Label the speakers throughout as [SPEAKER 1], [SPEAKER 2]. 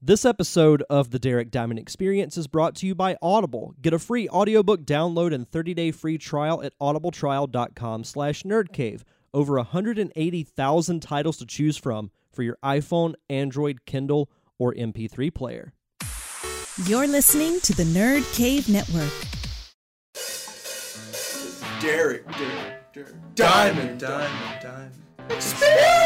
[SPEAKER 1] This episode of the Derek Diamond Experience is brought to you by Audible. Get a free audiobook download and 30-day free trial at audibletrial.com slash nerdcave. Over 180,000 titles to choose from for your iPhone, Android, Kindle, or MP3 player.
[SPEAKER 2] You're listening to the Nerd Cave Network.
[SPEAKER 3] Derek, Derek, Derek.
[SPEAKER 4] Diamond, diamond, diamond.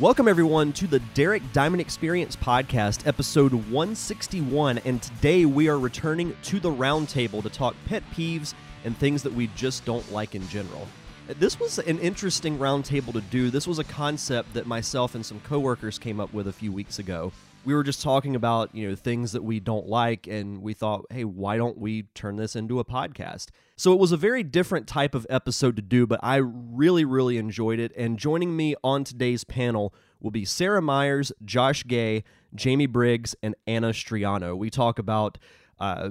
[SPEAKER 1] Welcome, everyone, to the Derek Diamond Experience Podcast, episode 161. And today we are returning to the roundtable to talk pet peeves and things that we just don't like in general. This was an interesting roundtable to do. This was a concept that myself and some coworkers came up with a few weeks ago. We were just talking about, you know, things that we don't like, and we thought, hey, why don't we turn this into a podcast? So it was a very different type of episode to do, but I really, really enjoyed it. And joining me on today's panel will be Sarah Myers, Josh Gay, Jamie Briggs, and Anna Striano. We talk about uh,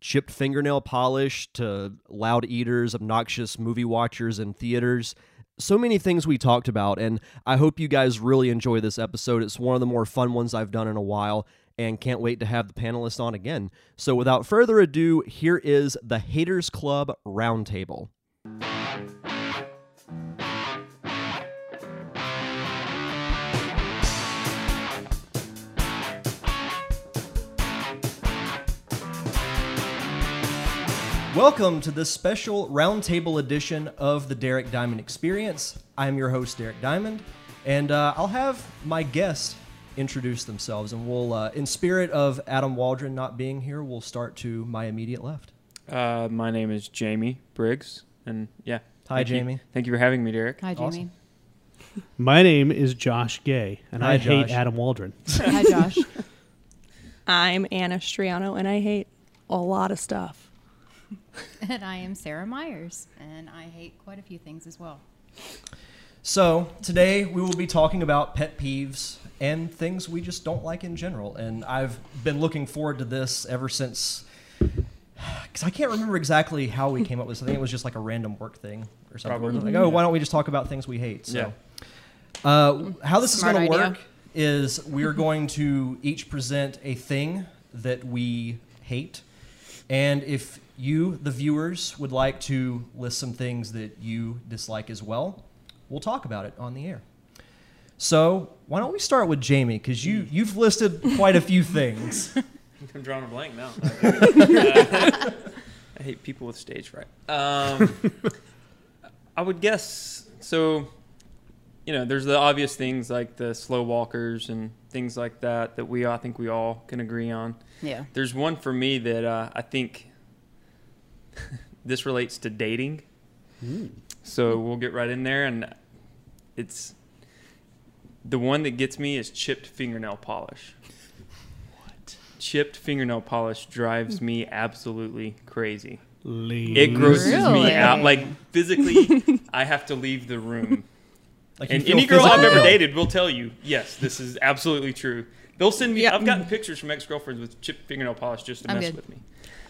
[SPEAKER 1] chipped fingernail polish to loud eaters, obnoxious movie watchers in theaters. So many things we talked about, and I hope you guys really enjoy this episode. It's one of the more fun ones I've done in a while, and can't wait to have the panelists on again. So, without further ado, here is the Haters Club Roundtable. Welcome to this special roundtable edition of the Derek Diamond Experience. I'm your host, Derek Diamond, and uh, I'll have my guests introduce themselves. And we'll, uh, in spirit of Adam Waldron not being here, we'll start to my immediate left.
[SPEAKER 4] Uh, my name is Jamie Briggs, and yeah.
[SPEAKER 1] Hi,
[SPEAKER 4] thank you-
[SPEAKER 1] Jamie.
[SPEAKER 4] Thank you for having me, Derek.
[SPEAKER 5] Hi,
[SPEAKER 1] Awesome.
[SPEAKER 5] Jamie.
[SPEAKER 6] My name is Josh Gay, and
[SPEAKER 1] Hi,
[SPEAKER 6] I
[SPEAKER 1] Josh.
[SPEAKER 6] hate Adam Waldron.
[SPEAKER 5] Hi, Josh.
[SPEAKER 7] I'm Anna Striano, and I hate a lot of stuff.
[SPEAKER 8] And I am Sarah Myers, and I hate quite a few things as well.
[SPEAKER 1] So, today we will be talking about pet peeves and things we just don't like in general. And I've been looking forward to this ever since. Because I can't remember exactly how we came up with this. I think it was just like a random work thing or something. We're
[SPEAKER 4] Probably,
[SPEAKER 1] Like, oh,
[SPEAKER 4] yeah.
[SPEAKER 1] why don't we just talk about things we hate? So,
[SPEAKER 4] Yeah.
[SPEAKER 1] Uh, how this
[SPEAKER 5] Smart
[SPEAKER 1] is going to
[SPEAKER 5] idea.
[SPEAKER 1] work is we're going to each present a thing that we hate, and if you, the viewers, would like to list some things that you dislike as well, we'll talk about it on the air. So why don't we start with Jamie? Because you you've listed quite a few things.
[SPEAKER 4] I'm drawing a blank now. Uh, I hate people with stage fright. Um, I would guess so. You know, there's the obvious things like the slow walkers and things like that that we I think we all can agree on.
[SPEAKER 5] Yeah.
[SPEAKER 4] There's one for me that uh, I think this relates to dating. So we'll get right in there, and it's the one that gets me is chipped fingernail polish. What? Chipped fingernail polish drives me absolutely crazy. It
[SPEAKER 6] Mm.
[SPEAKER 4] grosses me
[SPEAKER 8] Really?
[SPEAKER 4] out. Like physically, I have to leave the room.
[SPEAKER 1] Like you
[SPEAKER 4] And
[SPEAKER 1] feel
[SPEAKER 4] any girl I've
[SPEAKER 1] physically
[SPEAKER 4] ever
[SPEAKER 1] ill.
[SPEAKER 4] dated will tell you, yes, this is absolutely true. They'll send me.
[SPEAKER 7] Yeah.
[SPEAKER 4] I've gotten pictures from ex-girlfriends with chipped fingernail polish just to
[SPEAKER 8] I'm
[SPEAKER 4] mess
[SPEAKER 8] good.
[SPEAKER 4] with me.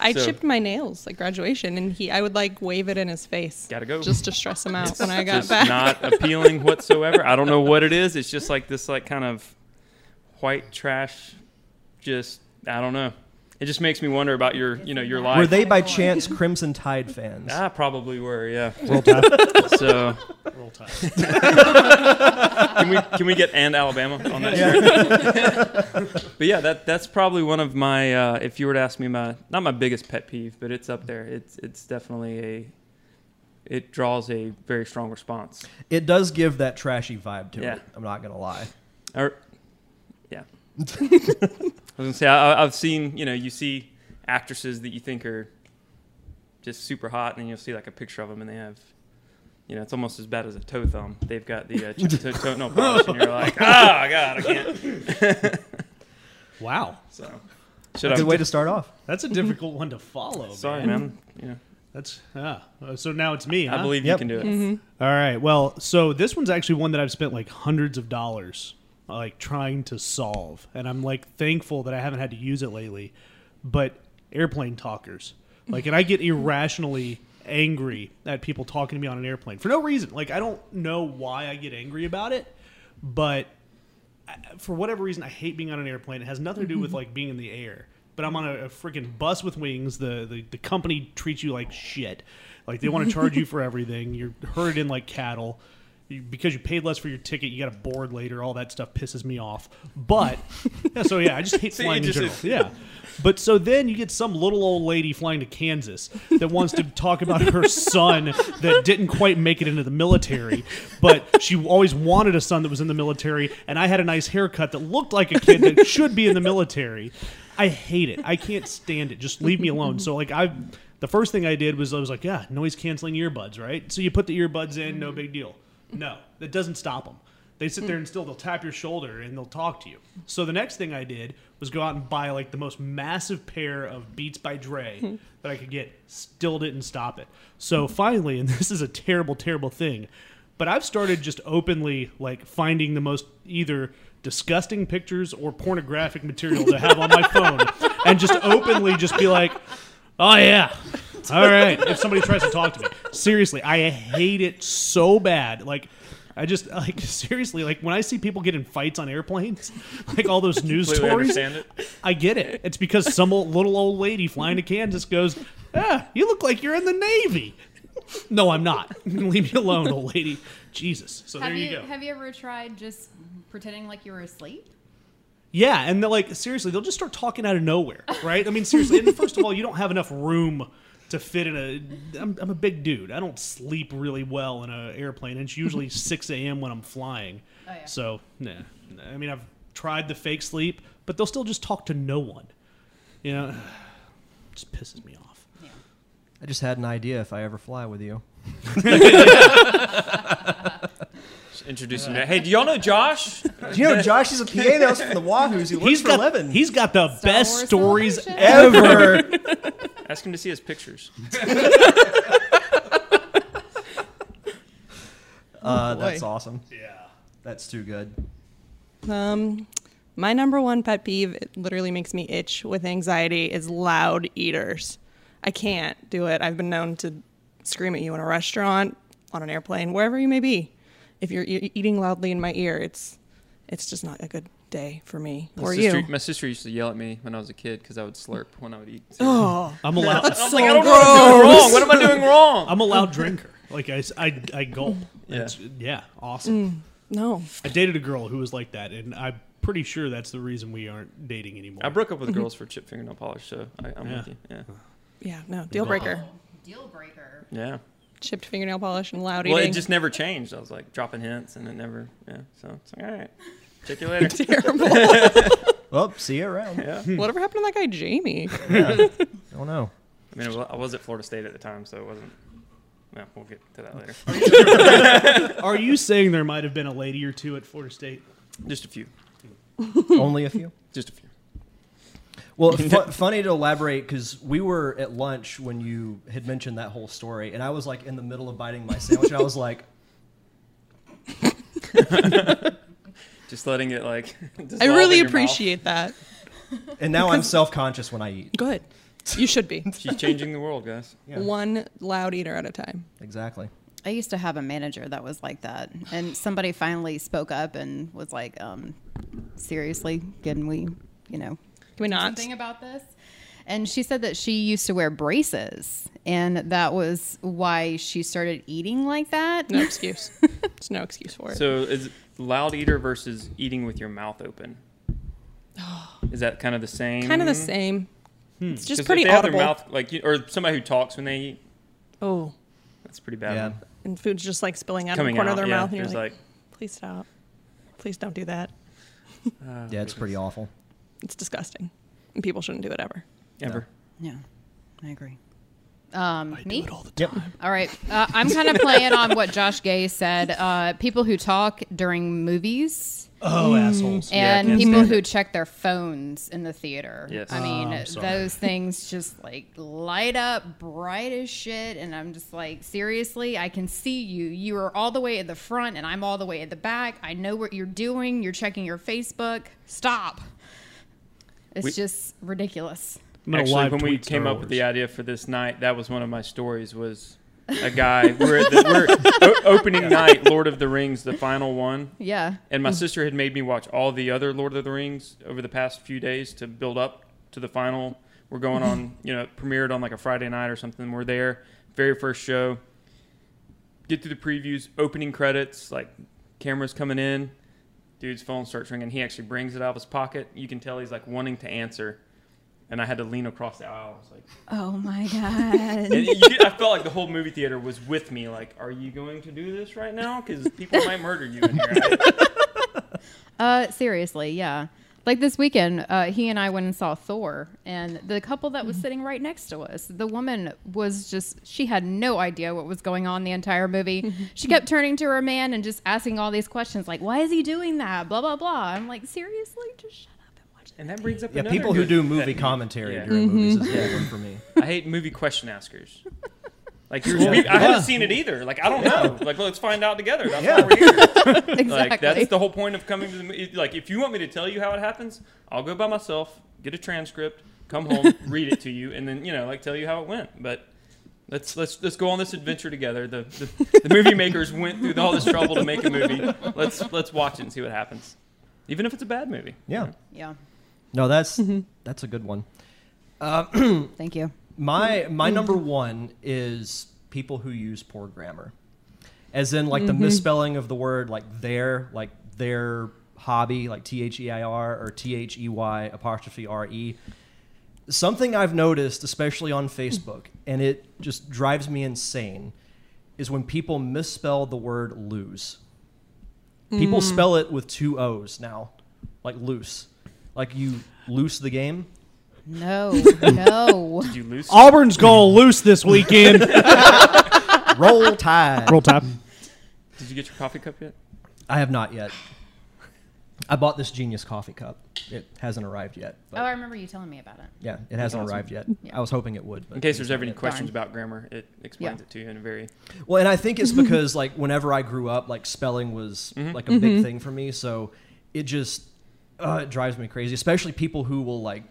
[SPEAKER 7] I
[SPEAKER 4] So-
[SPEAKER 7] chipped my nails at graduation, and he, I would like wave it in his face.
[SPEAKER 4] Gotta go.
[SPEAKER 7] Just to stress him out
[SPEAKER 4] It's
[SPEAKER 7] when I got
[SPEAKER 4] just
[SPEAKER 7] back.
[SPEAKER 4] not appealing whatsoever. I don't know what it is. It's just like this, like kind of white trash. Just I don't know. It just makes me wonder about your, you know, your life.
[SPEAKER 1] Were they by chance Crimson Tide fans?
[SPEAKER 4] I probably were, yeah.
[SPEAKER 6] Roll Tide.
[SPEAKER 4] So
[SPEAKER 6] Roll Tide.
[SPEAKER 4] can we can we get and Alabama on that? shirt? but yeah, that that's probably one of my. Uh, if you were to ask me, my not my biggest pet peeve, but it's up there. It's it's definitely a. It draws a very strong response.
[SPEAKER 1] It does give that trashy vibe to
[SPEAKER 4] Yeah.
[SPEAKER 1] it. I'm not gonna lie.
[SPEAKER 4] Or, yeah. I was gonna say I, I- I've seen you know you see actresses that you think are just super hot, and then you'll see like a picture of them, and they have. You know, it's almost as bad as a toe thumb. They've got the uh, chip toe toe no polish, and you're like, ah, God, I can't.
[SPEAKER 6] Wow,
[SPEAKER 4] So, should
[SPEAKER 1] Good
[SPEAKER 4] I?
[SPEAKER 1] way to start off.
[SPEAKER 6] that's a difficult one to follow.
[SPEAKER 4] Sorry,
[SPEAKER 6] man.
[SPEAKER 4] man. You know,
[SPEAKER 6] That's ah. so now it's me.
[SPEAKER 4] I
[SPEAKER 6] huh?
[SPEAKER 4] believe
[SPEAKER 1] Yep.
[SPEAKER 7] Mm-hmm.
[SPEAKER 4] you can do it.
[SPEAKER 6] All right. Well, so this one's actually one that I've spent like hundreds of dollars like trying to solve, and I'm like thankful that I haven't had to use it lately. But airplane talkers, like, and I get irrationally angry at people talking to me on an airplane for no reason. Like, I don't know why I get angry about it, but uh, for whatever reason, I hate being on an airplane. It has nothing to do with like being in the air. But I'm on a, a freaking bus with wings. The, the the company treats you like shit. Like they want to charge you for everything. You're herded in like cattle. You, because you paid less for your ticket, you got a board later. All that stuff pisses me off. But yeah, so yeah, I just hate
[SPEAKER 4] you
[SPEAKER 6] flying in
[SPEAKER 4] just-
[SPEAKER 6] general. Yeah. But so then you get some little old lady flying to Kansas that wants to talk about her son that didn't quite make it into the military, but she always wanted a son that was in the military, and I had a nice haircut that looked like a kid that should be in the military. I hate it. I can't stand it. Just leave me alone. So like I the first thing I did was I was like, yeah, noise canceling earbuds, right? So you put the earbuds in, no big deal. No, that doesn't stop them. They sit there and still they'll tap your shoulder and they'll talk to you. So the next thing I did was go out and buy like the most massive pair of Beats by Dre that I could get. Still didn't stop it. So finally, and this is a terrible, terrible thing, but I've started just openly like finding the most either disgusting pictures or pornographic material to have on my phone and just openly just be like, oh yeah, all right. If somebody tries to talk to me, seriously, I hate it so bad. Like, I just like seriously like when I see people get in fights on airplanes, like all those news
[SPEAKER 4] Completely
[SPEAKER 6] stories.
[SPEAKER 4] understand it.
[SPEAKER 6] I get it. It's because some old, little old lady flying to Kansas goes, "Ah, you look like you're in the Navy." No, I'm not. Leave me alone, old lady. Jesus. So
[SPEAKER 8] have
[SPEAKER 6] there
[SPEAKER 8] you,
[SPEAKER 6] you, go.
[SPEAKER 8] have you ever tried just pretending like you were asleep?
[SPEAKER 6] Yeah, and they're like, seriously, they'll just start talking out of nowhere, right? I mean, seriously. And first of all, you don't have enough room to fit in a. I'm, I'm a big dude. I don't sleep really well in an airplane. It's usually 6 a.m. when I'm flying.
[SPEAKER 8] Oh, yeah.
[SPEAKER 6] So, nah. I mean, I've tried the fake sleep, but they'll still just talk to no one. You know, just pisses me off.
[SPEAKER 9] I just had an idea if I ever fly with you.
[SPEAKER 4] Just introduce him. to- Hey, do y'all know Josh?
[SPEAKER 1] Do you know Josh is a PA now from the Wahoos? He works
[SPEAKER 6] He's
[SPEAKER 1] for
[SPEAKER 6] got,
[SPEAKER 1] 11.
[SPEAKER 6] he's got the best
[SPEAKER 8] Wars
[SPEAKER 6] stories
[SPEAKER 8] Celebration?
[SPEAKER 1] ever. Oh,
[SPEAKER 4] Ask him to see his pictures.
[SPEAKER 1] Uh,
[SPEAKER 9] Uh,
[SPEAKER 7] boy.
[SPEAKER 1] that's awesome.
[SPEAKER 6] Yeah.
[SPEAKER 1] That's too good.
[SPEAKER 7] Um, my number one pet peeve, it literally makes me itch with anxiety, is loud eaters. I can't do it. I've been known to scream at you in a restaurant, on an airplane, wherever you may be. If you're e- eating loudly in my ear, it's it's just not a good day for me
[SPEAKER 4] My
[SPEAKER 7] or
[SPEAKER 4] sister,
[SPEAKER 7] you.
[SPEAKER 4] My sister used to yell at me when I was a kid because I would slurp when I would eat.
[SPEAKER 7] Oh,
[SPEAKER 6] I'm allowed.
[SPEAKER 7] so
[SPEAKER 4] Like, I don't know what I'm doing wrong. What am I doing wrong?
[SPEAKER 6] I'm a loud drinker. Like I, s- I, I gulp.
[SPEAKER 4] Yeah.
[SPEAKER 6] It's- yeah, awesome.
[SPEAKER 7] no.
[SPEAKER 6] I dated a girl who was like that, and I'm pretty sure that's the reason we aren't dating anymore.
[SPEAKER 4] I broke up
[SPEAKER 7] Mm-hmm.
[SPEAKER 4] with girls for chip fingernail polish, so I, I'm
[SPEAKER 6] Yeah.
[SPEAKER 4] with you. Yeah.
[SPEAKER 7] Yeah, no. Deal breaker.
[SPEAKER 8] Deal breaker.
[SPEAKER 4] Yeah.
[SPEAKER 7] Chipped fingernail polish and loud
[SPEAKER 4] Well,
[SPEAKER 7] eating.
[SPEAKER 4] it just never changed. I was like dropping hints, and it never. Yeah. So it's like, all right, check you later.
[SPEAKER 7] terrible.
[SPEAKER 1] Well, see you around.
[SPEAKER 4] yeah.
[SPEAKER 7] Whatever happened to that guy Jamie?
[SPEAKER 1] I don't know.
[SPEAKER 4] I mean, I was at Florida State at the time, so it wasn't. Yeah, we'll get to that later.
[SPEAKER 6] Are you saying there might have been a lady or two at Florida State?
[SPEAKER 4] Just a few. Hmm.
[SPEAKER 1] Only a few.
[SPEAKER 4] Just a few.
[SPEAKER 1] Well, fu- funny to elaborate because we were at lunch when you had mentioned that whole story, and I was like in the middle of biting my sandwich, and I was like,
[SPEAKER 4] Just letting it like. dissolve
[SPEAKER 7] I
[SPEAKER 4] in
[SPEAKER 7] really
[SPEAKER 4] your mouth.
[SPEAKER 7] appreciate that.
[SPEAKER 1] and now I'm self conscious when I eat.
[SPEAKER 7] Good. You should be.
[SPEAKER 4] She's changing the world, guys.
[SPEAKER 1] Yeah.
[SPEAKER 7] One loud eater at a time.
[SPEAKER 1] Exactly.
[SPEAKER 8] I used to have a manager that was like that, and somebody finally spoke up and was like, um, "Seriously, can we, you know,
[SPEAKER 7] Can we not?
[SPEAKER 8] something about this?" And she said that she used to wear braces, and that was why she started eating like that.
[SPEAKER 7] No excuse. There's no excuse for it.
[SPEAKER 4] So is loud eater versus eating with your mouth open? Is that kind of the same?
[SPEAKER 7] kind of the same. It's
[SPEAKER 4] 'Cause
[SPEAKER 7] just
[SPEAKER 4] mm-hmm. Hmm. if
[SPEAKER 7] pretty
[SPEAKER 4] they have their
[SPEAKER 7] audible.
[SPEAKER 4] mouth- like, you- or somebody who talks when they eat.
[SPEAKER 7] Oh,
[SPEAKER 4] That's pretty bad.
[SPEAKER 1] Yeah.
[SPEAKER 7] and food's just like spilling out of the
[SPEAKER 4] Coming
[SPEAKER 7] corner
[SPEAKER 4] out,
[SPEAKER 7] of their
[SPEAKER 4] yeah,
[SPEAKER 7] mouth, and you're
[SPEAKER 4] there's
[SPEAKER 7] like,
[SPEAKER 4] like-
[SPEAKER 7] please stop. Please don't do that.
[SPEAKER 4] uh,
[SPEAKER 1] Yeah, it's pretty awful.
[SPEAKER 7] It's disgusting. And people shouldn't do it ever.
[SPEAKER 4] Ever.
[SPEAKER 8] Yeah, I agree. Um, me?
[SPEAKER 1] Yep.
[SPEAKER 8] All right. Uh, I'm kind of playing on what Josh Gay said. Uh, people who talk during movies
[SPEAKER 1] Oh, assholes.
[SPEAKER 4] Yeah, I
[SPEAKER 8] and
[SPEAKER 4] can't
[SPEAKER 8] people
[SPEAKER 4] stand
[SPEAKER 8] who check their phones in the theater.
[SPEAKER 4] Yes.
[SPEAKER 8] I mean,
[SPEAKER 6] Oh, I'm sorry.
[SPEAKER 8] those things just like light up bright as shit. And I'm just like, seriously, I can see you. You are all the way at the front and I'm all the way at the back. I know what you're doing. You're checking your Facebook. Stop. It's
[SPEAKER 4] We-
[SPEAKER 8] just ridiculous.
[SPEAKER 6] I'm gonna
[SPEAKER 4] Actually,
[SPEAKER 6] live
[SPEAKER 4] when we
[SPEAKER 6] tweet
[SPEAKER 4] came
[SPEAKER 6] Star
[SPEAKER 4] up with the
[SPEAKER 6] Wars.
[SPEAKER 4] idea for this night, that was one of my stories. Was a guy we're, at the, we're o- opening night, Lord of the Rings, the final one,
[SPEAKER 8] Yeah.
[SPEAKER 4] and my sister had made me watch all the other Lord of the Rings over the past few days to build up to the final. We're going on, you know, it premiered on like a Friday night or something. We're there, very first show. Get through the previews, opening credits, like cameras coming in. Dude's phone starts ringing. He actually brings it out of his pocket. You can tell he's like wanting to answer. And I had to lean across the aisle. I was like,
[SPEAKER 8] Oh my God.
[SPEAKER 4] and you could- I felt like the whole movie theater was with me. Like, are you going to do this right now? Because people might murder you in here. I-
[SPEAKER 8] Uh, seriously, yeah. Like this weekend, uh, he and I went and saw Thor, and the couple that was sitting right next to us, the woman was just, she had no idea what was going on the entire movie. she kept turning to her man and just asking all these questions, like, why is he doing that? Blah, blah, blah. I'm like, seriously? Just shut up and watch it.
[SPEAKER 4] and that brings up
[SPEAKER 1] Yeah,
[SPEAKER 4] another
[SPEAKER 1] people who
[SPEAKER 4] good-
[SPEAKER 1] do movie
[SPEAKER 4] that-
[SPEAKER 1] commentary
[SPEAKER 4] yeah. Mm-hmm.
[SPEAKER 1] during movies is a big one for me.
[SPEAKER 4] I hate movie question askers. Like you're, we- I haven't seen it either. Like I don't know. Like let's find out together. That's why we're here.
[SPEAKER 8] Exactly.
[SPEAKER 4] Like that's the whole point of coming to the movie. Like if you want me to tell you how it happens, I'll go by myself, get a transcript, come home, read it to you, and then you know like tell you how it went. But let's let's let's go on this adventure together. The the, the movie makers went through all this trouble to make a movie. Let's let's watch it and see what happens, even if it's a bad movie.
[SPEAKER 1] Yeah.
[SPEAKER 8] yeah.
[SPEAKER 1] No, that's that's a good one.
[SPEAKER 8] Thank you.
[SPEAKER 1] My my number one is people who use poor grammar, as in like the misspelling of the word like their like their hobby like T H E I R or T H E Y apostrophe R E. Something I've noticed, especially on Facebook, and it just drives me insane, is when people misspell the word lose. People spell it with two O's now, like loose, like you loose the game.
[SPEAKER 8] No, no.
[SPEAKER 4] Did you lose?
[SPEAKER 6] Auburn's gonna
[SPEAKER 1] Mm.
[SPEAKER 6] lose this weekend.
[SPEAKER 1] Roll tide.
[SPEAKER 6] Roll time.
[SPEAKER 4] Did you get your coffee cup yet?
[SPEAKER 1] I have not yet. I bought this Genius coffee cup. It hasn't arrived yet.
[SPEAKER 8] oh,
[SPEAKER 1] But
[SPEAKER 8] I remember you telling me about it.
[SPEAKER 1] yeah, it hasn't
[SPEAKER 4] Awesome.
[SPEAKER 1] arrived yet.
[SPEAKER 8] Yeah.
[SPEAKER 1] I was hoping it would. But
[SPEAKER 4] In case there's ever any
[SPEAKER 8] Darn.
[SPEAKER 4] questions about grammar, it explains
[SPEAKER 8] Yeah.
[SPEAKER 4] it to you in a very
[SPEAKER 1] well, and I think it's because like whenever I grew up, like spelling was
[SPEAKER 4] Mm-hmm.
[SPEAKER 1] like a big
[SPEAKER 8] Mm-hmm.
[SPEAKER 1] thing for me. So it just uh, it drives me crazy, especially people who will like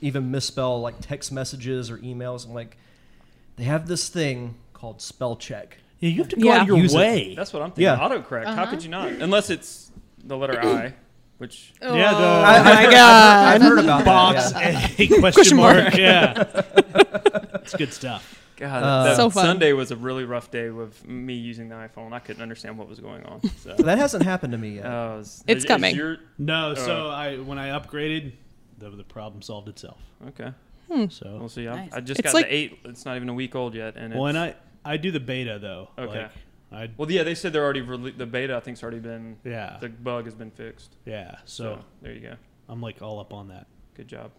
[SPEAKER 1] even misspell like text messages or emails. I'm like, they have this thing called spell check.
[SPEAKER 6] Yeah, you have to go
[SPEAKER 7] Yeah.
[SPEAKER 6] out of your
[SPEAKER 1] Use it.
[SPEAKER 6] way.
[SPEAKER 4] That's what I'm thinking.
[SPEAKER 1] Yeah.
[SPEAKER 4] Autocorrect. How
[SPEAKER 7] Uh-huh.
[SPEAKER 4] could you not? Unless it's the letter I, which
[SPEAKER 7] Oh.
[SPEAKER 6] yeah, the
[SPEAKER 4] Oh
[SPEAKER 1] my god! I've heard about
[SPEAKER 6] box
[SPEAKER 1] that. yeah.
[SPEAKER 6] a question mark. Yeah, it's good stuff.
[SPEAKER 4] God, that
[SPEAKER 7] So fun.
[SPEAKER 4] Sunday was a really rough day with me using the iPhone. I couldn't understand what was going on. So
[SPEAKER 1] That hasn't happened to me yet.
[SPEAKER 4] uh, is-
[SPEAKER 7] It's
[SPEAKER 4] is
[SPEAKER 7] coming.
[SPEAKER 4] your-
[SPEAKER 6] No, so
[SPEAKER 4] Uh,
[SPEAKER 6] I when I upgraded, the, the problem solved itself.
[SPEAKER 4] okay, Hmm. we'll
[SPEAKER 6] So
[SPEAKER 4] see. I,
[SPEAKER 8] Nice.
[SPEAKER 4] I just
[SPEAKER 7] It's
[SPEAKER 4] got
[SPEAKER 7] like-
[SPEAKER 4] the eight. It's not even a week old yet, and it's,
[SPEAKER 6] well, and I I do the beta though.
[SPEAKER 4] Okay.
[SPEAKER 6] Like, I
[SPEAKER 4] well, yeah, they said they're already rele- the beta. I think's already been
[SPEAKER 6] yeah
[SPEAKER 4] the bug has been fixed.
[SPEAKER 6] yeah.
[SPEAKER 4] So,
[SPEAKER 6] So
[SPEAKER 4] there you go.
[SPEAKER 6] I'm like all up on that.
[SPEAKER 4] Good job.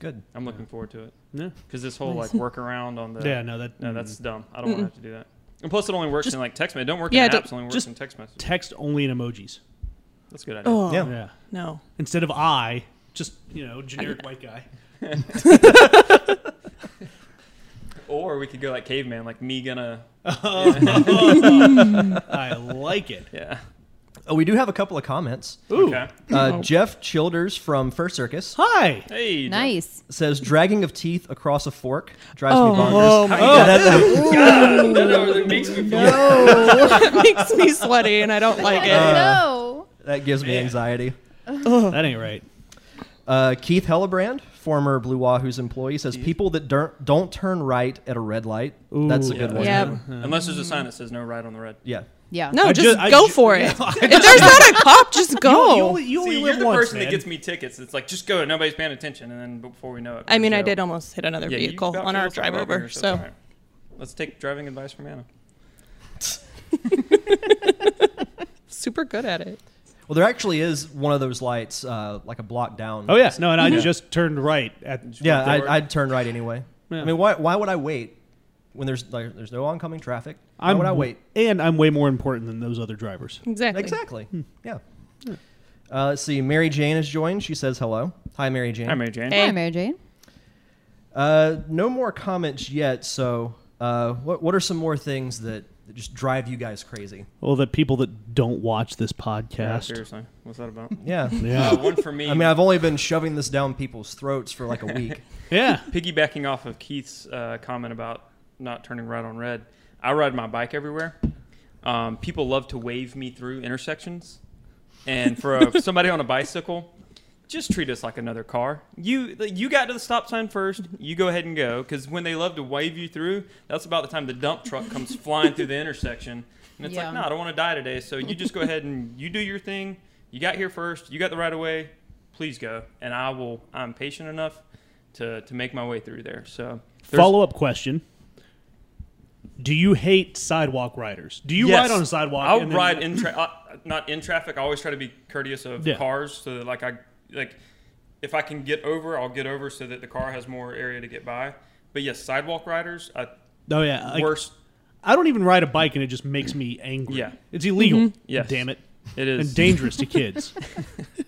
[SPEAKER 1] Good.
[SPEAKER 4] I'm looking forward to it
[SPEAKER 6] Yeah.
[SPEAKER 4] because this whole like workaround on the
[SPEAKER 6] Yeah. No, that mm,
[SPEAKER 4] no that's dumb. I don't want to have to do that. And plus, it only works
[SPEAKER 7] Just-
[SPEAKER 4] in like text. message. It don't work
[SPEAKER 7] Yeah,
[SPEAKER 4] in
[SPEAKER 7] don't-
[SPEAKER 4] apps. It only works
[SPEAKER 6] just-
[SPEAKER 4] in text message.
[SPEAKER 6] text only in emojis.
[SPEAKER 4] That's a good idea.
[SPEAKER 7] Oh,
[SPEAKER 1] Yeah.
[SPEAKER 6] Yeah.
[SPEAKER 7] no.
[SPEAKER 6] Instead of I, just you know, generic white guy.
[SPEAKER 4] Or we could go like caveman, like me gonna.
[SPEAKER 6] I like it.
[SPEAKER 4] Yeah.
[SPEAKER 1] Oh, we do have a couple of comments.
[SPEAKER 6] Ooh.
[SPEAKER 4] Okay.
[SPEAKER 1] Uh,
[SPEAKER 7] Oh.
[SPEAKER 1] Jeff Childers from Fur Circus
[SPEAKER 6] Hi.
[SPEAKER 4] Hey. Jeff.
[SPEAKER 8] Nice.
[SPEAKER 1] says dragging of teeth across a fork drives me bonkers.
[SPEAKER 7] Oh. my
[SPEAKER 4] God, that, that makes me feel
[SPEAKER 7] god, it makes me sweaty and I don't like it.
[SPEAKER 4] Uh,
[SPEAKER 8] no.
[SPEAKER 1] That gives me anxiety.
[SPEAKER 6] That ain't right.
[SPEAKER 1] Uh, Keith Hellebrand, former Blue Wahoo's employee, says people that don't don't turn right at a red light. That's a good one.
[SPEAKER 7] Yep.
[SPEAKER 4] Unless there's a sign that says no right on the red.
[SPEAKER 1] Yeah.
[SPEAKER 8] Yeah.
[SPEAKER 7] No,
[SPEAKER 6] I
[SPEAKER 7] Oh, just,
[SPEAKER 6] just- I
[SPEAKER 7] go
[SPEAKER 6] ju-
[SPEAKER 7] for it. Oh. if there's not a cop, just go.
[SPEAKER 6] You only, you only
[SPEAKER 4] See,
[SPEAKER 6] live
[SPEAKER 4] you're the
[SPEAKER 6] once,
[SPEAKER 4] person
[SPEAKER 6] man.
[SPEAKER 4] that gets me tickets. It's like just go. Nobody's paying attention, and then before we know it.
[SPEAKER 7] I mean, I
[SPEAKER 4] so-
[SPEAKER 7] did almost hit another
[SPEAKER 4] Yeah, you
[SPEAKER 7] vehicle
[SPEAKER 4] about
[SPEAKER 7] on
[SPEAKER 4] killed
[SPEAKER 7] our
[SPEAKER 4] us
[SPEAKER 7] drive
[SPEAKER 4] already,
[SPEAKER 7] over.
[SPEAKER 4] that's
[SPEAKER 7] So
[SPEAKER 4] all right. let's take driving advice from Anna.
[SPEAKER 7] super good at it.
[SPEAKER 1] Well, there actually is one of those lights, uh, like a block down.
[SPEAKER 6] Oh yes, no, and I just turned right at.
[SPEAKER 1] Yeah,
[SPEAKER 4] They were-
[SPEAKER 1] I, I'd turn right anyway.
[SPEAKER 6] Yeah.
[SPEAKER 1] I mean, why why would I wait? when there's like, there's no oncoming traffic. Why
[SPEAKER 6] I'm,
[SPEAKER 1] would I wait?
[SPEAKER 6] And I'm way more important than those other drivers.
[SPEAKER 7] Exactly.
[SPEAKER 1] Exactly.
[SPEAKER 6] Hmm.
[SPEAKER 1] Yeah. Uh, let's see. Mary Jane has joined. She says hello. Hi, Mary Jane.
[SPEAKER 4] Hi, Mary Jane.
[SPEAKER 8] Hi, Mary Jane.
[SPEAKER 1] Uh, no more comments yet. So, uh, what what are some more things that, that just drive you guys crazy?
[SPEAKER 6] Well, the people that don't watch this
[SPEAKER 4] Yeah,
[SPEAKER 6] podcast.
[SPEAKER 4] seriously, what's that about?
[SPEAKER 1] Yeah.
[SPEAKER 4] Uh, one for me.
[SPEAKER 1] I mean, I've only been shoving this down people's throats for like a week.
[SPEAKER 6] yeah.
[SPEAKER 4] piggybacking off of Keith's uh, comment about not turning right on red, I ride my bike everywhere. Um, people love to wave me through intersections, and for a, somebody on a bicycle, just treat us like another car. You you got to the stop sign first. You go ahead and go because when they love to wave you through, that's about the time the dump truck comes flying through the intersection, and it's
[SPEAKER 8] Yeah.
[SPEAKER 4] like, no, I don't want to die today. So you just go ahead and you do your thing. You got here first. You got the right of way. Please go, and I will. I'm patient enough to to make my way through there. So there's-
[SPEAKER 6] Follow up question. Do you hate sidewalk riders? Do you
[SPEAKER 4] Yes.
[SPEAKER 6] ride on a sidewalk?
[SPEAKER 4] I'll
[SPEAKER 6] and then-
[SPEAKER 4] ride in tra- uh, not in traffic. I always try to be courteous of
[SPEAKER 6] Yeah.
[SPEAKER 4] cars so that like I like if I can get over, I'll get over so that the car has more area to get by. But yes, sidewalk riders, uh,
[SPEAKER 6] Oh yeah, like,
[SPEAKER 4] worst.
[SPEAKER 6] I don't even ride a bike, and it just makes me angry.
[SPEAKER 4] Yeah.
[SPEAKER 6] it's illegal.
[SPEAKER 7] Mm-hmm.
[SPEAKER 4] Yes.
[SPEAKER 6] damn it,
[SPEAKER 4] It is
[SPEAKER 6] and dangerous to kids.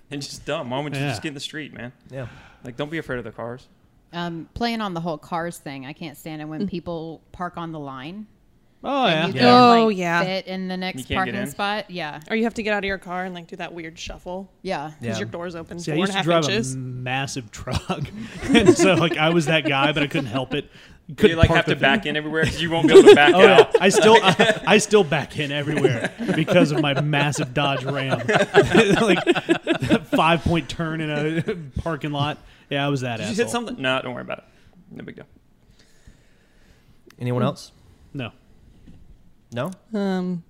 [SPEAKER 4] and just dumb. Why would you
[SPEAKER 6] Yeah.
[SPEAKER 4] just get in the street, man?
[SPEAKER 1] Yeah.
[SPEAKER 4] Like, don't be afraid of the cars.
[SPEAKER 8] Um, playing on the whole cars thing, I can't stand it when people park on the line.
[SPEAKER 6] Oh yeah,
[SPEAKER 8] You
[SPEAKER 4] Yeah.
[SPEAKER 8] can, like,
[SPEAKER 7] Oh, yeah.
[SPEAKER 8] Fit in the
[SPEAKER 4] You
[SPEAKER 8] next
[SPEAKER 4] can't get
[SPEAKER 8] parking
[SPEAKER 4] in?
[SPEAKER 8] spot. Yeah.
[SPEAKER 7] Or you have to get out of your car and like do that weird shuffle
[SPEAKER 8] Yeah.
[SPEAKER 7] because
[SPEAKER 1] Yeah.
[SPEAKER 7] your door's open
[SPEAKER 6] See, I
[SPEAKER 7] four
[SPEAKER 6] used
[SPEAKER 7] and a
[SPEAKER 6] to
[SPEAKER 7] half
[SPEAKER 6] drive
[SPEAKER 7] inches.
[SPEAKER 6] a massive truck, and so like I was that guy, but I couldn't help it. Couldn't
[SPEAKER 4] you like
[SPEAKER 6] park
[SPEAKER 4] have
[SPEAKER 6] the
[SPEAKER 4] to
[SPEAKER 6] thing.
[SPEAKER 4] back in everywhere because you won't be able to back
[SPEAKER 6] Oh
[SPEAKER 4] out.
[SPEAKER 6] yeah, I still I, I still back in everywhere because of my massive Dodge Ram, like five point turn in a parking lot. Yeah, I was that
[SPEAKER 4] Did you
[SPEAKER 6] asshole.
[SPEAKER 4] hit something? No, don't worry about it. No big deal.
[SPEAKER 6] Mm.
[SPEAKER 1] Anyone else?
[SPEAKER 6] No,
[SPEAKER 1] No.
[SPEAKER 7] Um,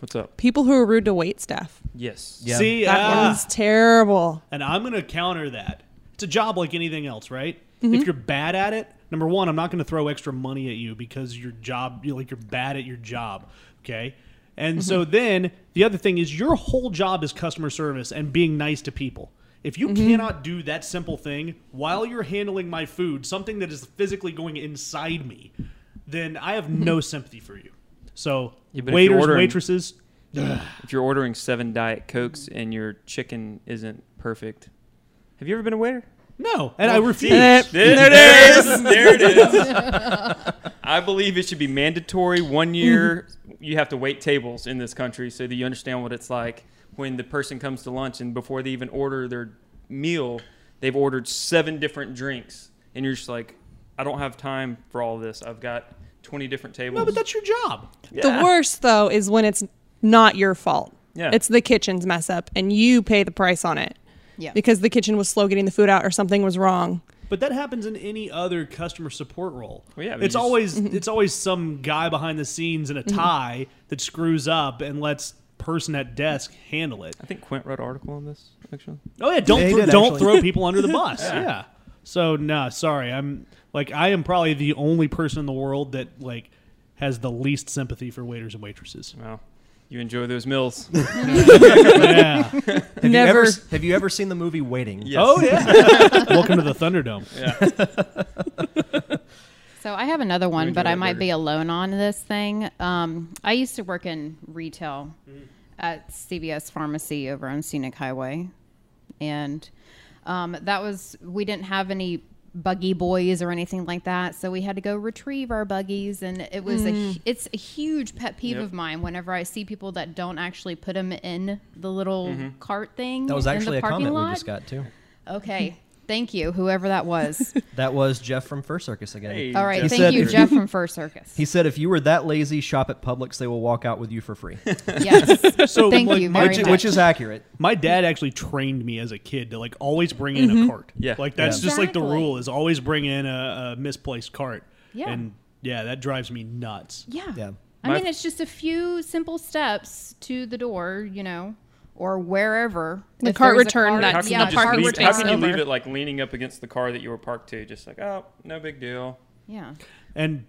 [SPEAKER 4] What's up?
[SPEAKER 7] people who are rude to wait staff.
[SPEAKER 4] Yes.
[SPEAKER 1] Yeah.
[SPEAKER 6] see,
[SPEAKER 7] That
[SPEAKER 6] ah,
[SPEAKER 7] one's terrible.
[SPEAKER 6] And I'm going to counter that. It's a job like anything else, right? If you're bad at it, number one, I'm not going to throw extra money at you because your job, you're like you're bad at your job, okay? And so then the other thing is your whole job is customer service and being nice to people. If you cannot do that simple thing while you're handling my food, something that is physically going inside me, then I have no sympathy for you. So
[SPEAKER 4] Yeah, but if you're
[SPEAKER 6] waiters,
[SPEAKER 4] ordering-
[SPEAKER 6] waitresses,
[SPEAKER 4] If you're ordering seven Diet Cokes and your chicken isn't perfect, have you ever been a waiter?
[SPEAKER 6] no, and I refuse.
[SPEAKER 4] There it is. There it is. I believe it should be mandatory. One year, you have to wait tables in this country so that you understand what it's like when the person comes to lunch and before they even order their meal, they've ordered seven different drinks, and you're just like, I don't have time for all this. I've got 20 different tables.
[SPEAKER 6] No, but that's your job.
[SPEAKER 4] Yeah.
[SPEAKER 7] The worst though is when it's not your fault.
[SPEAKER 4] Yeah.
[SPEAKER 7] It's the kitchen's mess up and you pay the price on it
[SPEAKER 8] Yeah.
[SPEAKER 7] because the kitchen was slow getting the food out or something was wrong.
[SPEAKER 6] But that happens in any other customer support role.
[SPEAKER 4] Well, yeah, but you
[SPEAKER 6] it's
[SPEAKER 4] just-
[SPEAKER 6] always it's always some guy behind the scenes in a tie that screws up and lets person at desk handle it.
[SPEAKER 4] I think Quint wrote an article on this, actually.
[SPEAKER 6] Oh yeah, don't
[SPEAKER 1] Yeah, he
[SPEAKER 6] thro-
[SPEAKER 1] did,
[SPEAKER 6] don't
[SPEAKER 1] actually.
[SPEAKER 6] throw people under the bus. yeah. So nah, sorry. I'm like I am probably the only person in the world that like has the least sympathy for waiters and waitresses.
[SPEAKER 4] Wow. You enjoy those meals.
[SPEAKER 6] Yeah.
[SPEAKER 1] Have
[SPEAKER 7] Never.
[SPEAKER 1] You ever, s- have you ever seen the movie Waiting?
[SPEAKER 4] Yes.
[SPEAKER 6] oh yeah. Welcome to the Thunderdome.
[SPEAKER 8] So I have another one,
[SPEAKER 4] enjoy
[SPEAKER 8] but I
[SPEAKER 4] that
[SPEAKER 8] might
[SPEAKER 4] burger.
[SPEAKER 8] be alone on this thing. Um, I used to work in retail at CVS Pharmacy over on Scenic Highway, and um, that was we didn't have any buggy boys or anything like that, so we had to go retrieve our buggies, and it was
[SPEAKER 1] Mm.
[SPEAKER 8] a hu- it's a huge pet peeve
[SPEAKER 4] Yep.
[SPEAKER 8] of mine whenever I see people that don't actually put them in the little
[SPEAKER 4] Mm-hmm.
[SPEAKER 8] cart thing.
[SPEAKER 1] That was
[SPEAKER 8] in
[SPEAKER 1] actually
[SPEAKER 8] the
[SPEAKER 1] a
[SPEAKER 8] parking
[SPEAKER 1] comment
[SPEAKER 8] lot.
[SPEAKER 1] we just got too.
[SPEAKER 8] Okay, thank you, whoever that was.
[SPEAKER 1] That was Jeff from Fur Circus again.
[SPEAKER 4] Hey,
[SPEAKER 8] All right,
[SPEAKER 1] He
[SPEAKER 8] thank
[SPEAKER 1] said-
[SPEAKER 8] you, Jeff from Fur Circus.
[SPEAKER 1] He said, "If you were that lazy, shop at Publix. They will walk out with you for free,"
[SPEAKER 8] Yes.
[SPEAKER 6] So,
[SPEAKER 8] Thank
[SPEAKER 6] like,
[SPEAKER 8] you
[SPEAKER 6] my
[SPEAKER 8] very
[SPEAKER 1] which,
[SPEAKER 8] much.
[SPEAKER 1] which is accurate.
[SPEAKER 6] My dad actually trained me as a kid to like always bring in a cart.
[SPEAKER 4] Yeah.
[SPEAKER 6] like that's
[SPEAKER 8] Yeah.
[SPEAKER 6] just like the
[SPEAKER 8] Exactly.
[SPEAKER 6] rule is always bring in a, a misplaced cart.
[SPEAKER 8] Yeah.
[SPEAKER 6] and yeah, that drives me nuts.
[SPEAKER 8] yeah.
[SPEAKER 1] Yeah.
[SPEAKER 8] I
[SPEAKER 4] My-
[SPEAKER 8] mean, it's just a few simple steps to the door, you know, or wherever.
[SPEAKER 7] The
[SPEAKER 8] If
[SPEAKER 7] cart
[SPEAKER 8] there's a
[SPEAKER 7] return
[SPEAKER 8] cart-
[SPEAKER 7] that-
[SPEAKER 4] How can
[SPEAKER 7] Yeah,
[SPEAKER 4] you just
[SPEAKER 7] park where
[SPEAKER 4] leave,
[SPEAKER 7] it
[SPEAKER 4] how
[SPEAKER 7] takes
[SPEAKER 4] can you
[SPEAKER 7] over.
[SPEAKER 4] leave it like leaning up against the car that you were parked to? Just like, oh, no big deal.
[SPEAKER 8] Yeah.
[SPEAKER 6] And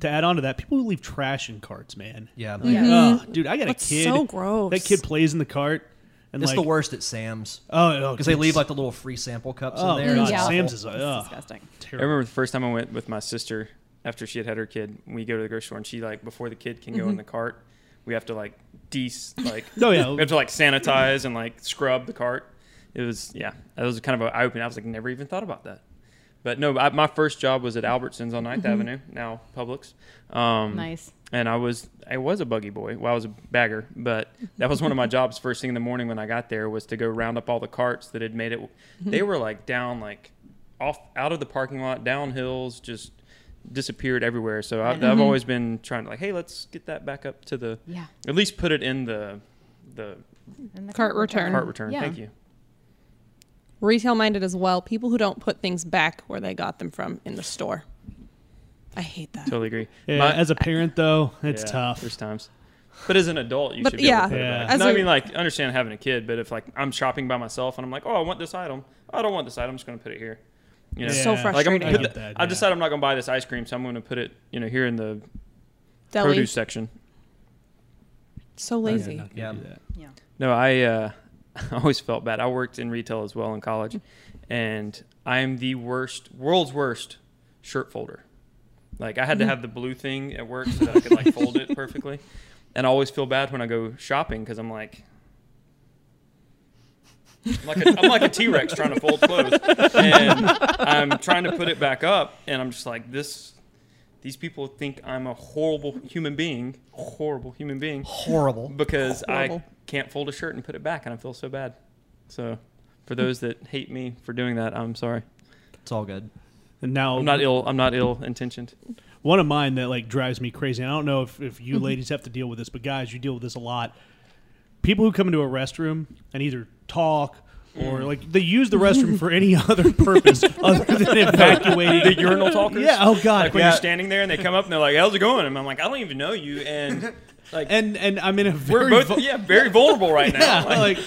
[SPEAKER 6] to add on to that, people who leave trash in carts, man.
[SPEAKER 1] Yeah,
[SPEAKER 6] Ugh, dude, I got
[SPEAKER 7] That's
[SPEAKER 6] a kid.
[SPEAKER 7] so gross.
[SPEAKER 6] That kid plays in the cart, and
[SPEAKER 1] it's
[SPEAKER 6] like,
[SPEAKER 1] the worst at Sam's
[SPEAKER 6] Oh,
[SPEAKER 1] because they leave like the little free sample cups
[SPEAKER 6] oh
[SPEAKER 1] in there.
[SPEAKER 6] God,
[SPEAKER 1] It's
[SPEAKER 8] Yeah.
[SPEAKER 1] awful.
[SPEAKER 6] Sam's is uh,
[SPEAKER 8] Disgusting.
[SPEAKER 4] I remember the first time I went with my sister after she had had her kid, we go to the grocery store and she like before the kid can go in the cart, we have to like de like
[SPEAKER 6] No, yeah.
[SPEAKER 4] we have to like sanitize and like scrub the cart. It was yeah, that was kind of an eye opening. I was like never even thought about that. But no, I, my first job was at Albertsons on 9th Avenue, now Publix. Um,
[SPEAKER 8] Nice.
[SPEAKER 4] and I was I was a buggy boy. Well, I was a bagger, but that was one of my jobs. First thing in the morning when I got there was to go round up all the carts that had made it.
[SPEAKER 8] Mm-hmm.
[SPEAKER 4] They were like down, like off out of the parking lot, down hills, just disappeared everywhere. So I, I've always been trying to like, hey, let's get that back up to the
[SPEAKER 8] Mm-hmm. Yeah.
[SPEAKER 4] at least put it in the the
[SPEAKER 8] And the
[SPEAKER 7] Cart return.
[SPEAKER 4] cart return.
[SPEAKER 8] Mm-hmm. Yeah.
[SPEAKER 4] Thank you.
[SPEAKER 7] Retail minded as well. People who don't put things back where they got them from in the store. I hate that.
[SPEAKER 4] Totally agree.
[SPEAKER 6] Yeah,
[SPEAKER 4] My-
[SPEAKER 6] as a parent though, it's
[SPEAKER 4] yeah,
[SPEAKER 6] tough.
[SPEAKER 4] There's times. But as an adult, you
[SPEAKER 7] But
[SPEAKER 4] should be
[SPEAKER 7] yeah,
[SPEAKER 4] able to put
[SPEAKER 6] Yeah.
[SPEAKER 4] it back.
[SPEAKER 7] as
[SPEAKER 4] No, I
[SPEAKER 7] a-
[SPEAKER 4] mean, like, understand having a kid, but if, like, I'm shopping by myself and I'm like, oh, I want this item. I don't want this item. I'm just going to put it here. You know?
[SPEAKER 7] Yeah. So
[SPEAKER 4] Like, I'm
[SPEAKER 7] frustrating.
[SPEAKER 4] gonna
[SPEAKER 6] I
[SPEAKER 4] put
[SPEAKER 6] get
[SPEAKER 4] the-
[SPEAKER 6] that,
[SPEAKER 4] I've
[SPEAKER 6] yeah.
[SPEAKER 4] decided I'm not going to buy this ice cream, so I'm going to put it, you know, here in the
[SPEAKER 7] Deli.
[SPEAKER 4] produce section.
[SPEAKER 7] So lazy.
[SPEAKER 1] Yeah.
[SPEAKER 8] Yeah.
[SPEAKER 4] No, I uh, I always felt bad. I worked in retail as well in college, and I'm the worst, world's worst shirt folder. Like I had to have the blue thing at work so that I could like fold it perfectly, and I always feel bad when I go shopping because I'm like. I'm like, a, I'm like a T-Rex trying to fold clothes, and I'm trying to put it back up, and I'm just like this. These people think I'm a horrible human being, horrible human being,
[SPEAKER 1] Horrible.
[SPEAKER 4] because I
[SPEAKER 7] Horrible.
[SPEAKER 4] can't fold a shirt and put it back, and I feel so bad. So, for those that hate me for doing that, I'm sorry.
[SPEAKER 1] It's all good.
[SPEAKER 6] And now
[SPEAKER 4] I'm not ill. I'm not ill intentioned.
[SPEAKER 6] one of mine that like drives me crazy. And I don't know if, if you ladies have to deal with this, but guys, you deal with this a lot. People who come into a restroom and either talk or like they use the restroom for any other purpose other than evacuating
[SPEAKER 4] The urinal talkers.
[SPEAKER 6] Yeah. Oh God.
[SPEAKER 4] Like when
[SPEAKER 6] yeah.
[SPEAKER 4] you're standing there and they come up and they're like, "How's it going?" and I'm like, "I don't even know you," and like
[SPEAKER 6] and and I'm in a
[SPEAKER 4] we're
[SPEAKER 6] very
[SPEAKER 4] both
[SPEAKER 6] vul-
[SPEAKER 4] yeah very vulnerable right
[SPEAKER 6] yeah,
[SPEAKER 4] now. Like,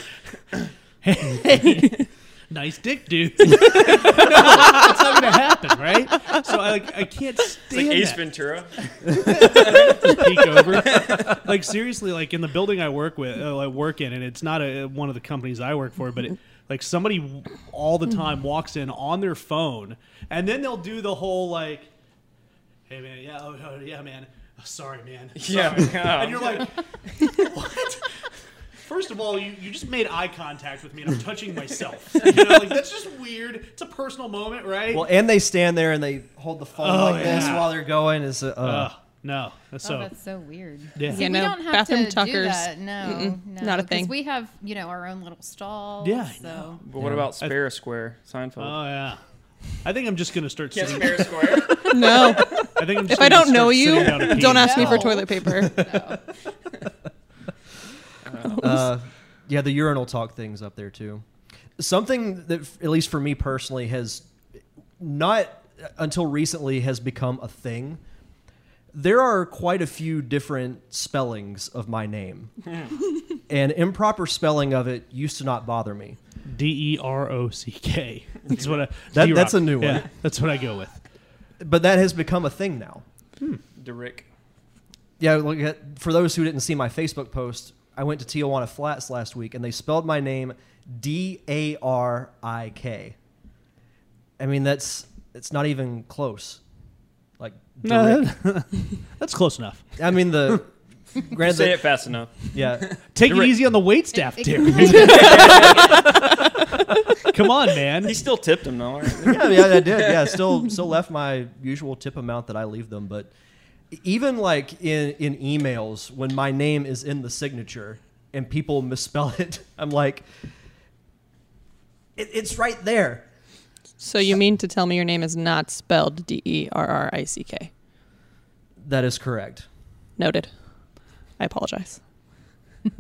[SPEAKER 6] like, hey, nice dick, dude. no, that's not gonna happen, right? So I like I can't
[SPEAKER 4] it's like
[SPEAKER 6] stand
[SPEAKER 4] Ace
[SPEAKER 6] that.
[SPEAKER 4] Ventura.
[SPEAKER 6] peek over. like seriously, like in the building I work with, uh, I work in, and it's not a, one of the companies I work for, but it, like somebody w- all the time walks in on their phone, and then they'll do the whole like, "Hey man, yeah, oh, oh, yeah man, Oh, sorry man,"
[SPEAKER 4] Yeah.
[SPEAKER 6] and
[SPEAKER 4] Um,
[SPEAKER 6] you're like, "What?" First of all, you, you just made eye contact with me, and I'm touching myself. You know, like that's just weird. It's a personal moment, right?
[SPEAKER 1] Well, and they stand there and they hold the phone
[SPEAKER 6] Oh,
[SPEAKER 1] like this
[SPEAKER 6] yeah.
[SPEAKER 1] while they're going. Is uh,
[SPEAKER 6] Ugh, no, so
[SPEAKER 8] oh, that's so weird.
[SPEAKER 6] Yeah.
[SPEAKER 8] See,
[SPEAKER 7] Yeah,
[SPEAKER 8] we
[SPEAKER 7] no,
[SPEAKER 8] don't have
[SPEAKER 7] bathroom
[SPEAKER 8] to do
[SPEAKER 7] tuckers,
[SPEAKER 8] that. No,
[SPEAKER 7] mm-mm,
[SPEAKER 8] no,
[SPEAKER 7] not a
[SPEAKER 8] 'cause
[SPEAKER 7] thing.
[SPEAKER 8] We have, you know, our own little stalls.
[SPEAKER 6] Yeah, I
[SPEAKER 8] so.
[SPEAKER 6] know.
[SPEAKER 4] But what about Spare a Square, Seinfeld?
[SPEAKER 6] oh yeah. I think I'm just gonna start
[SPEAKER 4] Can't
[SPEAKER 6] sitting.
[SPEAKER 4] Spare a Square.
[SPEAKER 7] No.
[SPEAKER 6] I think I'm just
[SPEAKER 7] if I
[SPEAKER 6] gonna
[SPEAKER 7] don't know
[SPEAKER 6] start
[SPEAKER 7] you,
[SPEAKER 6] sitting down and
[SPEAKER 7] don't
[SPEAKER 6] peeing.
[SPEAKER 7] ask me for
[SPEAKER 8] No.
[SPEAKER 7] toilet paper.
[SPEAKER 8] No.
[SPEAKER 1] uh, yeah, the urinal talk things up there too. Something that, f- at least for me personally, has not uh, until recently has become a thing. There are quite a few different spellings of my name, and improper spelling of it used to not bother me.
[SPEAKER 6] D E R O C K. That's what I. E
[SPEAKER 1] That-
[SPEAKER 6] D-Rock.
[SPEAKER 1] that's a new one.
[SPEAKER 6] Yeah, that's what I go with.
[SPEAKER 1] But that has become a thing now.
[SPEAKER 4] Derrick.
[SPEAKER 1] Yeah, look at, for those who didn't see my Facebook post, I went to Tijuana Flats last week and they spelled my name D A R I K. I mean, that's it's not even close. Like, direct-
[SPEAKER 6] that's close enough.
[SPEAKER 1] I mean the. granted,
[SPEAKER 4] Say it fast enough.
[SPEAKER 1] yeah,
[SPEAKER 6] Take
[SPEAKER 4] Direct.
[SPEAKER 6] it easy on the wait staff,
[SPEAKER 8] It-
[SPEAKER 6] Derek. Come on, man.
[SPEAKER 4] He still tipped him though.
[SPEAKER 1] yeah, yeah, I did. Yeah, still, still left my usual tip amount that I leave them. But even like in in emails, when my name is in the signature and people misspell it, I'm like, it, it's right there.
[SPEAKER 7] so you mean to tell me your name is not spelled D E R R I C K?
[SPEAKER 1] That is correct.
[SPEAKER 7] Noted. I apologize.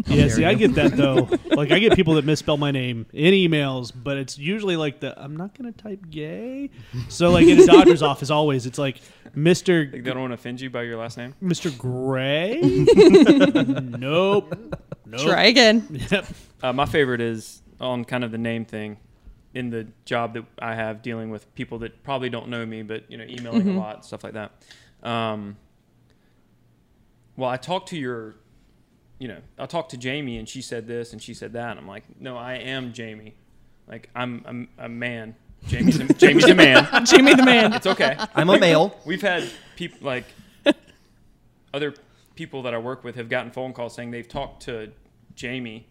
[SPEAKER 6] Yeah, see,
[SPEAKER 1] dare
[SPEAKER 6] I
[SPEAKER 1] you.
[SPEAKER 6] get that though. Like, I get people that misspell my name in emails, but it's usually like the I'm not gonna type gay. So, like in a doctor's office, always it's like Mister
[SPEAKER 4] Like, they don't want to offend you by your last name.
[SPEAKER 6] Mr. Gray? nope. Nope.
[SPEAKER 7] Try again.
[SPEAKER 6] Yep.
[SPEAKER 4] Uh, my favorite is on kind of the name thing in the job that I have dealing with people that probably don't know me, but you know, emailing
[SPEAKER 7] Mm-hmm.
[SPEAKER 4] a lot, stuff like that. Um, well, I talked to your, you know, I talked to Jamie and she said this and she said that. And I'm like, no, I am Jamie. Like I'm, I'm a man. Jamie's a, Jamie's a man.
[SPEAKER 7] Jamie the man.
[SPEAKER 4] It's okay.
[SPEAKER 9] I'm a male.
[SPEAKER 4] We've had people like other people that I work with have gotten phone calls saying they've talked to Jamie,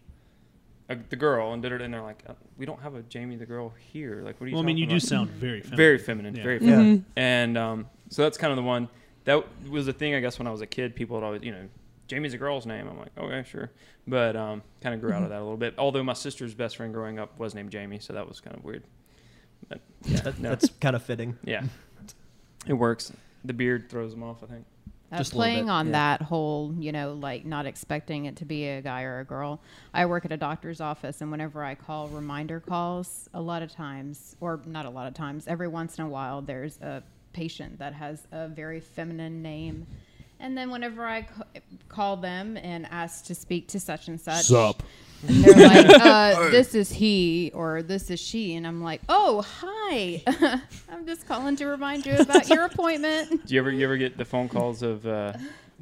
[SPEAKER 4] uh, the girl, and did it, and they're like, uh, "We don't have a Jamie the girl here." Like, what are you?
[SPEAKER 6] Well, I mean,
[SPEAKER 4] talking
[SPEAKER 6] you do
[SPEAKER 4] about?
[SPEAKER 6] sound very feminine.
[SPEAKER 4] very feminine,
[SPEAKER 6] Yeah.
[SPEAKER 4] very
[SPEAKER 9] Yeah.
[SPEAKER 4] feminine. And um, so that's kind of the one that was the thing I guess when I was a kid, people would always, you know, Jamie's a girl's name. I'm like, okay, sure, but um, kind of grew out
[SPEAKER 6] Mm-hmm.
[SPEAKER 4] of that a little bit. Although my sister's best friend growing up was named Jamie, so that was kind of weird. But yeah,
[SPEAKER 9] That-
[SPEAKER 4] no,
[SPEAKER 9] That's kind of fitting.
[SPEAKER 4] yeah, it works. The beard throws them off, I think.
[SPEAKER 8] Uh,
[SPEAKER 9] Just a little
[SPEAKER 8] playing
[SPEAKER 9] bit,
[SPEAKER 8] on
[SPEAKER 9] yeah.
[SPEAKER 8] that whole, you know, like not expecting it to be a guy or a girl. I work at a doctor's office, and whenever I call reminder calls, a lot of times, or not a lot of times, every once in a while, there's a patient that has a very feminine name. And then whenever I c- call them and ask to speak to such and such,
[SPEAKER 6] Sup.
[SPEAKER 8] and they're like, uh, this is he or this is she. And I'm like, oh, hi. I'm just calling to remind you about your appointment.
[SPEAKER 4] Do you ever you ever get the phone calls of uh,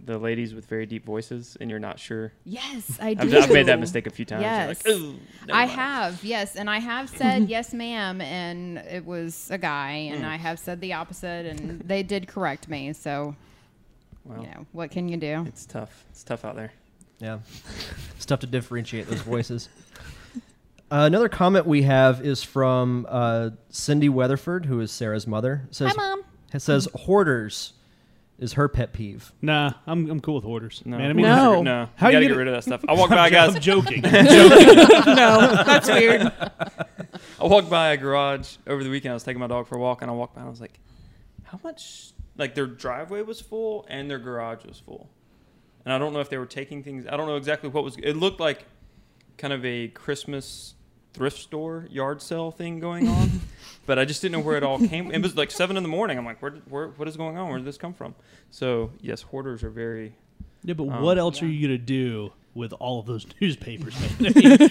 [SPEAKER 4] the ladies with very deep voices, and you're not sure?
[SPEAKER 8] Yes, I
[SPEAKER 4] I've,
[SPEAKER 8] do.
[SPEAKER 4] I've made that mistake a few times. You're
[SPEAKER 8] Yes.
[SPEAKER 4] like, "Ooh, never
[SPEAKER 8] I
[SPEAKER 4] mind."
[SPEAKER 8] have, yes. And I have said, yes, ma'am. And it was a guy.
[SPEAKER 4] Hmm.
[SPEAKER 8] And I have said the opposite. And they did correct me. So,
[SPEAKER 4] Well,
[SPEAKER 8] you know, what can you do?
[SPEAKER 4] it's tough. It's tough out there.
[SPEAKER 9] Yeah. It's tough to differentiate those voices. Uh, another comment we have is from uh, Cindy Weatherford, who is Sarah's mother. Says,
[SPEAKER 8] Hi, Mom.
[SPEAKER 9] It says hoarders is her pet peeve.
[SPEAKER 6] Nah, I'm, I'm cool with hoarders.
[SPEAKER 4] No,
[SPEAKER 6] Man, I mean,
[SPEAKER 7] No.
[SPEAKER 4] no. How
[SPEAKER 6] How
[SPEAKER 4] you gotta
[SPEAKER 6] you
[SPEAKER 4] get
[SPEAKER 6] gonna-
[SPEAKER 4] rid of that stuff. I walked by, guys.
[SPEAKER 6] I'm joking.
[SPEAKER 7] No, that's weird.
[SPEAKER 4] I walked by a garage over the weekend. I was taking my dog for a walk, and I walked by, and I was like, "How much?" Like their driveway was full, and their garage was full, and I don't know if they were taking things. I don't know exactly what was. It looked like kind of a Christmas thrift store yard sale thing going on, but I just didn't know where it all came. It was like seven in the morning. I'm like, "Where? where what is going on? Where did this come from?" So yes, hoarders are very.
[SPEAKER 6] Yeah, but
[SPEAKER 4] Um,
[SPEAKER 6] what else are
[SPEAKER 8] yeah.
[SPEAKER 6] you gonna do with all of those newspapers? man? I mean,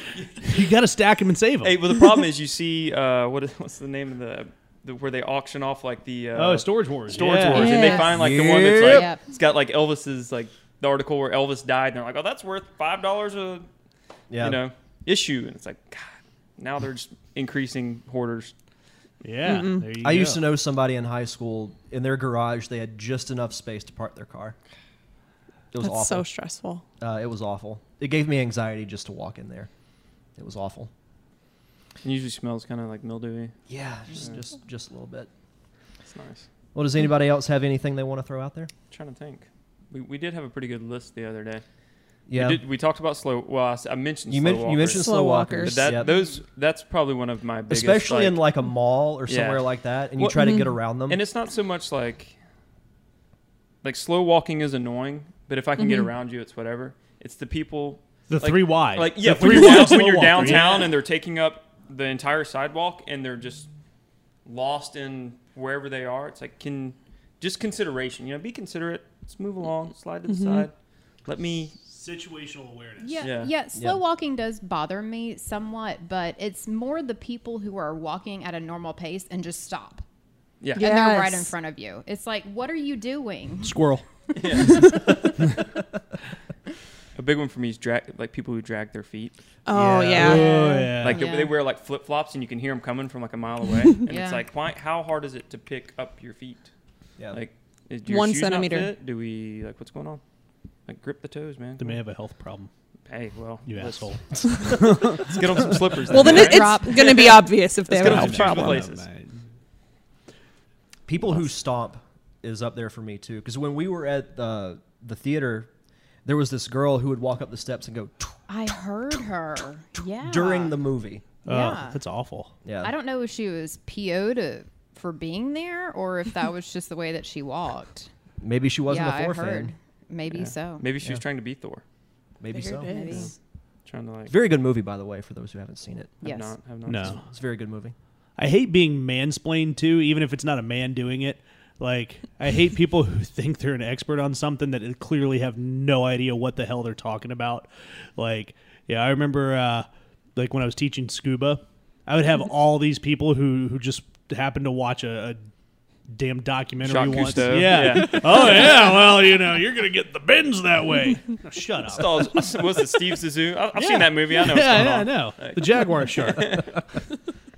[SPEAKER 6] you got to stack them and save them.
[SPEAKER 4] Hey, well, the problem is you see uh, what is, what's the name of the, the where they auction off like the uh,
[SPEAKER 6] oh, storage wars.
[SPEAKER 4] Storage
[SPEAKER 6] yeah.
[SPEAKER 4] Wars, and they
[SPEAKER 8] Yes.
[SPEAKER 4] find like the one that's like
[SPEAKER 8] Yep.
[SPEAKER 4] it's got like Elvis's like the article where Elvis died, and they're like, oh, that's worth five dollars a
[SPEAKER 9] Yeah.
[SPEAKER 4] you know issue, and it's like, God, now they're just increasing hoarders.
[SPEAKER 6] Yeah, there you
[SPEAKER 9] I
[SPEAKER 6] go.
[SPEAKER 9] used to know somebody in high school in their garage. They had just enough space to park their car. It was
[SPEAKER 7] That's so
[SPEAKER 9] awful.
[SPEAKER 7] stressful.
[SPEAKER 9] uh, it was awful. It gave me anxiety just to walk in there. It was awful.
[SPEAKER 4] It usually smells kind of like mildewy.
[SPEAKER 9] Yeah, just just just a little bit.
[SPEAKER 4] It's nice.
[SPEAKER 9] Well, does anybody else have anything they want to throw out there?
[SPEAKER 4] I'm trying to think, we, we did have a pretty good list the other day.
[SPEAKER 9] Yeah,
[SPEAKER 4] we, did, we talked about slow. Well, I, s- I mentioned
[SPEAKER 9] you,
[SPEAKER 4] slow
[SPEAKER 9] men- you
[SPEAKER 4] walkers,
[SPEAKER 9] mentioned
[SPEAKER 7] Slow
[SPEAKER 9] slow
[SPEAKER 7] walkers.
[SPEAKER 9] walkers,
[SPEAKER 4] but that
[SPEAKER 9] yep.
[SPEAKER 4] those that's probably one of my biggest,
[SPEAKER 9] especially
[SPEAKER 4] like-
[SPEAKER 9] in um, like a mall or
[SPEAKER 4] Yeah.
[SPEAKER 9] somewhere like that, and you
[SPEAKER 4] Well, mm-hmm.
[SPEAKER 9] try to get around them.
[SPEAKER 4] And it's not so much like like slow walking is annoying, but if I can get
[SPEAKER 8] Mm-hmm.
[SPEAKER 4] around you, it's whatever. It's the people
[SPEAKER 6] the
[SPEAKER 4] like-
[SPEAKER 6] three wide.
[SPEAKER 4] Like yeah,
[SPEAKER 6] The
[SPEAKER 4] when
[SPEAKER 6] three
[SPEAKER 4] you're,
[SPEAKER 6] wide
[SPEAKER 4] down-
[SPEAKER 6] slow
[SPEAKER 4] when you're
[SPEAKER 6] walker, yeah.
[SPEAKER 4] downtown and they're taking up the entire sidewalk and they're just lost in wherever they are. It's like can just consideration, you know, be considerate. Let's move along, slide to
[SPEAKER 7] Mm-hmm.
[SPEAKER 4] the side. Let me
[SPEAKER 6] situational awareness.
[SPEAKER 8] Yeah,
[SPEAKER 4] Yeah.
[SPEAKER 8] yeah,
[SPEAKER 9] Yeah.
[SPEAKER 8] Slow walking does bother me somewhat, but it's more the people who are walking at a normal pace and just stop.
[SPEAKER 4] yeah.
[SPEAKER 8] And they're right
[SPEAKER 7] Yes.
[SPEAKER 8] in front of you. It's like, what are you doing?
[SPEAKER 6] Squirrel.
[SPEAKER 4] A big one for me is drag like people who drag their feet.
[SPEAKER 7] Oh yeah.
[SPEAKER 6] Oh, yeah.
[SPEAKER 4] Like
[SPEAKER 8] Yeah.
[SPEAKER 4] they wear like flip flops and you can hear them coming from like a mile away. and
[SPEAKER 8] Yeah.
[SPEAKER 4] it's like, why? How hard is it to pick up your feet?
[SPEAKER 9] yeah.
[SPEAKER 4] Like is- do your
[SPEAKER 7] One
[SPEAKER 4] shoes not
[SPEAKER 7] centimeter.
[SPEAKER 4] fit? Do we like what's going on? Like grip the toes, man.
[SPEAKER 6] they may have a health problem.
[SPEAKER 4] Hey, well,
[SPEAKER 6] You
[SPEAKER 4] let's-
[SPEAKER 6] asshole.
[SPEAKER 4] Let's get on some slippers.
[SPEAKER 7] Well, then
[SPEAKER 4] right?
[SPEAKER 7] it, it's going to be obvious if they have
[SPEAKER 4] Let's
[SPEAKER 7] a
[SPEAKER 4] go
[SPEAKER 7] health
[SPEAKER 4] to the
[SPEAKER 7] problem.
[SPEAKER 4] places.
[SPEAKER 6] Oh,
[SPEAKER 9] People who stomp is up there for me too. Because when we were at the the theater, there was this girl who would walk up the steps and go
[SPEAKER 8] I heard her. Yeah.
[SPEAKER 9] during the movie.
[SPEAKER 8] Yeah.
[SPEAKER 6] Oh, that's awful.
[SPEAKER 9] Yeah,
[SPEAKER 8] Ah. I don't know if she was PO'd to, for being there or if that was just the way that she walked.
[SPEAKER 9] Maybe she wasn't
[SPEAKER 8] yeah,
[SPEAKER 9] a Thor
[SPEAKER 8] I heard.
[SPEAKER 9] fan.
[SPEAKER 8] Maybe
[SPEAKER 4] Yeah.
[SPEAKER 8] so.
[SPEAKER 4] Maybe she was trying to be Thor.
[SPEAKER 9] Maybe so.
[SPEAKER 4] Trying to like
[SPEAKER 9] Very good movie, by the way, for those who haven't seen it.
[SPEAKER 8] Yes.
[SPEAKER 4] have not have not.
[SPEAKER 6] No.
[SPEAKER 9] It's a very good movie.
[SPEAKER 6] I hate being mansplained to, even if it's not a man doing it. Like, I hate people who think they're an expert on something that clearly have no idea what the hell they're talking about. Like, yeah, I remember, uh, like, when I was teaching scuba, I would have all these people who, who just happened to watch a, a damn documentary
[SPEAKER 4] Jacques
[SPEAKER 6] once.
[SPEAKER 4] Cousteau.
[SPEAKER 6] Yeah. oh, yeah. Well, you know, you're going to get the bins that way. No, shut up.
[SPEAKER 4] was it Steve Zissou? I- I've
[SPEAKER 6] Yeah.
[SPEAKER 4] seen that movie. I know.
[SPEAKER 6] yeah,
[SPEAKER 4] what's going
[SPEAKER 6] yeah,
[SPEAKER 4] on.
[SPEAKER 6] I know. The Jaguar shark.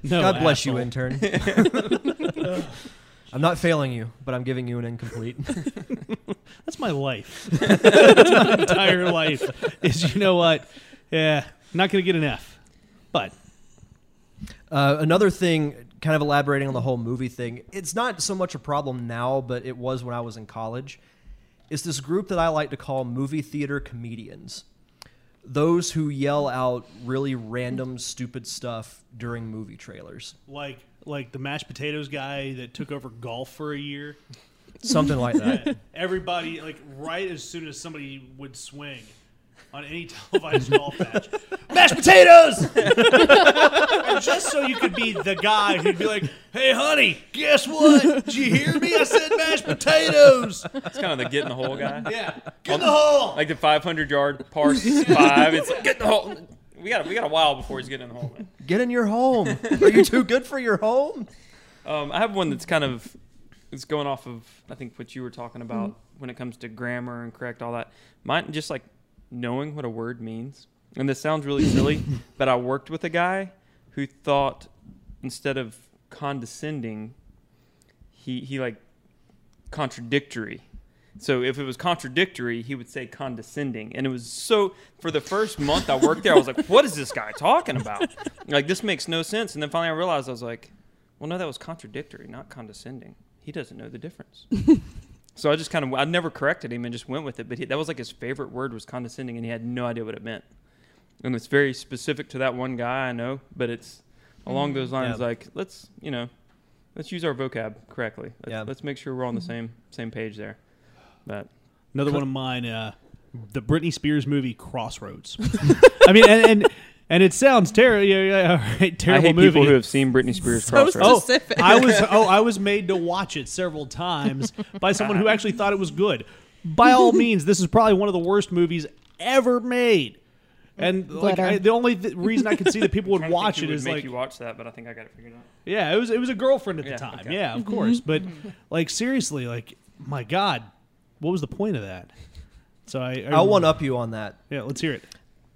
[SPEAKER 6] No,
[SPEAKER 1] God bless you,
[SPEAKER 6] asshole.
[SPEAKER 1] intern. I'm not failing you, but I'm giving you an incomplete.
[SPEAKER 6] That's my life. That's my entire life. Is you know what? Yeah, not gonna get an F. But
[SPEAKER 1] Uh, another thing, kind of elaborating on the whole movie thing, it's not so much a problem now, but it was when I was in college. It's this group that I like to call movie theater comedians. Those who yell out really random, stupid stuff during movie trailers.
[SPEAKER 6] like like the mashed potatoes guy that took over golf for a year.
[SPEAKER 1] Something like that.
[SPEAKER 6] Everybody like right as soon as somebody would swing on any televised golf match, mashed potatoes. And just so you could be the guy who'd be like, "Hey, honey, guess what? Did you hear me? I said mashed potatoes."
[SPEAKER 4] It's kind of the get in the hole guy.
[SPEAKER 6] Yeah, get in the hole.
[SPEAKER 4] Like the 500 yard par five. It's like, get in the hole. We got we got a while before he's getting in the hole. man.
[SPEAKER 1] Get in your home. Are you too good for your home?
[SPEAKER 4] Um, I have one that's kind of it's going off of I think what you were talking about when it comes to grammar and correct all that. Mine just like knowing what a word means. And this sounds really silly, but I worked with a guy who thought instead of condescending, he he like contradictory. So if it was contradictory, he would say condescending. And it was so for the first month I worked there, I was like, what is this guy talking about? Like this makes no sense. And then finally I realized I was like, well, no, that was contradictory, not condescending. He doesn't know the difference. so I just kind of I never corrected him and just went with it. But he, that was like his favorite word was condescending, and he had no idea what it meant. And it's very specific to that one guy I know, but it's along
[SPEAKER 6] Mm,
[SPEAKER 4] those lines.
[SPEAKER 1] Yeah.
[SPEAKER 4] Like let's you know, let's use our vocab correctly. Let's,
[SPEAKER 1] Yeah.
[SPEAKER 4] let's make sure we're
[SPEAKER 7] Mm-hmm.
[SPEAKER 4] on the same same page there. But
[SPEAKER 6] Another one of mine, uh, the Britney Spears movie Crossroads. I mean, and and, and it sounds terrible. Yeah, yeah, all right, terrible
[SPEAKER 4] I hate
[SPEAKER 6] movie.
[SPEAKER 4] people who have seen Britney Spears
[SPEAKER 7] Crossroads.
[SPEAKER 4] Crossroads.
[SPEAKER 7] specific.
[SPEAKER 6] Oh, I was oh I was made to watch it several times by someone who actually thought it was good. By all means, this is probably one of the worst movies ever made. And like
[SPEAKER 8] Glitter.
[SPEAKER 6] I, the only th- reason I could see that people would watch it is
[SPEAKER 4] make
[SPEAKER 6] like
[SPEAKER 4] you watch that, but I think I got it figured out.
[SPEAKER 6] yeah, it was it was a girlfriend at the
[SPEAKER 4] Yeah,
[SPEAKER 6] time.
[SPEAKER 4] okay.
[SPEAKER 6] Yeah, of course. But like seriously, like my God, what was the point of that? So I I,
[SPEAKER 1] I'll one up you on that.
[SPEAKER 6] Yeah, let's hear it.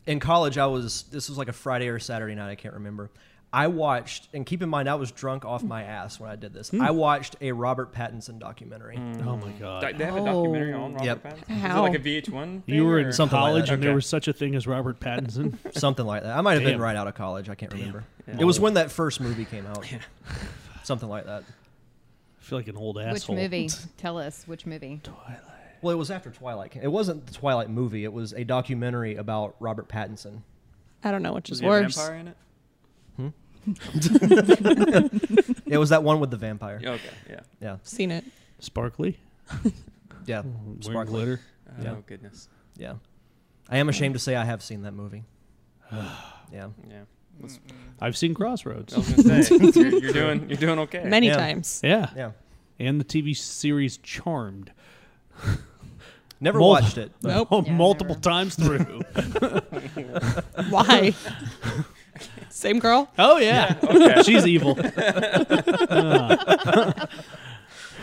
[SPEAKER 1] in college i was this was like a friday or saturday night i can't remember i watched and keep in mind i was drunk off my ass when i did this
[SPEAKER 6] Hmm.
[SPEAKER 1] i watched a robert pattinson documentary
[SPEAKER 6] Oh my God.
[SPEAKER 4] They have a documentary on Robert
[SPEAKER 1] Yep.
[SPEAKER 4] Pattinson.
[SPEAKER 7] How?
[SPEAKER 4] Is it like a VH1?
[SPEAKER 6] Oh, You were
[SPEAKER 4] thing,
[SPEAKER 6] in
[SPEAKER 4] or-
[SPEAKER 1] something like
[SPEAKER 6] college,
[SPEAKER 1] that.
[SPEAKER 6] and there
[SPEAKER 4] Okay.
[SPEAKER 6] was such a thing as Robert Pattinson.
[SPEAKER 1] something like that i might have been
[SPEAKER 6] Damn.
[SPEAKER 1] right out of college i can't remember it was when that first movie came out something like that
[SPEAKER 6] I feel like an old
[SPEAKER 8] Which
[SPEAKER 6] asshole.
[SPEAKER 8] movie? Tell us which movie.
[SPEAKER 1] well it was after twilight it wasn't the twilight movie it was a documentary about robert pattinson
[SPEAKER 7] I don't know which
[SPEAKER 4] Was
[SPEAKER 7] is
[SPEAKER 4] he a
[SPEAKER 7] worse.
[SPEAKER 4] vampire in it?
[SPEAKER 1] it was that one with the vampire
[SPEAKER 4] Yeah, Okay, yeah.
[SPEAKER 1] yeah
[SPEAKER 7] Seen it.
[SPEAKER 6] Sparkly.
[SPEAKER 1] yeah
[SPEAKER 6] Wearing
[SPEAKER 1] sparkly
[SPEAKER 6] glitter.
[SPEAKER 1] Yeah.
[SPEAKER 4] Oh goodness.
[SPEAKER 1] yeah i am ashamed to say i have seen that movie yeah
[SPEAKER 4] Yeah.
[SPEAKER 6] I've seen Crossroads.
[SPEAKER 4] I was gonna say you're, you're doing you're doing okay.
[SPEAKER 7] Many
[SPEAKER 1] Yeah.
[SPEAKER 7] times.
[SPEAKER 6] Yeah.
[SPEAKER 1] yeah
[SPEAKER 6] And the TV series Charmed.
[SPEAKER 1] never
[SPEAKER 6] Mul-
[SPEAKER 1] watched it but-
[SPEAKER 7] Nope.
[SPEAKER 6] Oh,
[SPEAKER 8] Yeah,
[SPEAKER 6] multiple
[SPEAKER 8] never.
[SPEAKER 6] times through.
[SPEAKER 7] Why? Same girl?
[SPEAKER 6] oh, yeah.
[SPEAKER 4] Okay.
[SPEAKER 6] She's evil. Uh.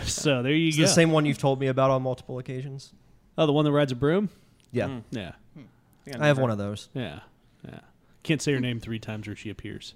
[SPEAKER 6] so there you
[SPEAKER 1] It's
[SPEAKER 6] go.
[SPEAKER 1] the same one you've told me about on multiple occasions.
[SPEAKER 6] oh, the one that rides a broom?
[SPEAKER 1] Yeah,
[SPEAKER 4] Mm.
[SPEAKER 6] Yeah.
[SPEAKER 1] I have one of those.
[SPEAKER 6] Yeah. Yeah. Can't say her name three times or she appears.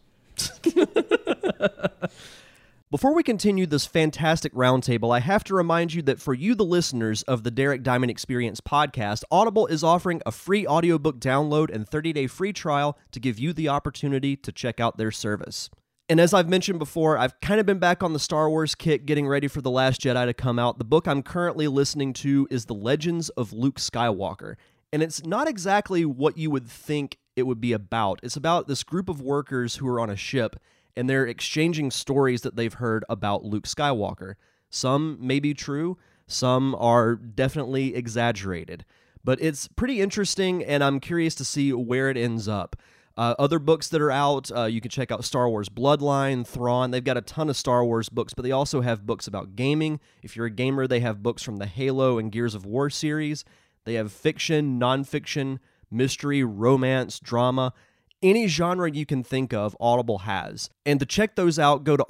[SPEAKER 9] Before we continue this fantastic roundtable, I have to remind you that for you, the listeners of the Derek Diamond Experience podcast, Audible is offering a free audiobook download and 30 day free trial to give you the opportunity to check out their service. And as I've mentioned before, I've kind of been back on the Star Wars kick getting ready for The Last Jedi to come out. The book I'm currently listening to is The Legends of Luke Skywalker. And it's not exactly what you would think it would be about. It's about this group of workers who are on a ship and they're exchanging stories that they've heard about Luke Skywalker. Some may be true, some are definitely exaggerated. But it's pretty interesting, and I'm curious to see where it ends up. Uh, other books that are out, uh, you can check out Star Wars Bloodline, Thrawn. They've got a ton of Star Wars books, but they also have books about gaming. If you're a gamer, they have books from the Halo and Gears of War series. They have fiction, nonfiction, mystery, romance, drama any genre you can think of audible has and to check those out go to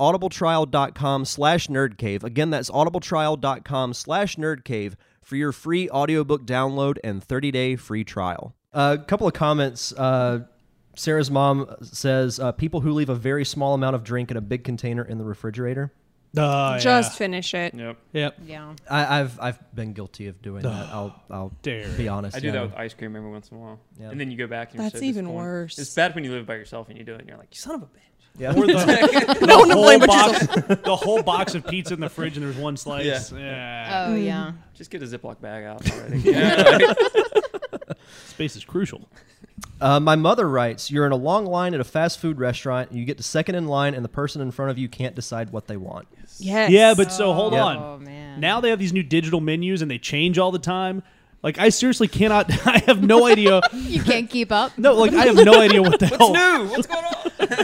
[SPEAKER 9] audibletrial.com slash nerdcave again that's audibletrial.com slash nerdcave for your free audiobook download and 30-day free trial
[SPEAKER 1] A couple of comments. Uh, Sarah's mom says uh, people who leave a very small amount of drink in a big container in the refrigerator.
[SPEAKER 6] Uh,
[SPEAKER 7] Just finish it.
[SPEAKER 4] Yep.
[SPEAKER 6] yeah. Yep.
[SPEAKER 8] Yeah.
[SPEAKER 1] I, I've I've been guilty of doing that. I'll I'll
[SPEAKER 6] Derek.
[SPEAKER 1] be honest.
[SPEAKER 4] I do
[SPEAKER 1] yeah.
[SPEAKER 4] that with ice cream every once in a while,
[SPEAKER 1] Yeah.
[SPEAKER 4] and then you go back and you're
[SPEAKER 7] That's
[SPEAKER 4] so
[SPEAKER 7] even
[SPEAKER 4] disappointed.
[SPEAKER 7] worse.
[SPEAKER 4] It's bad when you live by yourself and you do it, and you're like, "You son of a bitch."
[SPEAKER 1] Yeah.
[SPEAKER 6] Or the, the
[SPEAKER 7] one to
[SPEAKER 6] whole
[SPEAKER 7] blame but
[SPEAKER 6] box, The whole box of pizza in the fridge and there's one slice. Yeah.
[SPEAKER 8] Oh yeah.
[SPEAKER 4] Just get a Ziploc bag out already. Yeah, like,
[SPEAKER 6] Space is crucial.
[SPEAKER 1] Uh, my mother writes, "You're in a long line at a fast food restaurant. And you get to second in line, and the person in front of you can't decide what they want.
[SPEAKER 7] Yes.
[SPEAKER 6] Yeah, but so hold
[SPEAKER 1] Yeah.
[SPEAKER 6] on.
[SPEAKER 8] Oh man.
[SPEAKER 6] Now they have these new digital menus and they change all the time. Like I seriously cannot. I have no idea.
[SPEAKER 10] Mm.
[SPEAKER 8] you can't keep up.
[SPEAKER 6] No, like I have no idea what the hell.
[SPEAKER 4] no, what's going on?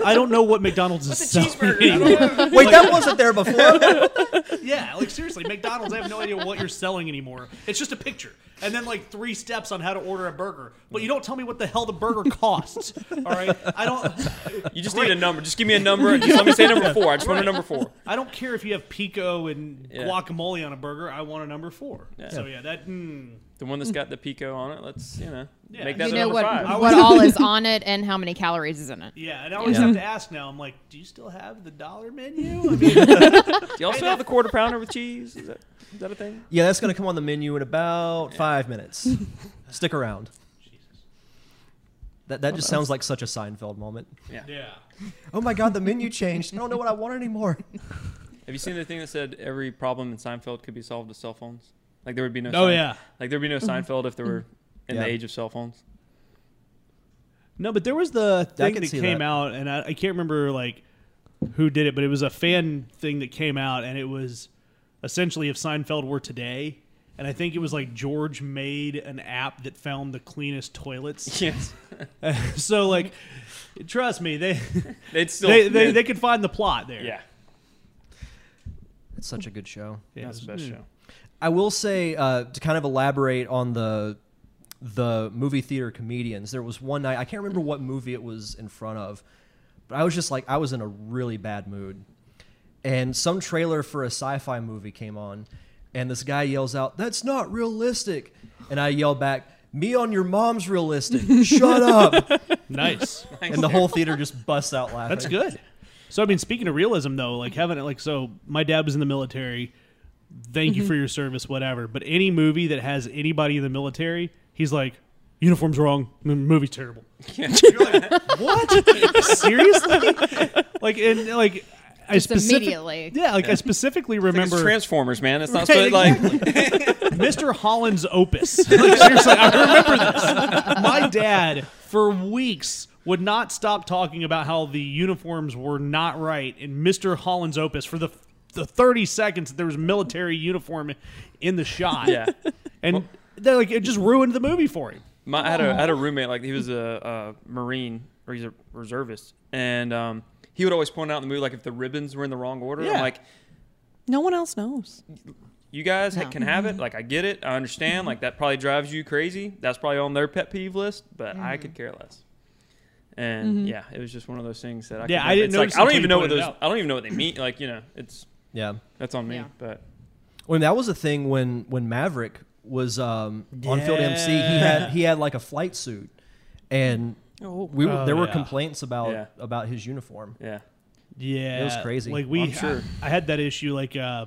[SPEAKER 6] I don't know what McDonald's is
[SPEAKER 4] It's a
[SPEAKER 6] selling.
[SPEAKER 4] cheeseburger. I don't know.
[SPEAKER 1] Wait, that wasn't there before.
[SPEAKER 6] Yeah, like seriously, McDonald's. I have no idea what you're selling anymore. It's just a picture, and then like three steps on how to order a burger. But you don't tell me what the hell the burger costs. All right, I don't.
[SPEAKER 4] You just need a number. Just give me a number. Just let me say number four. I just want a number four.
[SPEAKER 6] I don't care if you have pico and
[SPEAKER 4] Yeah.
[SPEAKER 6] guacamole on a burger. I want a number four. So yeah, that. Mm,
[SPEAKER 4] The one that's got the pico on it. Let's you know
[SPEAKER 6] Yeah.
[SPEAKER 4] make that
[SPEAKER 8] You
[SPEAKER 4] the
[SPEAKER 8] know
[SPEAKER 4] number
[SPEAKER 8] what
[SPEAKER 4] five.
[SPEAKER 8] what all is on it and how many calories is in it.
[SPEAKER 6] yeah, and I always
[SPEAKER 1] Yeah.
[SPEAKER 6] have to ask now. I'm like, do you still have the dollar menu? I mean,
[SPEAKER 4] Do y'all still have the quarter pounder with cheese? Is that, is that a thing?
[SPEAKER 1] Yeah, that's going to come on the menu in about five minutes. Stick around. That, that just sounds like such a Seinfeld moment.
[SPEAKER 6] yeah.
[SPEAKER 1] Oh my God, the menu changed. I don't know what I want anymore.
[SPEAKER 4] Have you seen the thing that said every problem in Seinfeld could be solved with cell phones? Like there would be no.
[SPEAKER 6] Oh,
[SPEAKER 4] Sein-
[SPEAKER 6] yeah.
[SPEAKER 4] Like there would be no Seinfeld if there were in
[SPEAKER 1] Yeah.
[SPEAKER 4] the age of cell phones.
[SPEAKER 6] No, but there was the
[SPEAKER 1] I
[SPEAKER 6] thing
[SPEAKER 1] can
[SPEAKER 6] that
[SPEAKER 1] see
[SPEAKER 6] came
[SPEAKER 1] that.
[SPEAKER 6] out, and I, I can't remember like who did it, but it was a fan thing that came out, and it was essentially if Seinfeld were today. And I think it was like George made an app that found the cleanest toilets.
[SPEAKER 4] Yes.
[SPEAKER 6] so like, trust me, they
[SPEAKER 4] They'd still.
[SPEAKER 6] they, they,
[SPEAKER 4] yeah.
[SPEAKER 6] they could find the plot there.
[SPEAKER 4] yeah.
[SPEAKER 1] It's such a good show.
[SPEAKER 6] Yeah, Mm-hmm.
[SPEAKER 4] That's
[SPEAKER 6] it
[SPEAKER 4] the
[SPEAKER 6] was- mm.
[SPEAKER 4] best
[SPEAKER 6] yeah.
[SPEAKER 4] show.
[SPEAKER 1] I will say uh, to kind of elaborate on the the movie theater comedians. There was one night I can't remember what movie it was in front of, but I was just like I was in a really bad mood, and some trailer for a sci-fi movie came on, and this guy yells out, "That's not realistic," and I yell back. Me on your mom's realistic. Shut up!
[SPEAKER 6] Nice.
[SPEAKER 1] And the whole theater just busts out laughing.
[SPEAKER 6] That's good. So I mean, speaking of realism, though, like having it, like so, my dad was in the military. Thank
[SPEAKER 8] Mm-hmm.
[SPEAKER 6] you for your service, whatever. But any movie that has anybody in the military, he's like, uniform's wrong. The movie's terrible. You're like, what? Seriously? Like and like, I
[SPEAKER 8] Just
[SPEAKER 6] specific-
[SPEAKER 8] immediately.
[SPEAKER 6] Yeah, like I specifically remember
[SPEAKER 4] It's Transformers, man. It's not
[SPEAKER 6] Right,
[SPEAKER 4] supposed like
[SPEAKER 6] Mr. Holland's Opus. Like, seriously, I remember this. My dad, for weeks, would not stop talking about how the uniforms were not right in Mr. Holland's Opus for the the 30 seconds that there was military uniform in the shot.
[SPEAKER 4] yeah.
[SPEAKER 6] And they're like, it just ruined the movie for him.
[SPEAKER 4] My, I had
[SPEAKER 6] Oh.
[SPEAKER 4] a I had a roommate like he was a, a marine or he's a reservist, and um, he would always point out in the movie like if the ribbons were in the wrong order.
[SPEAKER 6] Yeah.
[SPEAKER 4] I'm like,
[SPEAKER 7] No one else knows.
[SPEAKER 4] you guys ha- can have it. Like I get it, I understand. like that probably drives you crazy. That's probably on their pet peeve list, but I could care less. And yeah, it was just one of those things that I
[SPEAKER 6] Yeah,
[SPEAKER 4] could
[SPEAKER 6] I
[SPEAKER 4] never-
[SPEAKER 6] didn't
[SPEAKER 4] it's like,
[SPEAKER 6] notice
[SPEAKER 4] I don't
[SPEAKER 6] until
[SPEAKER 4] even
[SPEAKER 6] you
[SPEAKER 4] know what
[SPEAKER 6] pointed
[SPEAKER 4] those
[SPEAKER 6] it out.
[SPEAKER 4] I don't even know what they mean. Like you know, it's
[SPEAKER 1] Yeah.
[SPEAKER 4] that's on me.
[SPEAKER 8] Yeah.
[SPEAKER 4] But
[SPEAKER 1] Well, that was a thing when when Maverick was um, on field MC. He had he had like a flight suit, and
[SPEAKER 7] Oh.
[SPEAKER 1] we
[SPEAKER 6] Oh,
[SPEAKER 1] there were
[SPEAKER 6] yeah.
[SPEAKER 1] complaints about
[SPEAKER 4] Yeah.
[SPEAKER 1] about his uniform.
[SPEAKER 4] yeah,
[SPEAKER 6] Yeah,
[SPEAKER 1] It was crazy.
[SPEAKER 6] Like we,
[SPEAKER 4] I'm sure.
[SPEAKER 6] I, I had that issue. Like uh,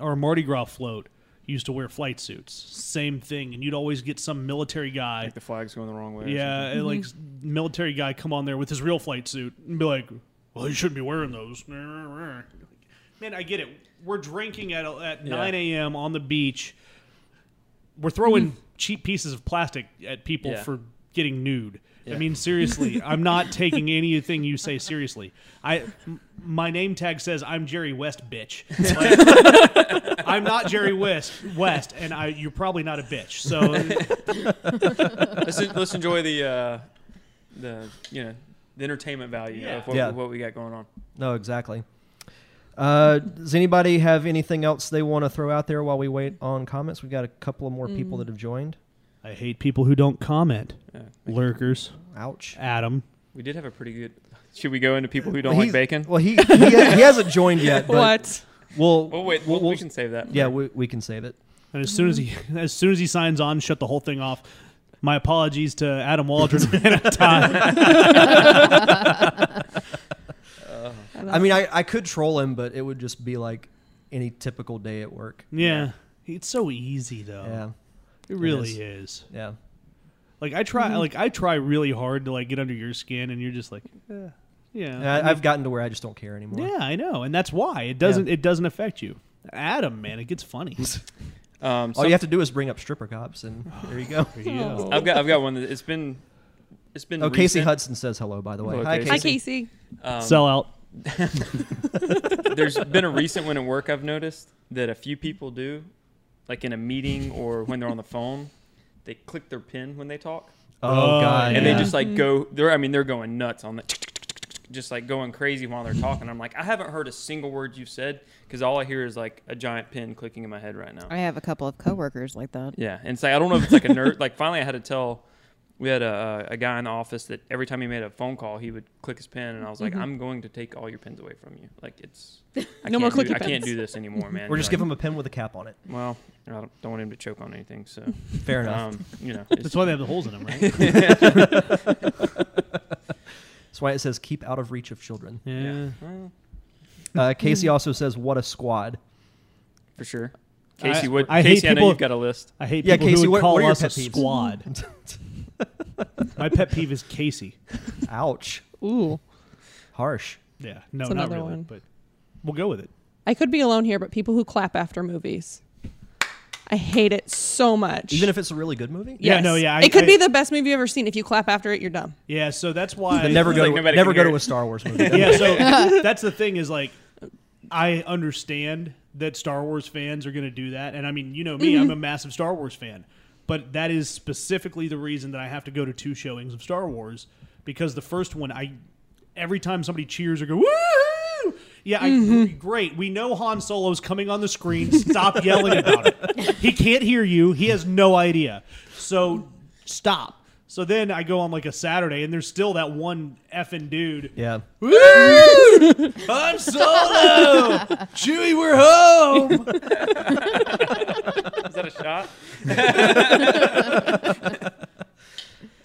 [SPEAKER 6] our Mardi Gras float used to wear flight suits. Same thing, and you'd always get some military guy
[SPEAKER 4] like the flag's going the wrong way. or
[SPEAKER 6] Yeah, and, like s- military guy come on there with his real flight suit and be like, "Well, you shouldn't be wearing those." Man, I get it. We're drinking at uh, at
[SPEAKER 4] Yeah.
[SPEAKER 6] 9 a.m. on the beach. We're throwing cheap pieces of plastic at people
[SPEAKER 4] Yeah.
[SPEAKER 6] for getting nude. I mean, seriously, I'm not taking anything you say seriously. I, m- my name tag says I'm Jerry West, bitch. Like, I'm not Jerry West, West, and I, you're probably not a bitch. So
[SPEAKER 4] let's, let's enjoy the uh, the you know the entertainment value
[SPEAKER 6] Yeah.
[SPEAKER 4] of what,
[SPEAKER 1] Yeah.
[SPEAKER 4] what we got going on.
[SPEAKER 1] No, exactly. Uh, does anybody have anything else they want to throw out there while we wait on comments? We've got a couple of more people
[SPEAKER 7] Mm.
[SPEAKER 1] that have joined.
[SPEAKER 6] I hate people who don't comment.
[SPEAKER 4] Yeah.
[SPEAKER 6] Lurkers,
[SPEAKER 1] Ouch.
[SPEAKER 6] Adam.
[SPEAKER 4] We did have a pretty good. Should we go into people who don't like
[SPEAKER 1] He's-
[SPEAKER 4] bacon?
[SPEAKER 1] Well, he, he he hasn't joined yet. But
[SPEAKER 7] What?
[SPEAKER 1] We'll,
[SPEAKER 4] Well, wait,
[SPEAKER 1] we'll-
[SPEAKER 4] we'll, we
[SPEAKER 1] we'll-
[SPEAKER 4] can save that.
[SPEAKER 1] yeah, we, we can save it.
[SPEAKER 6] And as soon as he as soon as he signs on, shut the whole thing off. My apologies to Adam Waldron and Todd.
[SPEAKER 1] I mean, I, I could troll him, but it would just be like any typical day at work.
[SPEAKER 6] Yeah. It's so easy though.
[SPEAKER 1] Yeah.
[SPEAKER 6] It really
[SPEAKER 1] is.
[SPEAKER 6] is.
[SPEAKER 1] Yeah.
[SPEAKER 6] Like I
[SPEAKER 7] Mm-hmm.
[SPEAKER 6] try like I try really hard to like get under your skin and you're just like eh,
[SPEAKER 1] And
[SPEAKER 6] yeah.
[SPEAKER 1] I, I've gotten to where I just don't care anymore.
[SPEAKER 6] yeah, I know. And that's why. It doesn't it doesn't affect you. Adam, man, it gets funny.
[SPEAKER 4] Um,
[SPEAKER 1] All you have to do is bring up stripper cops, and there you go.
[SPEAKER 6] yeah.
[SPEAKER 4] I've got I've got one. That, it's been it's been
[SPEAKER 1] Oh, Casey
[SPEAKER 4] recent.
[SPEAKER 1] Hudson says hello, by the way.
[SPEAKER 4] Hello,
[SPEAKER 1] Hi,
[SPEAKER 4] Casey.
[SPEAKER 7] Hi,
[SPEAKER 1] Casey.
[SPEAKER 7] Casey.
[SPEAKER 4] Um,
[SPEAKER 6] Sell out.
[SPEAKER 4] there's been a recent one at work I've noticed that a few people do, like in a meeting or when they're on the phone, they click their pen when they talk,
[SPEAKER 1] Oh,
[SPEAKER 6] Oh,
[SPEAKER 1] God.
[SPEAKER 4] and
[SPEAKER 1] yeah.
[SPEAKER 4] they just like go. They're I mean they're going nuts on that, just like going crazy while they're talking. I'm like I haven't heard a single word you said because all I hear is like a giant pen clicking in my head right now.
[SPEAKER 10] I have a couple of coworkers like that.
[SPEAKER 4] Yeah, and so I don't know if it's like a nerd. like finally, I had to tell. We had a, a guy in the office that every time he made a phone call, he would click his pen, and I was like, "I'm going to take all your pens away from you. Like it's I
[SPEAKER 7] Mm-hmm. No more
[SPEAKER 4] can't do-
[SPEAKER 7] clicky
[SPEAKER 4] I can't
[SPEAKER 7] pens.
[SPEAKER 4] do this anymore, man.
[SPEAKER 1] Or just
[SPEAKER 4] Like,
[SPEAKER 1] give him a pen with a cap on it.
[SPEAKER 4] Well, I don't, don't want him to choke on anything, so
[SPEAKER 1] Fair enough.
[SPEAKER 4] um, you know,
[SPEAKER 6] That's
[SPEAKER 4] it's,
[SPEAKER 6] why they have the holes in them, right?
[SPEAKER 1] That's why it says keep out of reach of children.
[SPEAKER 6] yeah.
[SPEAKER 4] well,
[SPEAKER 1] Uh, Casey also says, what a squad.
[SPEAKER 4] for sure. Casey
[SPEAKER 6] I-
[SPEAKER 4] would.
[SPEAKER 6] I hate
[SPEAKER 4] Casey, I know
[SPEAKER 6] people-
[SPEAKER 4] you've got a list.
[SPEAKER 6] I hate
[SPEAKER 1] Yeah,
[SPEAKER 6] people
[SPEAKER 1] Casey,
[SPEAKER 6] who
[SPEAKER 1] what-
[SPEAKER 6] would call
[SPEAKER 1] what are your
[SPEAKER 6] us a
[SPEAKER 1] pet peeves?
[SPEAKER 6] squad. My pet peeve is Casey.
[SPEAKER 1] Ouch.
[SPEAKER 7] Ooh.
[SPEAKER 1] Harsh.
[SPEAKER 6] Yeah, no,
[SPEAKER 7] It's
[SPEAKER 6] not
[SPEAKER 7] another
[SPEAKER 6] really,
[SPEAKER 7] one.
[SPEAKER 6] but we'll go with it.
[SPEAKER 7] I could be alone here, but people who clap after movies. I hate it so much.
[SPEAKER 1] Even if it's a really good movie?
[SPEAKER 6] Yeah, no, yeah, I-
[SPEAKER 7] it could
[SPEAKER 6] I-
[SPEAKER 7] be the best movie you've ever seen. If you clap after it, you're dumb.
[SPEAKER 6] Yeah, so that's why.
[SPEAKER 1] Then never
[SPEAKER 4] It's
[SPEAKER 1] go,
[SPEAKER 4] like
[SPEAKER 1] to,
[SPEAKER 4] nobody
[SPEAKER 1] never
[SPEAKER 4] can
[SPEAKER 1] go
[SPEAKER 4] hear
[SPEAKER 1] to
[SPEAKER 4] it.
[SPEAKER 1] a Star Wars movie.
[SPEAKER 6] yeah, so that's the thing is like, I understand that Star Wars fans are going to do that, and I mean, you know me, I'm a massive Star Wars fan, but that is specifically the reason that I have to go to two showings of Star Wars because the first one, I every time somebody cheers or go woo. Yeah, I, great. We know Han Solo's coming on the screen. Stop yelling about it. He can't hear you. He has no idea. So stop. So then I go on like a Saturday, and there's still that one effing dude
[SPEAKER 1] Yeah.
[SPEAKER 6] Han Solo! Chewie, we're home!
[SPEAKER 4] Is that a shot?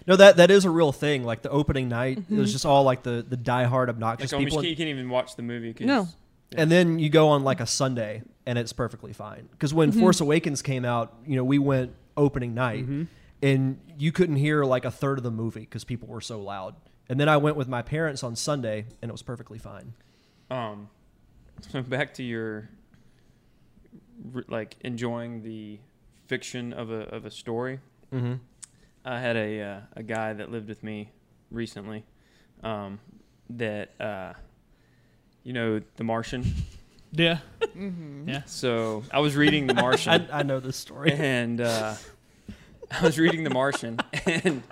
[SPEAKER 1] No, that that is a real thing. Like the opening night, it was just all like the the diehard obnoxious
[SPEAKER 4] Like oh, almost
[SPEAKER 1] people,
[SPEAKER 4] can't, you can't even watch the movie. 'cause-
[SPEAKER 7] No.
[SPEAKER 1] and then you go on like a Sunday, and it's perfectly fine. Because when Force Awakens came out, you know, we went opening night, and you couldn't hear like a third of the movie because people were so loud. And then I went with my parents on Sunday, and it was perfectly fine.
[SPEAKER 4] Um, so back to your r- like enjoying the fiction of a of a story.
[SPEAKER 1] Mhm.
[SPEAKER 4] I had a uh, a guy that lived with me recently, um, that uh, you know, The Martian.
[SPEAKER 6] Yeah.
[SPEAKER 4] So I was reading The Martian,
[SPEAKER 1] I, I know this story.
[SPEAKER 4] and uh, I was reading The Martian, and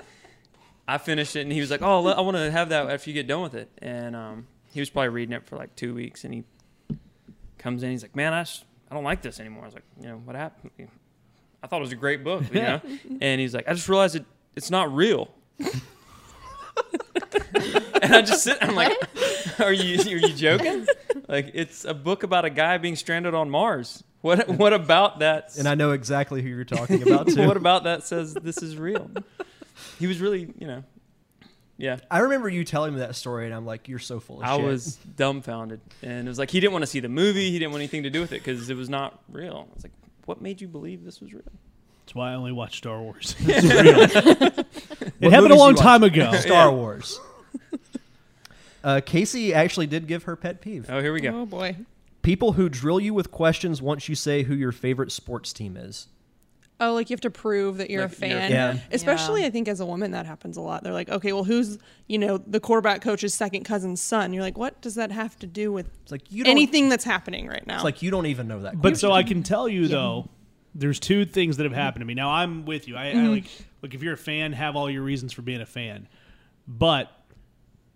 [SPEAKER 4] I finished it, and he was like, "Oh, le- I want to have that after you get done with it." And um, he was probably reading it for like two weeks, and he comes in, he's like, "Man, I, s- I don't like this anymore." I was like, "You know what happened?" I thought it was a great book, you know. and he's like, "I just realized it, it's not real." and I just sit. I'm like, "Are you are you joking? like, it's a book about a guy being stranded on Mars. What what about that?
[SPEAKER 1] And I know exactly who you're talking about too.
[SPEAKER 4] what about that says this is real? He was really, you know, yeah.
[SPEAKER 1] I remember you telling me that story, and I'm like, "You're so full of
[SPEAKER 4] I
[SPEAKER 1] shit."
[SPEAKER 4] was dumbfounded, and it was like he didn't want to see the movie. He didn't want anything to do with it because it was not real. I was like, what made you believe this was real?
[SPEAKER 6] That's why I only watch Star Wars. It's real. it
[SPEAKER 1] What
[SPEAKER 6] happened
[SPEAKER 1] movies
[SPEAKER 6] a long
[SPEAKER 1] you watch?
[SPEAKER 6] time ago.
[SPEAKER 1] Star Wars. Uh, Casey actually did give her pet peeve.
[SPEAKER 4] Oh, here we go.
[SPEAKER 7] Oh boy.
[SPEAKER 1] People who drill you with questions once you say who your favorite sports team is.
[SPEAKER 7] Oh, like you have to prove that you're a
[SPEAKER 4] Like,
[SPEAKER 7] fan.
[SPEAKER 4] you're a
[SPEAKER 1] fan. Yeah.
[SPEAKER 7] Especially,
[SPEAKER 10] Yeah.
[SPEAKER 7] I think as a woman, that happens a lot. They're like, okay, well, who's you know the quarterback coach's second cousin's son? You're like, what does that have to do with
[SPEAKER 1] It's like you don't
[SPEAKER 7] anything that's happening right now?
[SPEAKER 1] It's like you don't even know that.
[SPEAKER 6] Oh. But so I can tell you though, there's two things that have happened to me. Now I'm with you. I,
[SPEAKER 1] Mm-hmm.
[SPEAKER 6] I like look if you're a fan, have all your reasons for being a fan. But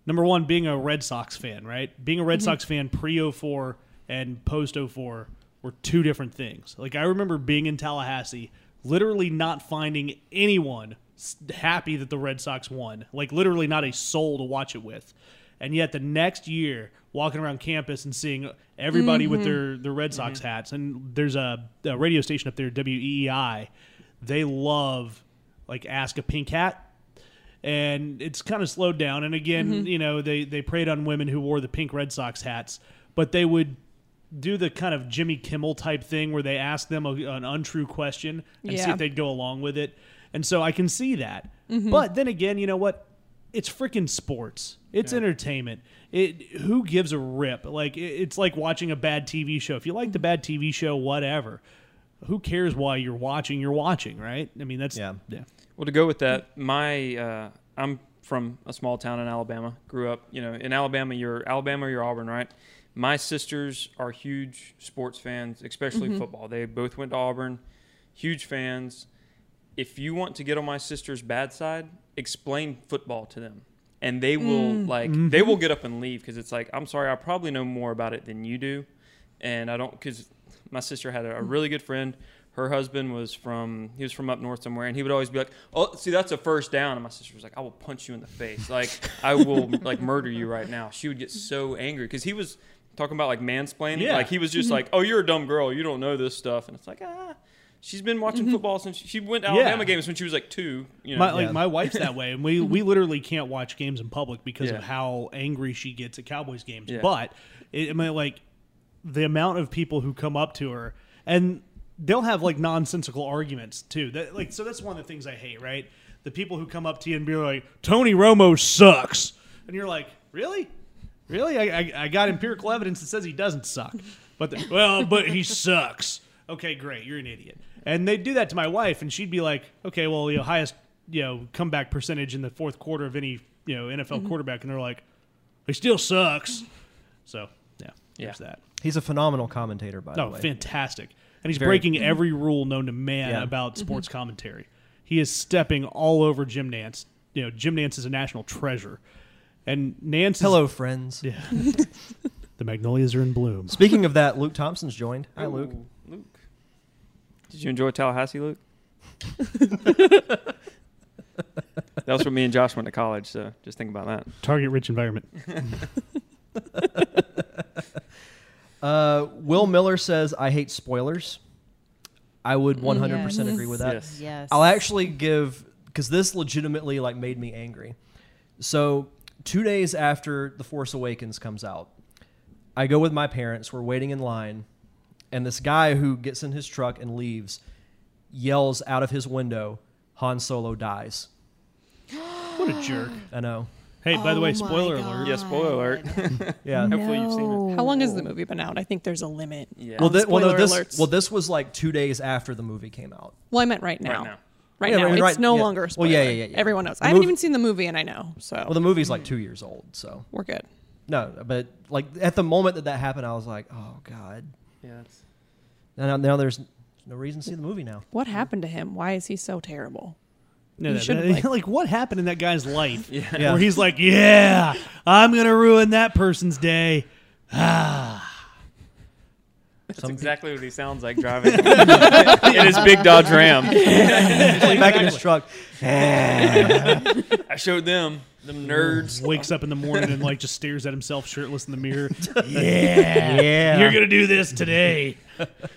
[SPEAKER 6] number one, being a Red Sox fan, right? Being a Red Sox fan pre 04 and post 04 were two different things. Like I remember being in Tallahassee, literally not finding anyone s- happy that the Red Sox won. Like literally not a soul to watch it with. And yet the next year, walking around campus and seeing everybody with their, their Red Sox E hats, and there's a, a radio station up there, WEEI, they love like ask a pink hat. And it's kind of slowed down. And again, you know, they, they preyed on women who wore the pink Red Sox hats, but they would do the kind of Jimmy Kimmel type thing where they ask them a, an untrue question and see
[SPEAKER 7] Yeah.
[SPEAKER 6] if they'd go along with it. And so I can see that. But then again, you know what? It's freaking sports. It's entertainment. It who gives a rip? Like it- it's like watching a bad TV show. If you like the bad TV show, whatever. Who cares why you're watching? You're watching, right? I mean, that's
[SPEAKER 1] Yeah.
[SPEAKER 6] yeah.
[SPEAKER 4] Well, to go with that, my uh, I'm from a small town in Alabama. Grew up, you know, in Alabama. You're Alabama or you're Auburn, right? My sisters are huge sports fans, especially football. They both went to Auburn. Huge fans. If you want to get on my sister's bad side, explain football to them, and they will like they will get up and leave because it's like I'm sorry, I probably know more about it than you do, and I don't because my sister had a, a really good friend. Her husband was from he was from up north somewhere, and he would always be like, "Oh, see, that's a first down." And my sister was like, "I will punch you in the face. Like I will like murder you right now." She would get so angry because he was talking about like mansplaining.
[SPEAKER 6] Yeah.
[SPEAKER 4] Like he was just like, "Oh, you're a dumb girl. You don't know this stuff." And it's like, ah. She's been watching football since she went to
[SPEAKER 6] Yeah.
[SPEAKER 4] Alabama games when she was like two. You know,
[SPEAKER 6] My, like my wife's that way, and we we literally can't watch games in public because
[SPEAKER 4] Yeah.
[SPEAKER 6] of how angry she gets at Cowboys games.
[SPEAKER 4] Yeah.
[SPEAKER 6] But it, I mean, like the amount of people who come up to her and they'll have like nonsensical arguments too. That like so that's one of the things I hate, right? The people who come up to you and be like, "Tony Romo sucks," and you're like, "Really?" Really? I, I, I got empirical evidence that says he doesn't suck. But the, well, but he sucks. Okay, great. You're an idiot. And they'd do that to my wife, and she'd be like, okay, well, you know, highest you know comeback percentage in the fourth quarter of any you know NFL quarterback, and they're like, he still sucks. So yeah, there's
[SPEAKER 4] Yeah.
[SPEAKER 6] that.
[SPEAKER 1] He's a phenomenal commentator, by
[SPEAKER 6] Oh,
[SPEAKER 1] the way.
[SPEAKER 6] fantastic! And he's
[SPEAKER 1] Very-
[SPEAKER 6] breaking every rule known to man
[SPEAKER 1] Yeah.
[SPEAKER 6] about sports commentary. He is stepping all over Jim Nance. You know, Jim Nance is a national treasure, and Nance. is-
[SPEAKER 1] Hello, friends.
[SPEAKER 6] the magnolias are in bloom.
[SPEAKER 1] Speaking of that, Luke Thompson's joined. Hi, Luke.
[SPEAKER 4] Ooh, Luke. Did you enjoy Tallahassee, Luke? that was when me and Josh went to college, so just think about that.
[SPEAKER 6] Target rich environment.
[SPEAKER 1] Uh, Will Miller says, I hate spoilers. I would
[SPEAKER 6] Mm.
[SPEAKER 1] 100% agree with that.
[SPEAKER 4] Yes.
[SPEAKER 10] Yes.
[SPEAKER 1] I'll actually give because this legitimately like made me angry. So two days after The Force Awakens comes out, I go with my parents. We're waiting in line, and this guy who gets in his truck and leaves yells out of his window, "Han Solo dies."
[SPEAKER 6] What a jerk!
[SPEAKER 1] I know.
[SPEAKER 6] Hey, by the way, spoiler alert.
[SPEAKER 4] Yeah, spoiler alert.
[SPEAKER 1] Yeah.
[SPEAKER 7] Mm-hmm.
[SPEAKER 4] Hopefully you've seen it.
[SPEAKER 7] How long has the movie been out? I think there's a limit.
[SPEAKER 4] Yeah.
[SPEAKER 1] Well, thi- well, no,
[SPEAKER 7] Spoiler
[SPEAKER 1] this,
[SPEAKER 7] alerts.
[SPEAKER 1] well, this was like two days after the movie came out.
[SPEAKER 7] Well, I meant right now.
[SPEAKER 4] Right
[SPEAKER 7] Right
[SPEAKER 4] now.
[SPEAKER 7] now,
[SPEAKER 1] Yeah, I mean,
[SPEAKER 7] it's
[SPEAKER 1] right-
[SPEAKER 7] no
[SPEAKER 1] yeah.
[SPEAKER 7] longer. A spoiler.
[SPEAKER 1] Well, yeah, yeah, yeah, yeah.
[SPEAKER 7] Everyone knows.
[SPEAKER 1] The
[SPEAKER 7] I haven't
[SPEAKER 1] mov-
[SPEAKER 7] even seen the movie, and I know. So
[SPEAKER 1] Well, the movie's like two years old, so
[SPEAKER 7] we're good.
[SPEAKER 1] no. But like at the moment that that happened, I was like, "Oh God!"
[SPEAKER 4] yeah, that's-
[SPEAKER 1] Now, now there's no reason to see the movie now.
[SPEAKER 7] What happened to him? Why is he so terrible?
[SPEAKER 6] No,
[SPEAKER 7] You
[SPEAKER 6] that,
[SPEAKER 7] should,
[SPEAKER 6] that- like,
[SPEAKER 7] like-
[SPEAKER 6] what happened in that guy's life? yeah.
[SPEAKER 1] Yeah.
[SPEAKER 6] Where he's like, yeah, I'm going to ruin that person's day.
[SPEAKER 4] that's exactly what he sounds like driving in his big Dodge Ram.
[SPEAKER 1] back in his truck.
[SPEAKER 4] I showed them, them nerds.
[SPEAKER 6] Wakes up in the morning and like just stares at himself shirtless in the mirror.
[SPEAKER 1] Yeah.
[SPEAKER 6] You're going to do this today.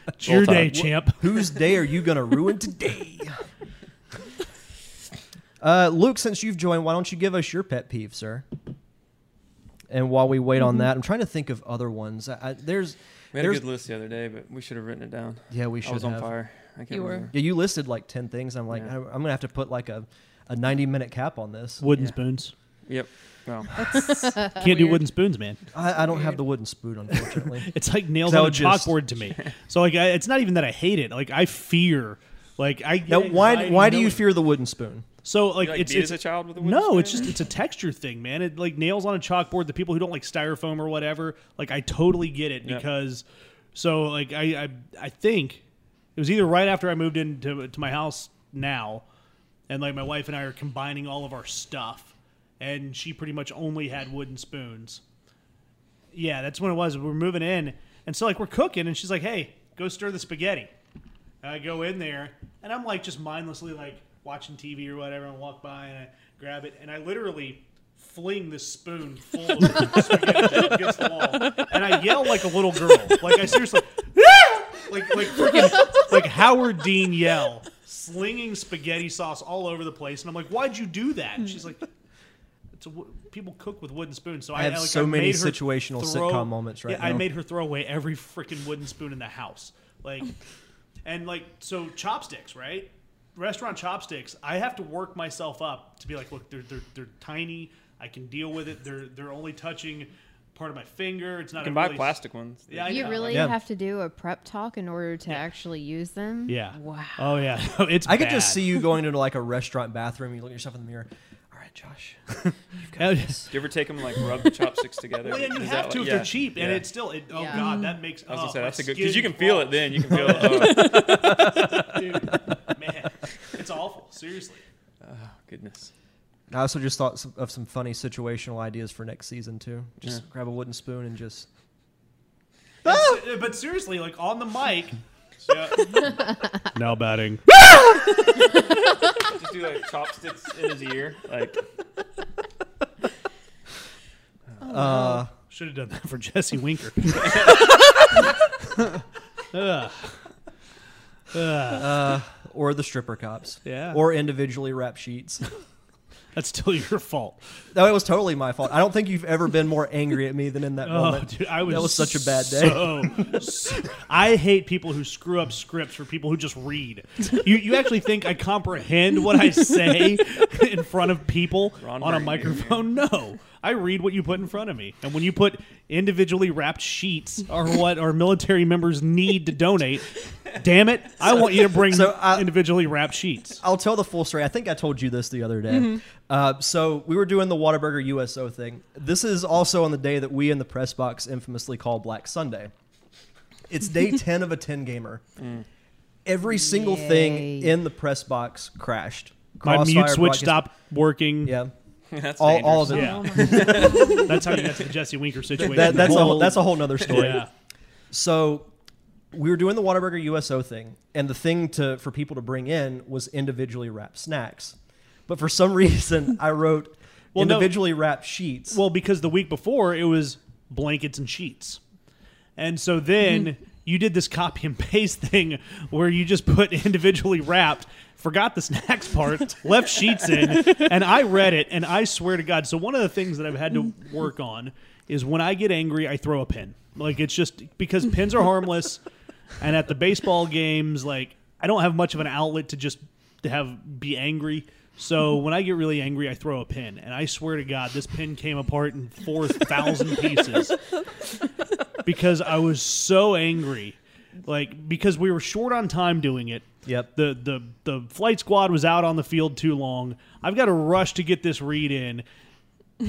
[SPEAKER 6] It's your day, champ.
[SPEAKER 1] Whose day are you going to ruin today? Uh, Luke, since you've joined, why don't you give us your pet peeve, sir? And while we wait
[SPEAKER 4] Mm-hmm.
[SPEAKER 1] on that, I'm trying to think of other ones. I, I, there's,
[SPEAKER 4] We had a
[SPEAKER 1] there's,
[SPEAKER 4] good list the other day, but we should have written it down.
[SPEAKER 1] yeah, we
[SPEAKER 4] I
[SPEAKER 1] should
[SPEAKER 4] was on
[SPEAKER 1] have.
[SPEAKER 4] fire. I can't
[SPEAKER 7] You were.
[SPEAKER 4] remember.
[SPEAKER 1] Yeah, you listed like ten things. I'm like,
[SPEAKER 4] Yeah.
[SPEAKER 1] I, I'm gonna have to put like a, a 90 minute cap on this.
[SPEAKER 6] Wooden
[SPEAKER 4] Yeah.
[SPEAKER 6] spoons.
[SPEAKER 4] Yep. Well,
[SPEAKER 6] Can't do wooden spoons, man.
[SPEAKER 1] I, I don't have the wooden spoon, unfortunately.
[SPEAKER 6] It's like nails
[SPEAKER 1] That
[SPEAKER 6] on a
[SPEAKER 1] would just-
[SPEAKER 6] chalkboard to me. So like, I, it's not even that I hate it. Like I fear. Like I. get
[SPEAKER 1] now, why
[SPEAKER 6] anxiety
[SPEAKER 1] why do you
[SPEAKER 6] knowing-
[SPEAKER 1] fear the wooden spoon?
[SPEAKER 6] So like,
[SPEAKER 4] like,
[SPEAKER 6] it's
[SPEAKER 4] beat
[SPEAKER 6] it's
[SPEAKER 4] as a child with a wooden
[SPEAKER 6] no,
[SPEAKER 4] spoon?
[SPEAKER 6] it's just it's a texture thing, man. It like nails on a chalkboard. The people who don't like styrofoam or whatever, like I totally get it
[SPEAKER 4] Yeah.
[SPEAKER 6] because so like I I, I think it was either right after I moved into to my house now, and like my wife and I are combining all of our stuff, and she pretty much only had wooden spoons. Yeah, that's when it was. We were moving in, and so like we're cooking, and she's like, "Hey, go stir the spaghetti." And I go in there, and I'm like just mindlessly like watching TV or whatever, and walk by and I grab it, and I literally fling this spoon full of spaghetti against the wall, and I yell like a little girl, like I seriously, "Ah!" like like freaking like Howard Dean yell. slinging spaghetti sauce all over the place, and I'm like, "Why'd you do that?" And she's like, it's a wo- "People cook with wooden spoons." So I,
[SPEAKER 1] I have
[SPEAKER 6] like,
[SPEAKER 1] so many
[SPEAKER 6] made her
[SPEAKER 1] situational
[SPEAKER 6] throw-
[SPEAKER 1] sitcom moments right
[SPEAKER 6] yeah, I
[SPEAKER 1] now.
[SPEAKER 6] made her throw away every freaking wooden spoon in the house, like, and like so chopsticks, right? Restaurant chopsticks. I have to work myself up to be like, "Look, they're they're, they're tiny. I can deal with it. They're they're only touching." Part of my finger. It's not.
[SPEAKER 4] You can
[SPEAKER 6] a
[SPEAKER 4] buy
[SPEAKER 6] really-
[SPEAKER 4] plastic ones.
[SPEAKER 6] Yeah, I
[SPEAKER 8] you
[SPEAKER 6] know.
[SPEAKER 8] really
[SPEAKER 1] Yeah.
[SPEAKER 8] have to do a prep talk in order to actually use them.
[SPEAKER 6] Yeah.
[SPEAKER 8] Wow.
[SPEAKER 6] Oh yeah. it's.
[SPEAKER 1] I could just
[SPEAKER 6] bad.
[SPEAKER 1] see you going into like a restaurant bathroom. You look at yourself in the mirror. All right, Josh.
[SPEAKER 4] Do you ever take them and like rub the chopsticks together?
[SPEAKER 6] Well, and you
[SPEAKER 4] Is
[SPEAKER 6] have
[SPEAKER 4] that
[SPEAKER 6] to
[SPEAKER 4] like-
[SPEAKER 6] if
[SPEAKER 4] yeah,
[SPEAKER 6] they're cheap, and
[SPEAKER 4] yeah.
[SPEAKER 6] it's still. It, oh
[SPEAKER 8] Yeah.
[SPEAKER 6] god, that makes.
[SPEAKER 4] I was gonna
[SPEAKER 6] oh,
[SPEAKER 4] say
[SPEAKER 6] my
[SPEAKER 4] that's a good because
[SPEAKER 6] skin
[SPEAKER 4] you can feel it
[SPEAKER 6] crawls.
[SPEAKER 4] then. You can feel. it. Oh
[SPEAKER 6] Dude, man, it's awful. Seriously.
[SPEAKER 4] goodness.
[SPEAKER 1] I also just thought some, of some funny situational ideas for next season too. Just grab a wooden spoon and just. Ah!
[SPEAKER 6] It's- uh, but seriously, like on the mic. now batting.
[SPEAKER 4] Just do like chopsticks in his ear. Like
[SPEAKER 1] Uh,
[SPEAKER 6] Should have done that for Jesse Winker. Ugh. Ugh.
[SPEAKER 1] uh, or the stripper cops.
[SPEAKER 6] Yeah.
[SPEAKER 1] Or individually wrap sheets.
[SPEAKER 6] that's still your fault.
[SPEAKER 1] No, it was totally my fault. I don't think you've ever been more angry at me than in that
[SPEAKER 6] Oh,
[SPEAKER 1] moment.
[SPEAKER 6] dude, I was
[SPEAKER 1] that was such a bad day.
[SPEAKER 6] so- so- I hate people who screw up scripts for people who just read. You you actually think I comprehend what I say in front of people
[SPEAKER 4] Ron
[SPEAKER 6] on a
[SPEAKER 4] Burgundy.
[SPEAKER 6] microphone? No, I read what you put in front of me, and when you put individually wrapped sheets or what our military members need to donate, damn it, I want you to bring
[SPEAKER 1] So, uh,
[SPEAKER 6] individually wrapped sheets.
[SPEAKER 1] I'll tell the full story. I think I told you this the other day. Uh, so we were doing the Whataburger USO thing. This is also on the day that we in the press box infamously call Black Sunday. It's day 10 of a 10 gamer.
[SPEAKER 6] Mm.
[SPEAKER 1] Every single thing
[SPEAKER 8] Yay.
[SPEAKER 1] in the press box crashed.
[SPEAKER 6] My mute
[SPEAKER 1] Crossfire
[SPEAKER 6] switch
[SPEAKER 1] broadcast-
[SPEAKER 6] stopped working.
[SPEAKER 1] Yeah.
[SPEAKER 4] that's
[SPEAKER 1] All, all of it.
[SPEAKER 6] dangerous. Yeah. That's how you got to the Jesse Winker situation.
[SPEAKER 1] That, that's, a,
[SPEAKER 6] Whole-
[SPEAKER 1] that's a whole nother story.
[SPEAKER 6] yeah.
[SPEAKER 1] So we were doing the Whataburger USO thing, and the thing to for people to bring in was individually wrapped snacks. But for some reason, I wrote
[SPEAKER 6] Well, no.
[SPEAKER 1] individually wrapped sheets.
[SPEAKER 6] Well, because the week before it was blankets and sheets. And so then you did this copy and paste thing where you just put individually wrapped, forgot the snacks part, left sheets in, and I read it and I swear to God. So one of the things that I've had to work on is when I get angry, I throw a pin. Like it's just because pins are harmless and at the baseball games like I don't have much of an outlet to just to have be angry. So when I get really angry, I throw a pin, and I swear to God, this pin came apart in four thousand pieces because I was so angry. Like because we were short on time doing it.
[SPEAKER 1] Yep.
[SPEAKER 6] The the the flight squad was out on the field too long. I've got to rush to get this read in,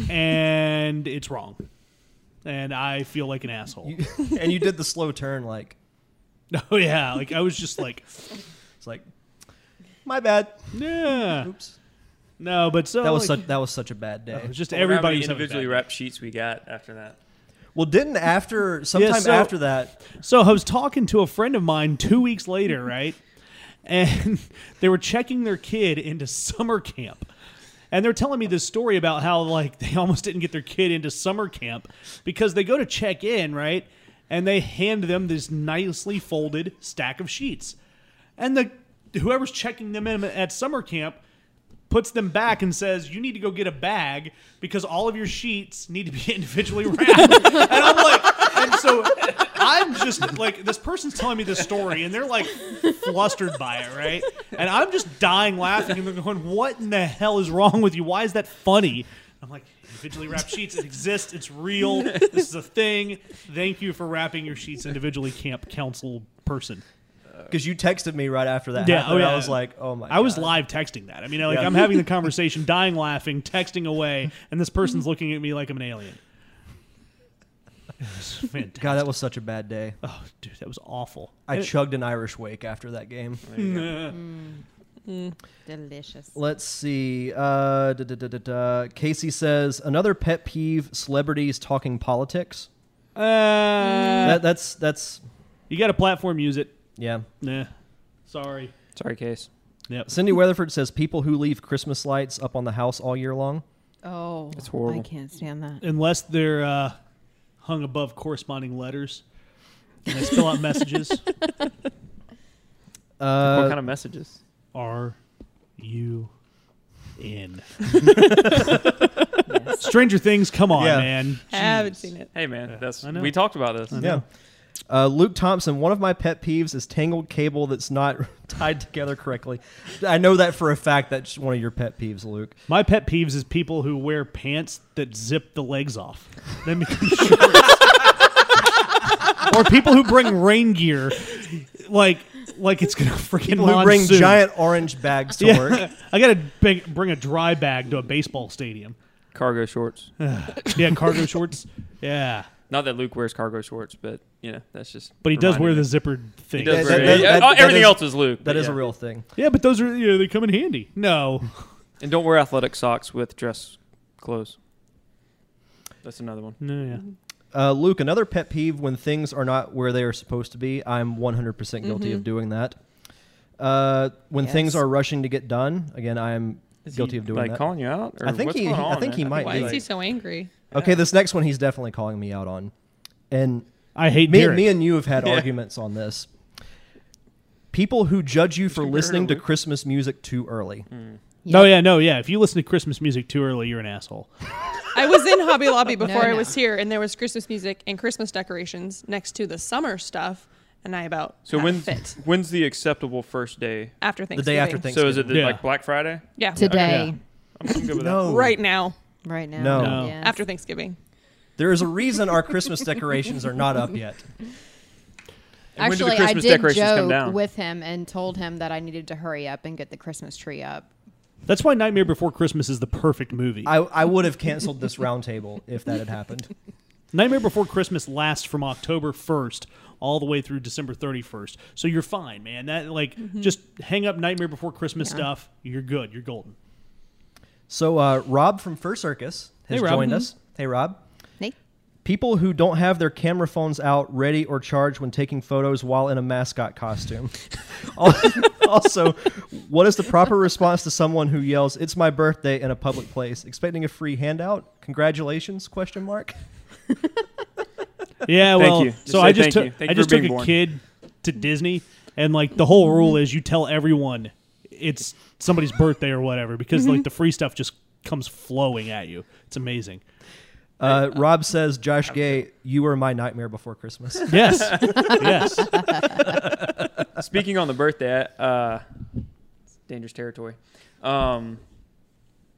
[SPEAKER 6] and it's wrong, and I feel like an asshole.
[SPEAKER 1] and you did the slow turn, like
[SPEAKER 6] oh yeah, like I was just like,
[SPEAKER 1] it's like my bad.
[SPEAKER 6] yeah,
[SPEAKER 1] Oops.
[SPEAKER 6] no, but so
[SPEAKER 1] That was
[SPEAKER 6] like,
[SPEAKER 1] such that was such a bad day.
[SPEAKER 6] It Oh, was just
[SPEAKER 4] Everybody
[SPEAKER 6] everybody's having a
[SPEAKER 4] individually
[SPEAKER 6] bad
[SPEAKER 4] wrapped sheets we got after that.
[SPEAKER 1] Well, didn't after sometime
[SPEAKER 6] so-
[SPEAKER 1] after that,
[SPEAKER 6] So I was talking to a friend of mine two weeks later, right? And they were checking their kid into summer camp. And they're telling me this story about how like they almost didn't get their kid into summer camp because they go to check in, right? And they hand them this nicely folded stack of sheets. And the whoever's checking them in at summer camp puts them back and says, "You need to go get a bag because all of your sheets need to be individually wrapped." and I'm like, and so I'm just like, this person's telling me this story, and they're like flustered by it, right? And I'm just dying laughing, and they're going, "What in the hell is wrong with you? Why is that funny?" I'm like, individually wrapped sheets. It exists. It's real. This is a thing. Thank you for wrapping your sheets individually, camp council person.
[SPEAKER 1] because you texted me right after that.
[SPEAKER 6] Yeah,
[SPEAKER 1] happened,
[SPEAKER 6] oh, yeah.
[SPEAKER 1] I was like, oh my.
[SPEAKER 6] I was
[SPEAKER 1] God.
[SPEAKER 6] live texting that. I mean, like I'm having the conversation, dying laughing, texting away, and this person's looking at me like I'm an alien. It was fantastic.
[SPEAKER 1] God, that was such a bad day.
[SPEAKER 6] Oh, dude, that was awful.
[SPEAKER 1] I chugged an Irish wake after that game.
[SPEAKER 10] Delicious.
[SPEAKER 1] Let's see. Uh, da, da, da, da, da. Casey says another pet peeve: celebrities talking politics.
[SPEAKER 6] Uh,
[SPEAKER 1] that, that's that's
[SPEAKER 6] you got a platform, use it.
[SPEAKER 1] yeah.
[SPEAKER 6] Nah, sorry.
[SPEAKER 4] Sorry, case.
[SPEAKER 6] Yep.
[SPEAKER 1] Cindy Weatherford says people who leave Christmas lights up on the house all year long.
[SPEAKER 10] Oh,
[SPEAKER 4] It's horrible.
[SPEAKER 10] I can't stand that.
[SPEAKER 6] Unless they're uh, hung above corresponding letters, and they spell out messages.
[SPEAKER 1] Uh,
[SPEAKER 4] what kind of messages?
[SPEAKER 6] are you in? Stranger Things, come on,
[SPEAKER 1] Yeah.
[SPEAKER 6] man.
[SPEAKER 7] I haven't seen it.
[SPEAKER 4] Hey man, that's
[SPEAKER 6] I know.
[SPEAKER 4] we talked about this.
[SPEAKER 1] Yeah. Uh, Luke Thompson, one of my pet peeves is tangled cable that's not tied together correctly. I know that for a fact. That's one of your pet peeves, Luke.
[SPEAKER 6] My pet peeves is people who wear pants that zip the legs off. Then become shorts. or people who bring rain gear, like like it's gonna freaking
[SPEAKER 1] People who bring
[SPEAKER 6] monsoon.
[SPEAKER 1] giant orange bags to work.
[SPEAKER 6] Yeah, I gotta bring, bring a dry bag to a baseball stadium.
[SPEAKER 4] Cargo shorts.
[SPEAKER 6] Yeah, cargo shorts. Yeah,
[SPEAKER 4] Not that Luke wears cargo shorts, but you know that's just.
[SPEAKER 6] but he does
[SPEAKER 4] reminding
[SPEAKER 6] wear
[SPEAKER 4] me.
[SPEAKER 6] the zippered thing.
[SPEAKER 4] He does
[SPEAKER 1] Yeah,
[SPEAKER 4] wear
[SPEAKER 1] that-
[SPEAKER 4] yeah,
[SPEAKER 1] that-
[SPEAKER 4] oh,
[SPEAKER 1] that
[SPEAKER 4] everything
[SPEAKER 1] is-
[SPEAKER 4] else is Luke.
[SPEAKER 1] That
[SPEAKER 4] but
[SPEAKER 1] is a
[SPEAKER 4] yeah.
[SPEAKER 1] real thing.
[SPEAKER 6] Yeah, but those are you know, they come in handy. No,
[SPEAKER 4] And don't wear athletic socks with dress clothes. That's another one.
[SPEAKER 6] no, yeah.
[SPEAKER 1] Uh, Luke, another pet peeve when things are not where they are supposed to be. I'm 100% guilty of doing that. Uh, when things
[SPEAKER 7] Mm-hmm. Yes.
[SPEAKER 1] are rushing to get done, again, I'm guilty of doing
[SPEAKER 4] like
[SPEAKER 1] that.
[SPEAKER 4] calling you out. Or
[SPEAKER 1] I think
[SPEAKER 4] what's
[SPEAKER 1] he-
[SPEAKER 4] Going
[SPEAKER 1] I
[SPEAKER 4] on,
[SPEAKER 1] think he
[SPEAKER 4] man?
[SPEAKER 1] might
[SPEAKER 7] Why
[SPEAKER 1] be.
[SPEAKER 7] is he so angry?
[SPEAKER 1] Okay, this next one he's definitely calling me out on. And
[SPEAKER 6] I hate
[SPEAKER 1] me,
[SPEAKER 6] Derek.
[SPEAKER 1] me and you have had
[SPEAKER 4] Yeah.
[SPEAKER 1] arguments on this. People who judge you for
[SPEAKER 4] you heard
[SPEAKER 1] listening
[SPEAKER 4] of
[SPEAKER 1] to
[SPEAKER 4] Luke?
[SPEAKER 1] Christmas music too early.
[SPEAKER 4] Hmm.
[SPEAKER 6] No, yeah, no, yeah. If you listen to Christmas music too early, you're an asshole.
[SPEAKER 7] I was in Hobby Lobby before I
[SPEAKER 8] no.
[SPEAKER 7] was here, and there was Christmas music and Christmas decorations next to the summer stuff, and I about
[SPEAKER 4] So
[SPEAKER 7] had a
[SPEAKER 4] when's
[SPEAKER 7] fit
[SPEAKER 4] when's the acceptable first day?
[SPEAKER 7] after Thanksgiving.
[SPEAKER 1] The day after Thanksgiving.
[SPEAKER 4] So is it the,
[SPEAKER 6] Yeah.
[SPEAKER 4] like Black Friday?
[SPEAKER 7] Yeah,
[SPEAKER 8] Today.
[SPEAKER 6] Yeah.
[SPEAKER 4] I'm I'm good with that.
[SPEAKER 1] no,
[SPEAKER 7] right now
[SPEAKER 11] right now.
[SPEAKER 1] No.
[SPEAKER 6] No.
[SPEAKER 11] Yes.
[SPEAKER 7] after Thanksgiving.
[SPEAKER 1] There is a reason our Christmas decorations are not up yet.
[SPEAKER 4] And when do the
[SPEAKER 8] Actually, I
[SPEAKER 4] Christmas
[SPEAKER 8] did
[SPEAKER 4] decorations come
[SPEAKER 8] joke
[SPEAKER 4] down?
[SPEAKER 8] with him and told him that I needed to hurry up and get the Christmas tree up.
[SPEAKER 6] That's why Nightmare Before Christmas is the perfect movie.
[SPEAKER 1] I, I would have canceled this roundtable if that had happened.
[SPEAKER 6] Nightmare Before Christmas lasts from October 1st all the way through December 31st. So you're fine, man. That like
[SPEAKER 4] Mm-hmm.
[SPEAKER 6] just hang up Nightmare Before Christmas stuff. You're good. You're golden.
[SPEAKER 1] So uh, Rob from Fur Circus has
[SPEAKER 6] Hey, Rob. Mm-hmm.
[SPEAKER 1] joined us. Hey Rob.
[SPEAKER 8] Nate?
[SPEAKER 1] People who don't have their camera phones out, ready or charged when taking photos while in a mascot costume. Al- also, what is the proper response to someone who yells "It's my birthday" in a public place, expecting a free handout? Congratulations? Question mark.
[SPEAKER 6] Yeah,
[SPEAKER 4] Thank
[SPEAKER 6] well,
[SPEAKER 4] you. Just
[SPEAKER 6] so
[SPEAKER 4] say
[SPEAKER 6] I just
[SPEAKER 4] thank
[SPEAKER 6] took
[SPEAKER 4] you. Thank
[SPEAKER 6] I
[SPEAKER 4] you
[SPEAKER 6] just
[SPEAKER 4] for
[SPEAKER 6] took a
[SPEAKER 4] being born. Mm-hmm.
[SPEAKER 6] kid to Disney and like the whole rule is you tell everyone it's somebody's birthday or whatever because
[SPEAKER 4] Mm-hmm.
[SPEAKER 6] like the free stuff just comes flowing at you. It's amazing.
[SPEAKER 1] Uh, Rob says, "Josh Gay, you were my nightmare before Christmas."
[SPEAKER 6] Yes. yes.
[SPEAKER 4] Speaking on the birthday, uh, it's dangerous territory. Um,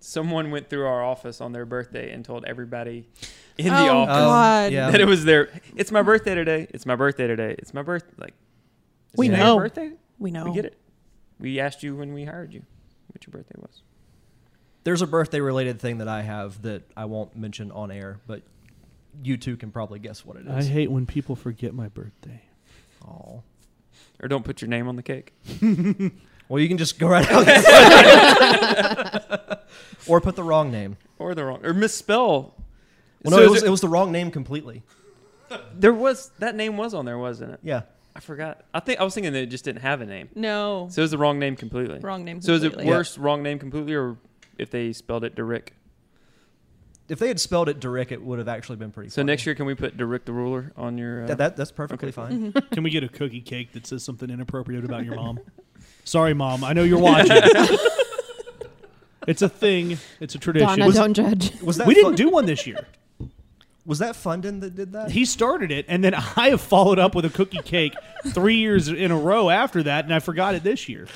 [SPEAKER 4] someone went through our office on their birthday and told everybody in the
[SPEAKER 7] Oh,
[SPEAKER 4] office Um,
[SPEAKER 7] God.
[SPEAKER 1] yeah.
[SPEAKER 4] that it was their. It's my birthday today. It's my birthday today. It's my birth. Like it's
[SPEAKER 7] We
[SPEAKER 4] your
[SPEAKER 7] know.
[SPEAKER 4] birthday.
[SPEAKER 7] We know.
[SPEAKER 4] We get it. We asked you when we hired you what your birthday was.
[SPEAKER 1] There's a birthday-related thing that I have that I won't mention on air, but you two can probably guess what it
[SPEAKER 6] I
[SPEAKER 1] is.
[SPEAKER 6] hate when people forget my birthday.
[SPEAKER 1] Aw.
[SPEAKER 4] Or don't put your name on the cake.
[SPEAKER 1] Well, you can just go right out. or put the wrong name.
[SPEAKER 4] Or the wrong. Or misspell.
[SPEAKER 1] Well, no,
[SPEAKER 4] So
[SPEAKER 1] it
[SPEAKER 4] is
[SPEAKER 1] was,
[SPEAKER 4] it-
[SPEAKER 1] it was the wrong name completely.
[SPEAKER 4] There was that name was on there, wasn't it?
[SPEAKER 1] Yeah.
[SPEAKER 4] I forgot. I think I was thinking that it just didn't have a name.
[SPEAKER 7] No,
[SPEAKER 4] So it was the wrong name completely.
[SPEAKER 7] wrong name.
[SPEAKER 4] So is it
[SPEAKER 7] completely.
[SPEAKER 4] worse wrong name completely, or if they spelled it Derrick?
[SPEAKER 1] If they had spelled it Derek, it would have actually been pretty.
[SPEAKER 4] So next year, can we put Derrick the Ruler on your? Uh,
[SPEAKER 1] that, that- that's perfectly fine.
[SPEAKER 6] Can we get a cookie cake that says something inappropriate about your mom? Sorry, mom. I know you're watching. it's a thing. It's a tradition.
[SPEAKER 8] Donna,
[SPEAKER 6] Was-
[SPEAKER 8] don't judge.
[SPEAKER 1] Was that
[SPEAKER 6] we
[SPEAKER 1] Fun-
[SPEAKER 6] didn't do one this year.
[SPEAKER 1] Was that Fundin that did that?
[SPEAKER 6] He started it, and then I have followed up with a cookie cake three years in a row after that, and I forgot it this year.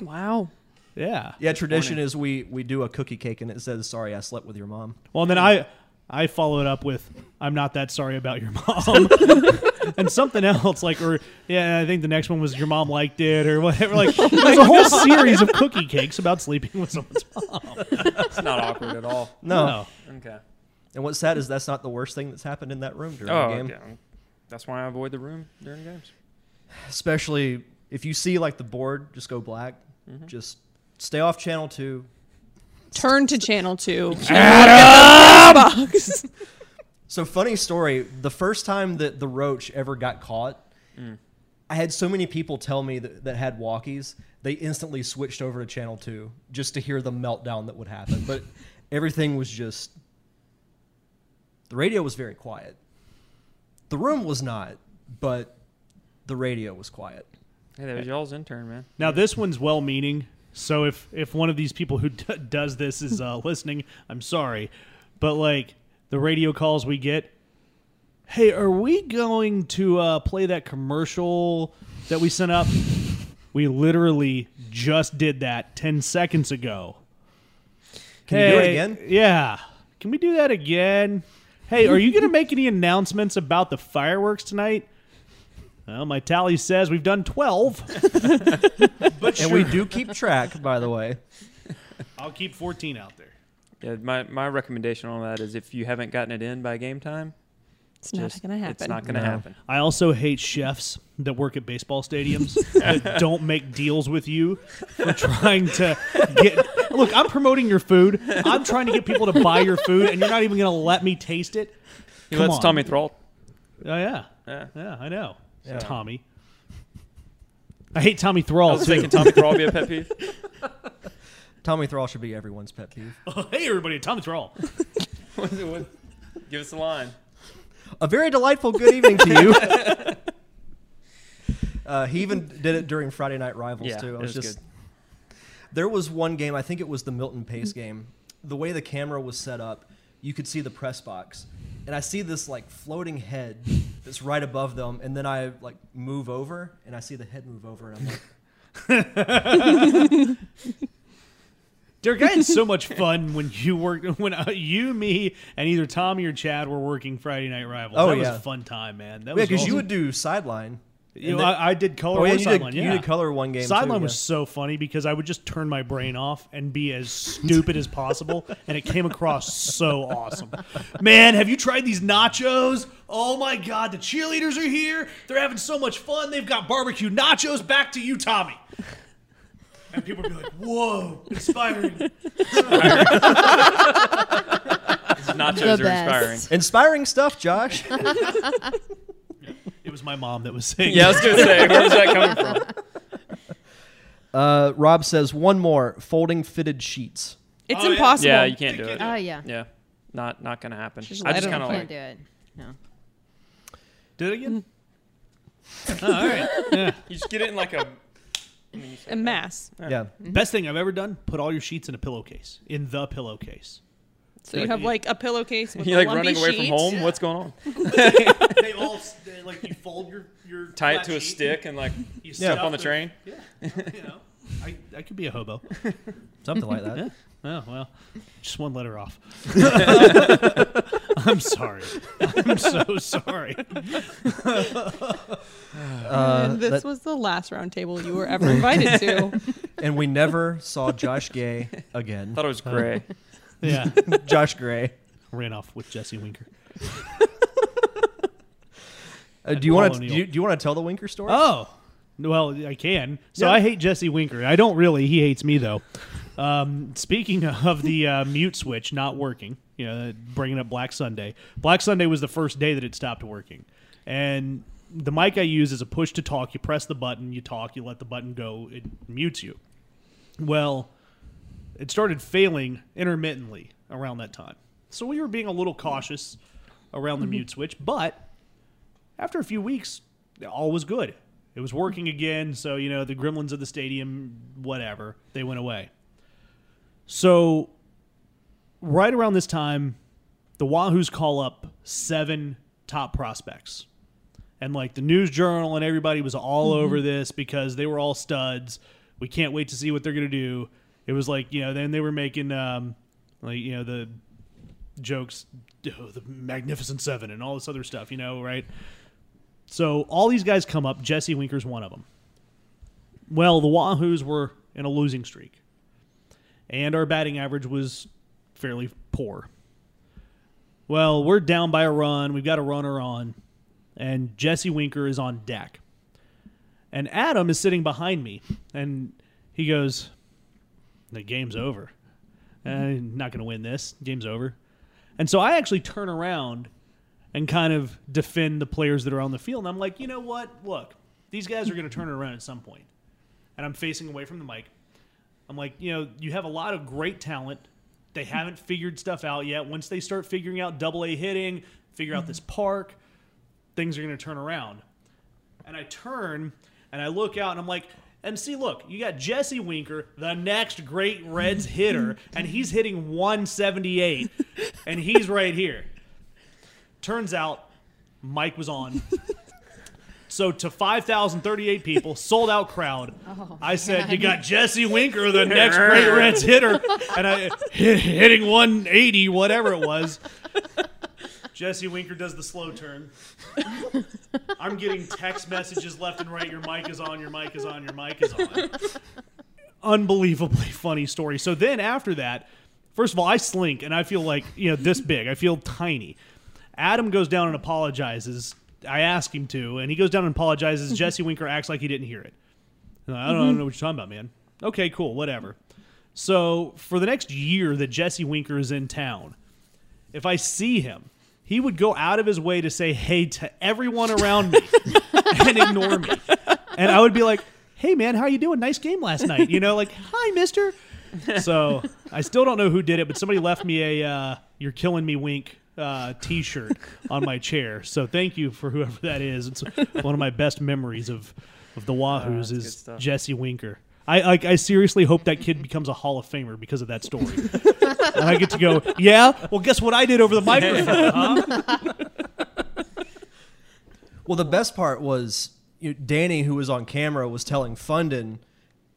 [SPEAKER 7] Wow.
[SPEAKER 6] Yeah.
[SPEAKER 1] yeah, tradition is we we do a cookie cake and it says "Sorry, I slept with your mom."
[SPEAKER 6] Well, and then I I followed up with I'm not that sorry about your mom. And something else, like, or yeah, I think the next one was your mom liked it, or whatever. Like, there's a whole series of cookie cakes about sleeping with someone's mom.
[SPEAKER 4] It's not awkward at all.
[SPEAKER 1] No.
[SPEAKER 6] No.
[SPEAKER 4] Okay.
[SPEAKER 1] And what's sad is that's not the worst thing that's happened in that room during
[SPEAKER 4] Oh,
[SPEAKER 1] the game.
[SPEAKER 4] okay. That's why I avoid the room during games.
[SPEAKER 1] Especially if you see like the board just go black, just stay off channel two.
[SPEAKER 7] Turn to channel two. Box.
[SPEAKER 1] So funny story. The first time that the roach ever got caught, I had so many people tell me that, that had walkies. They instantly switched over to channel two just to hear the meltdown that would happen. But everything was just. The radio was very quiet. The room was not, but the radio was quiet.
[SPEAKER 4] Hey, that was y'all's intern, man.
[SPEAKER 6] Now this one's well-meaning, so if if one of these people who d- does this is uh, listening, I'm sorry, but like the radio calls we get, hey, are we going to uh, play that commercial that we sent up? We literally just did that ten seconds ago.
[SPEAKER 9] Can you do it again?
[SPEAKER 6] Yeah. Can we do that again? Hey, are you going to make any announcements about the fireworks tonight? Well, my tally says we've done 12.
[SPEAKER 1] and we do keep track, by the way.
[SPEAKER 6] I'll keep 14 out there.
[SPEAKER 4] Yeah, my, my recommendation on that is if you haven't gotten it in by game time,
[SPEAKER 7] It's not
[SPEAKER 4] just-
[SPEAKER 7] gonna happen.
[SPEAKER 4] It's not going to
[SPEAKER 1] No.
[SPEAKER 4] happen.
[SPEAKER 6] I also hate chefs that work at baseball stadiums that don't make deals with you for trying to get. Look, I'm promoting your food. I'm trying to get people to buy your food, and you're not even going to let me taste it.
[SPEAKER 4] He
[SPEAKER 6] Come
[SPEAKER 4] lets
[SPEAKER 6] on.
[SPEAKER 4] Tommy Thrall.
[SPEAKER 6] Oh yeah,
[SPEAKER 4] Yeah.
[SPEAKER 6] yeah, I know.
[SPEAKER 1] Yeah.
[SPEAKER 6] Tommy. I hate Tommy
[SPEAKER 4] I
[SPEAKER 6] Thrall
[SPEAKER 4] was
[SPEAKER 6] too.
[SPEAKER 4] thinking Tommy Thrall be a pet peeve.
[SPEAKER 1] Tommy Thrall should be everyone's pet peeve.
[SPEAKER 6] hey everybody, Tommy Thrall.
[SPEAKER 4] What- what- Give us a line.
[SPEAKER 1] A very delightful good evening to you. Uh, he even did it during Friday Night Rivals
[SPEAKER 4] Yeah,
[SPEAKER 1] too. I
[SPEAKER 4] it
[SPEAKER 1] was,
[SPEAKER 4] was
[SPEAKER 1] just there was one game. I think it was the Milton Pace game. The way the camera was set up, you could see the press box, and I see this like floating head that's right above them, and then I like move over and I see the head move over, and I'm like,
[SPEAKER 6] Derek, I had so much fun when you worked when uh, you, me, and either Tommy or Chad were working Friday Night Rivals.
[SPEAKER 1] Oh,
[SPEAKER 6] that was
[SPEAKER 1] yeah.
[SPEAKER 6] a fun time, man. That
[SPEAKER 1] yeah,
[SPEAKER 6] was
[SPEAKER 1] because you
[SPEAKER 6] awesome.
[SPEAKER 1] would do sideline.
[SPEAKER 6] You
[SPEAKER 1] and
[SPEAKER 6] know,
[SPEAKER 1] then-
[SPEAKER 6] I, I did color
[SPEAKER 1] Oh, yeah,
[SPEAKER 6] one
[SPEAKER 1] you did-
[SPEAKER 6] sideline.
[SPEAKER 1] you
[SPEAKER 6] yeah.
[SPEAKER 1] did color one game, too,
[SPEAKER 6] Sideline
[SPEAKER 1] yeah.
[SPEAKER 6] was so funny because I would just turn my brain off and be as stupid as possible, and it came across so awesome. Man, have you tried these nachos? Oh my God, the cheerleaders are here. They're having so much fun. They've got barbecue nachos. Back to you, Tommy. And people would be like, "Whoa, inspiring."
[SPEAKER 4] His nachos
[SPEAKER 8] The
[SPEAKER 4] are inspiring.
[SPEAKER 8] best.
[SPEAKER 1] Inspiring stuff, Josh.
[SPEAKER 6] It was my mom that was saying.
[SPEAKER 4] Yeah, I was going to say, where's that coming from?
[SPEAKER 1] Uh, Rob says one more folding fitted sheets.
[SPEAKER 7] It's
[SPEAKER 6] Oh, yeah.
[SPEAKER 7] impossible.
[SPEAKER 4] Yeah, you can't do it.
[SPEAKER 8] Oh yeah.
[SPEAKER 4] Yeah, not not going to happen.
[SPEAKER 7] Just
[SPEAKER 4] I
[SPEAKER 7] let
[SPEAKER 4] just
[SPEAKER 7] it
[SPEAKER 4] kind of
[SPEAKER 8] Can't
[SPEAKER 4] like,
[SPEAKER 8] do it. No.
[SPEAKER 6] Did it again? Oh, all right. Yeah.
[SPEAKER 4] you just get it in like a.
[SPEAKER 7] A mass.
[SPEAKER 1] Yeah.
[SPEAKER 6] Best thing I've ever done: put all your sheets in a pillowcase, in the pillowcase.
[SPEAKER 7] So you have like a pillowcase with
[SPEAKER 4] You
[SPEAKER 7] a
[SPEAKER 4] like
[SPEAKER 7] lumpy
[SPEAKER 4] running away from
[SPEAKER 7] sheet.
[SPEAKER 4] home? What's going on?
[SPEAKER 6] they all they, like you fold your your
[SPEAKER 4] Tie it
[SPEAKER 6] flat
[SPEAKER 4] to a
[SPEAKER 6] sheet,
[SPEAKER 4] stick and like
[SPEAKER 6] You
[SPEAKER 4] sit up on the train.
[SPEAKER 6] You know, I, I could be a hobo.
[SPEAKER 1] Something like that.
[SPEAKER 6] Oh well, just one letter off. I'm sorry. I'm so sorry.
[SPEAKER 7] And this
[SPEAKER 1] Uh, that-
[SPEAKER 7] was the last round table you were ever invited to.
[SPEAKER 1] and we never saw Josh Gay again.
[SPEAKER 4] Thought it was gray.
[SPEAKER 6] Yeah,
[SPEAKER 1] Josh Gray.
[SPEAKER 6] ran off with Jesse Winker.
[SPEAKER 1] Uh,
[SPEAKER 6] And
[SPEAKER 1] do you want
[SPEAKER 6] Paul
[SPEAKER 1] to do
[SPEAKER 6] O'Neill.
[SPEAKER 1] you, do you want to tell the Winker story?
[SPEAKER 6] Oh, well, I can. So I hate Jesse Winker. I don't really. He hates me though. Um, speaking of the uh, mute switch not working, you know, uh, bringing up Black Sunday. Black Sunday was the first day that it stopped working, and the mic I use is a push to talk. You press the button, you talk, you let the button go, it mutes you. Well, it started failing intermittently around that time. So we were being a little cautious around the mute switch, but after a few weeks, all was good. It was working again, so you know the gremlins of the stadium, whatever, they went away. So, right around this time, the Wahoos call up seven top prospects, and like the News Journal and everybody was all over this because they were all studs. We can't wait to see what they're gonna do. It was like you know, then they were making um, like you know the jokes, oh, the Magnificent Seven, and all this other stuff, you know, right? So all these guys come up. Jesse Winker's one of them. Well, the Wahoos were in a losing streak, and our batting average was fairly poor. Well, we're down by a run. We've got a runner on, and Jesse Winker is on deck. And Adam is sitting behind me, and he goes, The game's over. Uh, not going to win this. Game's over. And so I actually turn around and kind of defend the players that are on the field. And I'm like, you know what? Look, these guys are going to turn it around at some point. And I'm facing away from the mic. I'm like, you know, you have a lot of great talent. They haven't figured stuff out yet. Once they start figuring out double A hitting, figure out this park, things are going to turn around. And I turn and I look out and I'm like, and see, look, you got Jesse Winker, the next great Reds hitter, and he's hitting 178, and he's right here. Turns out, Mike was on. So to 5,038 people, sold out crowd, I said, "You got Jesse Winker, the next great Reds hitter," and I hit, hitting 180, whatever it was. Jesse Winker does the slow turn. I'm getting text messages left and right. Your mic is on. Your mic is on. Your mic is on. Unbelievably funny story. So then after that, first of all, I slink and I feel like you know this big. I feel tiny. Adam goes down and apologizes. I ask him to, and he goes down and apologizes. Jesse Winker acts like he didn't hear it. And I don't, I don't know what you're talking about, man. Okay, cool, whatever. So for the next year that Jesse Winker is in town, if I see him, he would go out of his way to say hey to everyone around me and ignore me. And I would be like, "Hey man, how you doing? Nice game last night." You know, like, "Hi, mister." So, I still don't know who did it, but somebody left me a uh, "You're killing me" wink uh, t-shirt on my chair. So, thank you for whoever that is. It's one of my best memories of of the Wahoos
[SPEAKER 4] Ah, that's good
[SPEAKER 6] is
[SPEAKER 4] stuff.
[SPEAKER 6] Jesse Winker. I, I I seriously hope that kid becomes a Hall of Famer because of that story. and I get to go, "Yeah, well, guess what I did over the microphone?" huh?"
[SPEAKER 1] Well, the best part was you Danny, who was on camera, was telling Fundin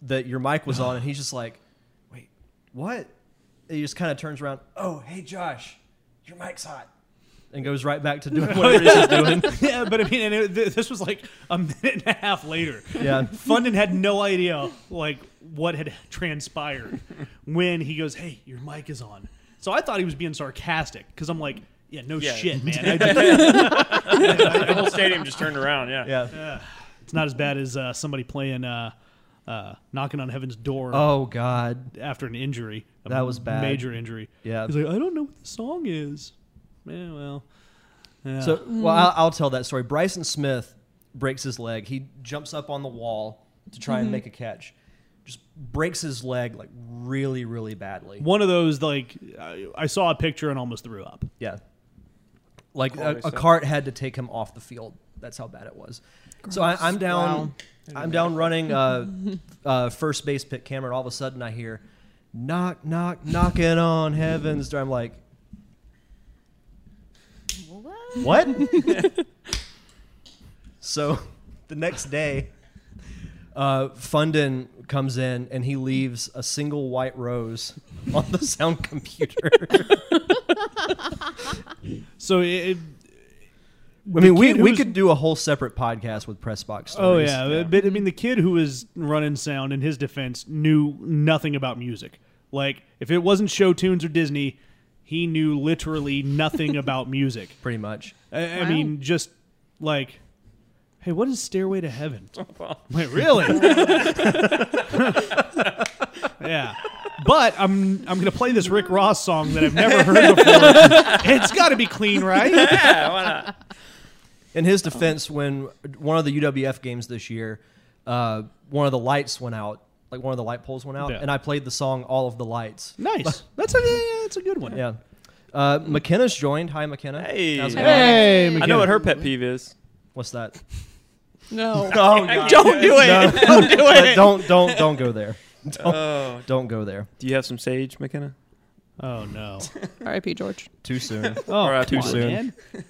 [SPEAKER 1] that your mic was on, and he's just like, "Wait, what?" And he just kind of turns around. Oh, hey, Josh, your mic's hot, and goes right back to doing whatever it is he's doing.
[SPEAKER 6] yeah, but I mean, and it, th- this was like a minute and a half later.
[SPEAKER 1] Yeah.
[SPEAKER 6] Fundin had no idea like what had transpired when he goes, "Hey, your mic is on." So I thought he was being sarcastic because I'm like, "Yeah, no
[SPEAKER 4] Yeah.
[SPEAKER 6] shit, man. I just-
[SPEAKER 4] the whole stadium just turned around. Yeah.
[SPEAKER 1] Yeah.
[SPEAKER 6] it's not as bad as uh, somebody playing uh, uh, knocking on heaven's door
[SPEAKER 1] Oh God.
[SPEAKER 6] after an injury. A
[SPEAKER 1] That was bad.
[SPEAKER 6] Major injury.
[SPEAKER 1] Yeah.
[SPEAKER 6] He's like, "I don't know what the song is." Yeah, well. Yeah.
[SPEAKER 1] So, well, I'll, I'll tell that story. Bryson Smith breaks his leg. He jumps up on the wall to try and make a catch. Just breaks his leg like really, really badly.
[SPEAKER 6] one of those like I, I saw a picture and almost threw up.
[SPEAKER 1] Yeah. Like a, a cart had to take him off the field. That's how bad it was. So I, I'm down. I'm down running uh, uh, first base pit camera, and all of a sudden I hear knock, knock, knocking on heaven's door. I'm like,
[SPEAKER 8] What?
[SPEAKER 1] what? so the next day, uh, Fundin comes in and he leaves a single white rose on the sound computer.
[SPEAKER 6] So it, it-
[SPEAKER 1] I mean, we,
[SPEAKER 6] kid
[SPEAKER 1] we
[SPEAKER 6] who's-
[SPEAKER 1] could do a whole separate podcast with press box
[SPEAKER 6] oh
[SPEAKER 1] stories.
[SPEAKER 6] yeah, but I mean the kid who was running sound in his defense knew nothing about music. Like if it wasn't show tunes or Disney, he knew literally nothing about music.
[SPEAKER 1] pretty much.
[SPEAKER 6] I, I mean just like hey, what is Stairway to Heaven? Wait, really? yeah. But I'm I'm gonna play this Rick Ross song that I've never heard before. it's got to be clean, right?
[SPEAKER 1] In his defense, when one of the UWF games this year, uh, one of the lights went out, like one of the light poles went out,
[SPEAKER 6] Yeah.
[SPEAKER 1] and I played the song "All of the Lights."
[SPEAKER 6] Nice. That's a yeah, that's a good one.
[SPEAKER 1] Yeah, uh, McKenna's joined. Hi, McKenna.
[SPEAKER 4] Hey.
[SPEAKER 1] How's it going?
[SPEAKER 6] Hey,
[SPEAKER 4] I know what her pet peeve is.
[SPEAKER 1] What's that?
[SPEAKER 7] No.
[SPEAKER 1] Oh,
[SPEAKER 4] Don't do it.
[SPEAKER 1] don't do it. Uh, Don't don't don't go there. Don't,
[SPEAKER 4] Oh.
[SPEAKER 1] don't go there.
[SPEAKER 4] Do you have some sage, McKenna?
[SPEAKER 6] Oh no.
[SPEAKER 7] R.I.P. George.
[SPEAKER 1] Too soon.
[SPEAKER 6] Oh,
[SPEAKER 4] Alright,
[SPEAKER 6] come
[SPEAKER 4] too
[SPEAKER 6] on,
[SPEAKER 4] soon.
[SPEAKER 6] man.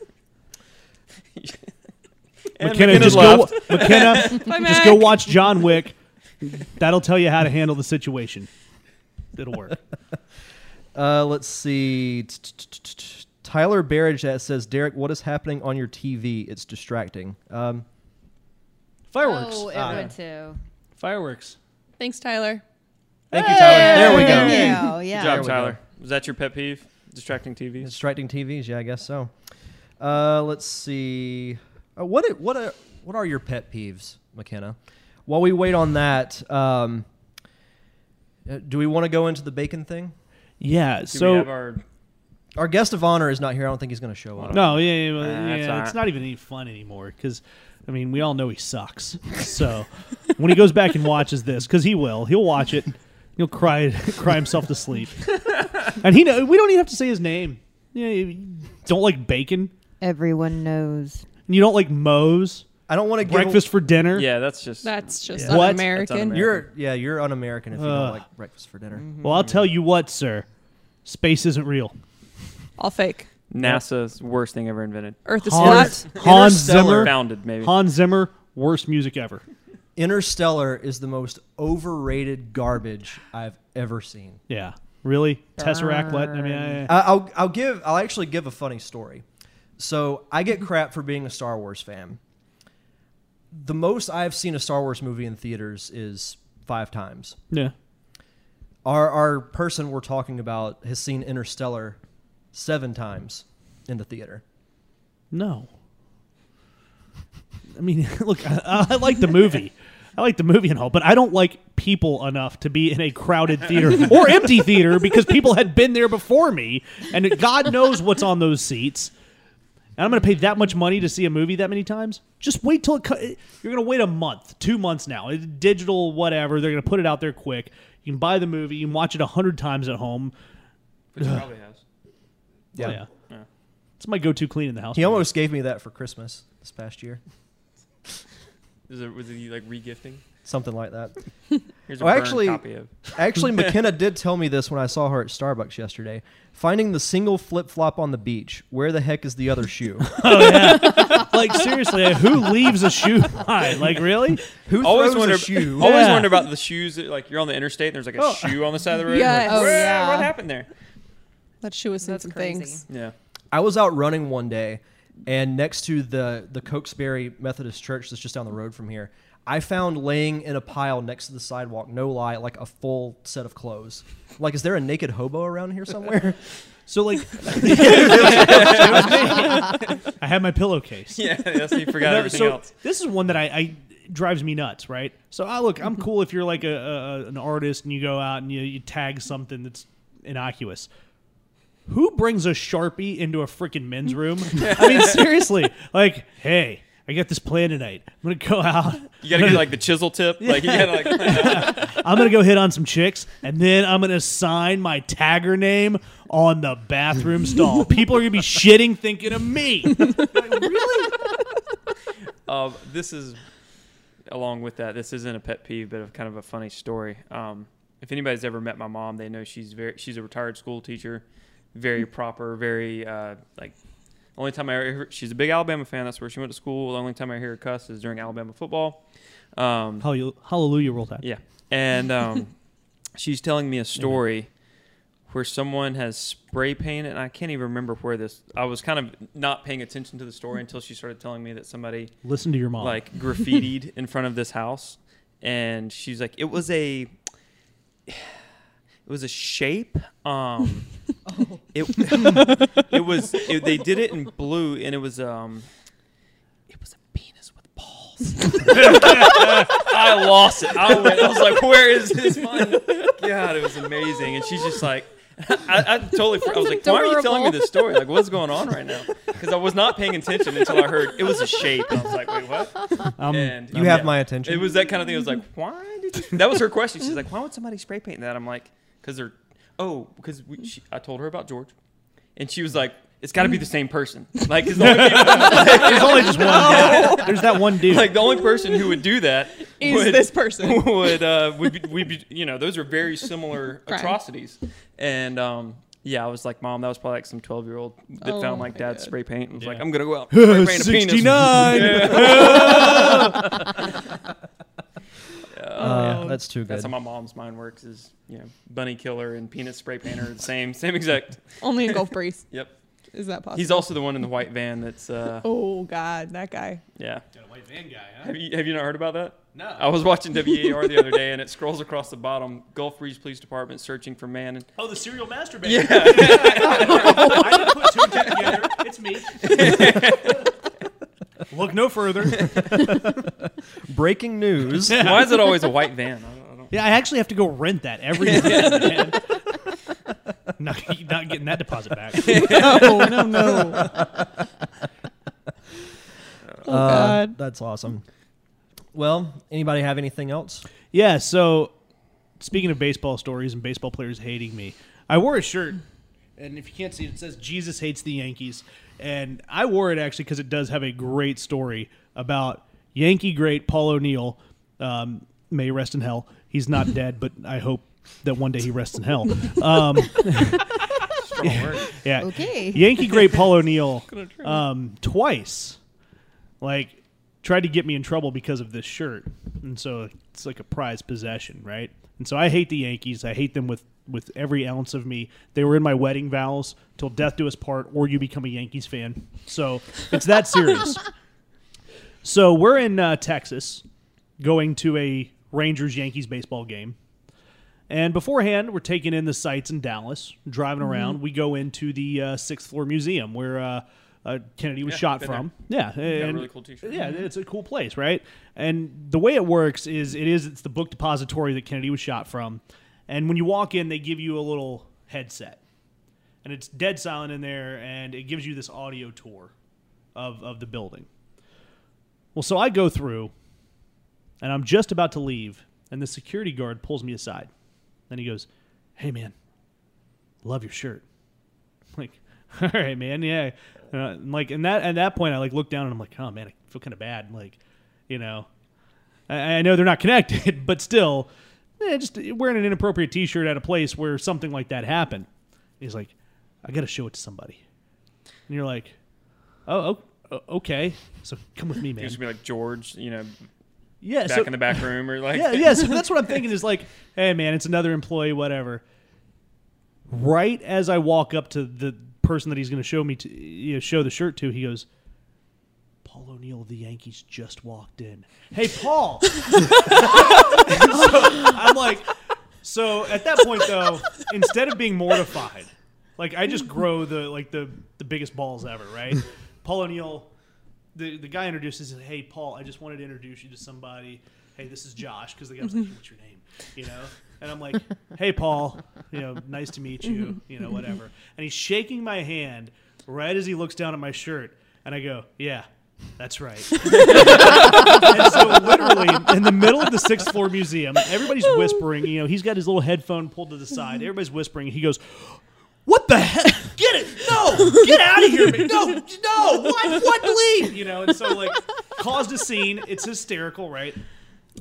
[SPEAKER 4] And
[SPEAKER 6] McKenna,
[SPEAKER 4] McKenna
[SPEAKER 6] just
[SPEAKER 4] left.
[SPEAKER 6] go. McKenna,
[SPEAKER 7] Bye,
[SPEAKER 6] just
[SPEAKER 7] Mac.
[SPEAKER 6] go watch John Wick. That'll tell you how to handle the situation. It'll work.
[SPEAKER 1] Uh, let's see. Tyler Barrage that says, Derek, what is happening on your TV? It's distracting. Um,
[SPEAKER 6] Fireworks.
[SPEAKER 8] Oh, it
[SPEAKER 1] Ah.
[SPEAKER 8] would too.
[SPEAKER 6] Fireworks.
[SPEAKER 7] Thanks, Tyler.
[SPEAKER 1] thank you, Tyler. There we go.
[SPEAKER 8] Yeah,
[SPEAKER 4] Good
[SPEAKER 8] yeah.
[SPEAKER 4] job,
[SPEAKER 1] There we
[SPEAKER 4] Tyler. Was that your pet peeve? Distracting TVs?
[SPEAKER 1] Distracting TVs, yeah, I guess so. Uh, let's see. Uh, what i- what a, what are your pet peeves, McKenna? While we wait on that, um, uh, do we want to go into the bacon thing?
[SPEAKER 6] Yeah.
[SPEAKER 4] Do
[SPEAKER 6] so
[SPEAKER 4] we have our
[SPEAKER 1] Our guest of honor is not here. I don't think he's going to show up.
[SPEAKER 6] no, yeah, yeah, well,
[SPEAKER 4] Ah, that's
[SPEAKER 6] yeah,
[SPEAKER 4] all
[SPEAKER 6] it's
[SPEAKER 4] right.
[SPEAKER 6] not even any fun anymore because. I mean, we all know he sucks. So when he goes back and watches this, because he will, he'll watch it. He'll cry, cry himself to sleep. And he, know, we don't even have to say his name. Yeah, you don't like bacon.
[SPEAKER 10] Everyone knows.
[SPEAKER 6] and you don't like Moe's,
[SPEAKER 1] I don't want to give
[SPEAKER 6] breakfast for dinner.
[SPEAKER 4] Yeah, that's just
[SPEAKER 7] That's just
[SPEAKER 4] Yeah.
[SPEAKER 6] What?
[SPEAKER 7] un-American.
[SPEAKER 4] That's
[SPEAKER 1] You're yeah, you're un-American if you
[SPEAKER 6] Ugh.
[SPEAKER 1] don't like breakfast for dinner.
[SPEAKER 6] Well, I'll tell you what, sir. Space isn't real.
[SPEAKER 7] All fake.
[SPEAKER 4] NASA's worst thing ever invented.
[SPEAKER 7] Earth is
[SPEAKER 6] Hans,
[SPEAKER 7] flat.
[SPEAKER 6] Hans
[SPEAKER 1] Interstellar.
[SPEAKER 6] Zimmer.
[SPEAKER 4] Founded maybe.
[SPEAKER 6] Hans Zimmer, worst music ever.
[SPEAKER 1] Interstellar is the most overrated garbage I've ever seen.
[SPEAKER 6] Yeah, really. Tesseract. Let I mean, I-
[SPEAKER 1] I- I'll I'll give I'll actually give a funny story. So I get crap for being a Star Wars fan. The most I've seen a Star Wars movie in theaters is five times.
[SPEAKER 6] yeah.
[SPEAKER 1] Our our person we're talking about has seen Interstellar seven times in the theater.
[SPEAKER 6] No. I mean, look, I, I like the movie. I like the movie and all, but I don't like people enough to be in a crowded theater or empty theater because people had been there before me, and it- God knows what's on those seats. And I'm going to pay that much money to see a movie that many times? Just wait till it. Co- you're going to wait a month, two months now. It's digital, whatever. They're going to put it out there quick. You can buy the movie. You can watch it a hundred times at home.
[SPEAKER 4] Which it probably has.
[SPEAKER 1] Yeah.
[SPEAKER 6] Oh, yeah. It's my go-to clean in the house.
[SPEAKER 1] He almost gave me that for Christmas this past year.
[SPEAKER 4] Is it was it like regifting?
[SPEAKER 1] Something like that.
[SPEAKER 4] Here's a
[SPEAKER 1] Well,
[SPEAKER 4] burned
[SPEAKER 1] actually-
[SPEAKER 4] copy of.
[SPEAKER 1] Actually, McKenna did tell me this when I saw her at Starbucks yesterday. Finding the single flip flop on the beach. Where the heck is the other shoe?
[SPEAKER 6] like seriously, who leaves a shoe behind? Like really?
[SPEAKER 1] Who
[SPEAKER 4] Always
[SPEAKER 1] throws
[SPEAKER 4] wonder.
[SPEAKER 1] a shoe? Oh.
[SPEAKER 4] Always
[SPEAKER 6] Yeah.
[SPEAKER 4] wonder about the shoes. That, like you're on the interstate and there's like a shoe on the side of the road.
[SPEAKER 7] Yes.
[SPEAKER 4] Like,
[SPEAKER 7] Oh,
[SPEAKER 4] "Where-
[SPEAKER 10] yeah.
[SPEAKER 4] What happened there?
[SPEAKER 7] That shoe was seen
[SPEAKER 10] That's
[SPEAKER 7] some
[SPEAKER 10] crazy.
[SPEAKER 7] things.
[SPEAKER 4] Yeah.
[SPEAKER 1] I was out running one day, and next to the the Cokesbury Methodist Church that's just down the road from here, I found laying in a pile next to the sidewalk. No lie, like a full set of clothes. Like, is there a naked hobo around here somewhere?
[SPEAKER 6] So like, I had my pillowcase.
[SPEAKER 4] Yeah. Yes, you forgot
[SPEAKER 6] No,
[SPEAKER 4] everything
[SPEAKER 6] so
[SPEAKER 4] else.
[SPEAKER 6] this is one that I, I drives me nuts, right? So I look,
[SPEAKER 4] Mm-hmm.
[SPEAKER 6] I'm cool if you're like a, a an artist and you go out and you, you tag something that's innocuous. Who brings a sharpie into a freaking men's room? I mean, seriously, like, hey, I got this plan tonight. I'm gonna go out.
[SPEAKER 4] You gotta get like the chisel tip. Like you gotta like.
[SPEAKER 6] I'm gonna go hit on some chicks, and then I'm gonna sign my tagger name on the bathroom stall. People are gonna be shitting thinking of me.
[SPEAKER 4] Um, this is along with that. This isn't a pet peeve, but a kind of a funny story. Um, if anybody's ever met my mom, they know she's very she's a retired school teacher, very
[SPEAKER 1] Mm-hmm.
[SPEAKER 4] proper, very uh, like. Only time I ever hear, she's a big Alabama fan. That's where she went to school. The only time I hear her cuss is during Alabama football. Um,
[SPEAKER 6] Hallelu- Hallelujah, roll tide.
[SPEAKER 4] yeah. And um, she's telling me a story where someone has spray painted, and I can't even remember where this. I was kind of not paying attention to the story until she started telling me that somebody
[SPEAKER 6] Listen to your mom.
[SPEAKER 4] like graffitied in front of this house, and she's like, "It was a, it was a shape. Um, it, it was. It, they did it in blue, and it was um, it was a penis with balls. I lost it. I went. I was like, "Where is this one?" God, it was amazing, and she's just like. I, I totally. fr- I was like, "Why are you telling me this story? Like, what's going on right now?" Because I was not paying attention until I heard it was a shape. And I was like, "Wait, what?"
[SPEAKER 6] um,
[SPEAKER 4] and
[SPEAKER 1] Mm. You have my attention.
[SPEAKER 4] It was that kind of thing. I was like, why did you? That was her question. She's like, why would somebody spray paint that? I'm like, because they're, oh, because we, she, I told her about George, and she was like, it's got to be the same person. Like, 'cause the only people,
[SPEAKER 6] there's only just one. guy. There's that one dude.
[SPEAKER 4] like the only person who would do that
[SPEAKER 7] Is
[SPEAKER 4] would,
[SPEAKER 7] this person.
[SPEAKER 4] would uh would be, would be you know those are very similar
[SPEAKER 7] Crime.
[SPEAKER 4] atrocities, and um. Yeah, I was like, Mom, that was probably like some twelve-year-old that
[SPEAKER 7] Oh
[SPEAKER 4] found like
[SPEAKER 7] my
[SPEAKER 4] dad's
[SPEAKER 7] God.
[SPEAKER 4] spray paint and was like,
[SPEAKER 6] Yeah.
[SPEAKER 4] "I'm gonna go out and spray paint a penis."
[SPEAKER 6] 69.
[SPEAKER 1] Uh, That's too good.
[SPEAKER 4] Oh, That's how my mom's mind works is, you know, bunny killer and penis spray painter are the same, same exact.
[SPEAKER 7] Only in Gulf Breeze.
[SPEAKER 4] Yep.
[SPEAKER 7] Is that possible?
[SPEAKER 4] He's also the one in the white van that's, uh,
[SPEAKER 7] oh God, that guy.
[SPEAKER 4] yeah.
[SPEAKER 6] white van guy, huh?
[SPEAKER 4] Have you, Oh. have you not heard about that? I
[SPEAKER 6] No.
[SPEAKER 4] was watching WER the other day and it scrolls across the bottom Gulf Breeze Police Department searching for man. And,
[SPEAKER 6] Oh, the serial masturbator. Yeah. I didn't put two and two together. It's me. Look no further.
[SPEAKER 1] Breaking news.
[SPEAKER 4] why is it always a white van? I don't, I don't,
[SPEAKER 6] Yeah, I actually have to go rent that every month. man. not, not getting that deposit back.
[SPEAKER 7] Oh no no. oh
[SPEAKER 1] Uh,
[SPEAKER 7] God.
[SPEAKER 1] that's awesome. Well, anybody have anything else?
[SPEAKER 6] Yeah, so speaking of baseball stories and baseball players hating me, I wore a shirt, and if you can't see it, it says Jesus hates the Yankees. And I wore it actually because it does have a great story about Yankee great Paul O'Neill, um, may he rest in hell. He's not dead, but I hope that one day he rests in hell. Um, yeah.
[SPEAKER 8] Okay.
[SPEAKER 6] Yankee great Paul O'Neill um, twice, like tried to get me in trouble because of this shirt, and so it's like a prized possession, right? And so I hate the Yankees. I hate them with with every ounce of me. They were in my wedding vows till death do us part, or you become a Yankees fan. So it's that serious. so we're in uh, Texas, going to a Rangers Yankees baseball game. And beforehand, we're taking in the sights in Dallas, driving
[SPEAKER 4] Mm-hmm.
[SPEAKER 6] around. We go into the uh, sixth floor museum where uh, uh, Kennedy was
[SPEAKER 4] Yeah,
[SPEAKER 6] shot
[SPEAKER 4] been
[SPEAKER 6] from. Yeah,
[SPEAKER 4] a
[SPEAKER 6] and,
[SPEAKER 4] really cool t-shirt.
[SPEAKER 6] Yeah, it's a cool place, right? And the way it works is it is it's the book depository that Kennedy was shot from. And when you walk in, they give you a little headset, and it's dead silent in there, and it gives you this audio tour of of the building. Well, so I go through, and I'm just about to leave, and the security guard pulls me aside. Then he goes, "Hey, man, love your shirt." I'm like, all right, man, yeah. Uh, and like, and that at that point, I like look down and I'm like, oh man, I feel kind of bad. Like, you know, I, I know they're not connected, but still, eh, just wearing an inappropriate T-shirt at a place where something like that happened. He's like, I got to show it to somebody, and you're like, oh, oh okay. So come with me,
[SPEAKER 4] It
[SPEAKER 6] man.
[SPEAKER 4] used to be like George, you know,
[SPEAKER 6] Yeah,
[SPEAKER 4] back
[SPEAKER 6] Uh, so-
[SPEAKER 4] in the back room or like
[SPEAKER 6] yeah, yeah. So that's what I'm thinking is like, hey, man, it's another employee, whatever. Right as I walk up to the person that he's going to show me to you know, show the shirt to, he goes, "Paul O'Neill of the Yankees just walked in." Hey, Paul. so I'm like, so at that point though, instead of being mortified, like I just grow the like the the biggest balls ever, right? Paul O'Neill the, the guy introduces, hey, Paul, I just wanted to introduce you to somebody. Hey, this is Josh, because the guy was like, hey, what's your name? You know? And I'm like, hey, Paul, you know, nice to meet you, you know, whatever. And he's shaking my hand right as he looks down at my shirt. And I go, yeah, that's right. and so literally in the middle of the sixth floor museum, everybody's whispering. You know, he's got his little headphone pulled to the side. Everybody's whispering. He goes, "What the heck? Get it? No, get out of here! man. No, no, what? What? Leave!" You know, and so like caused a scene. It's hysterical, right?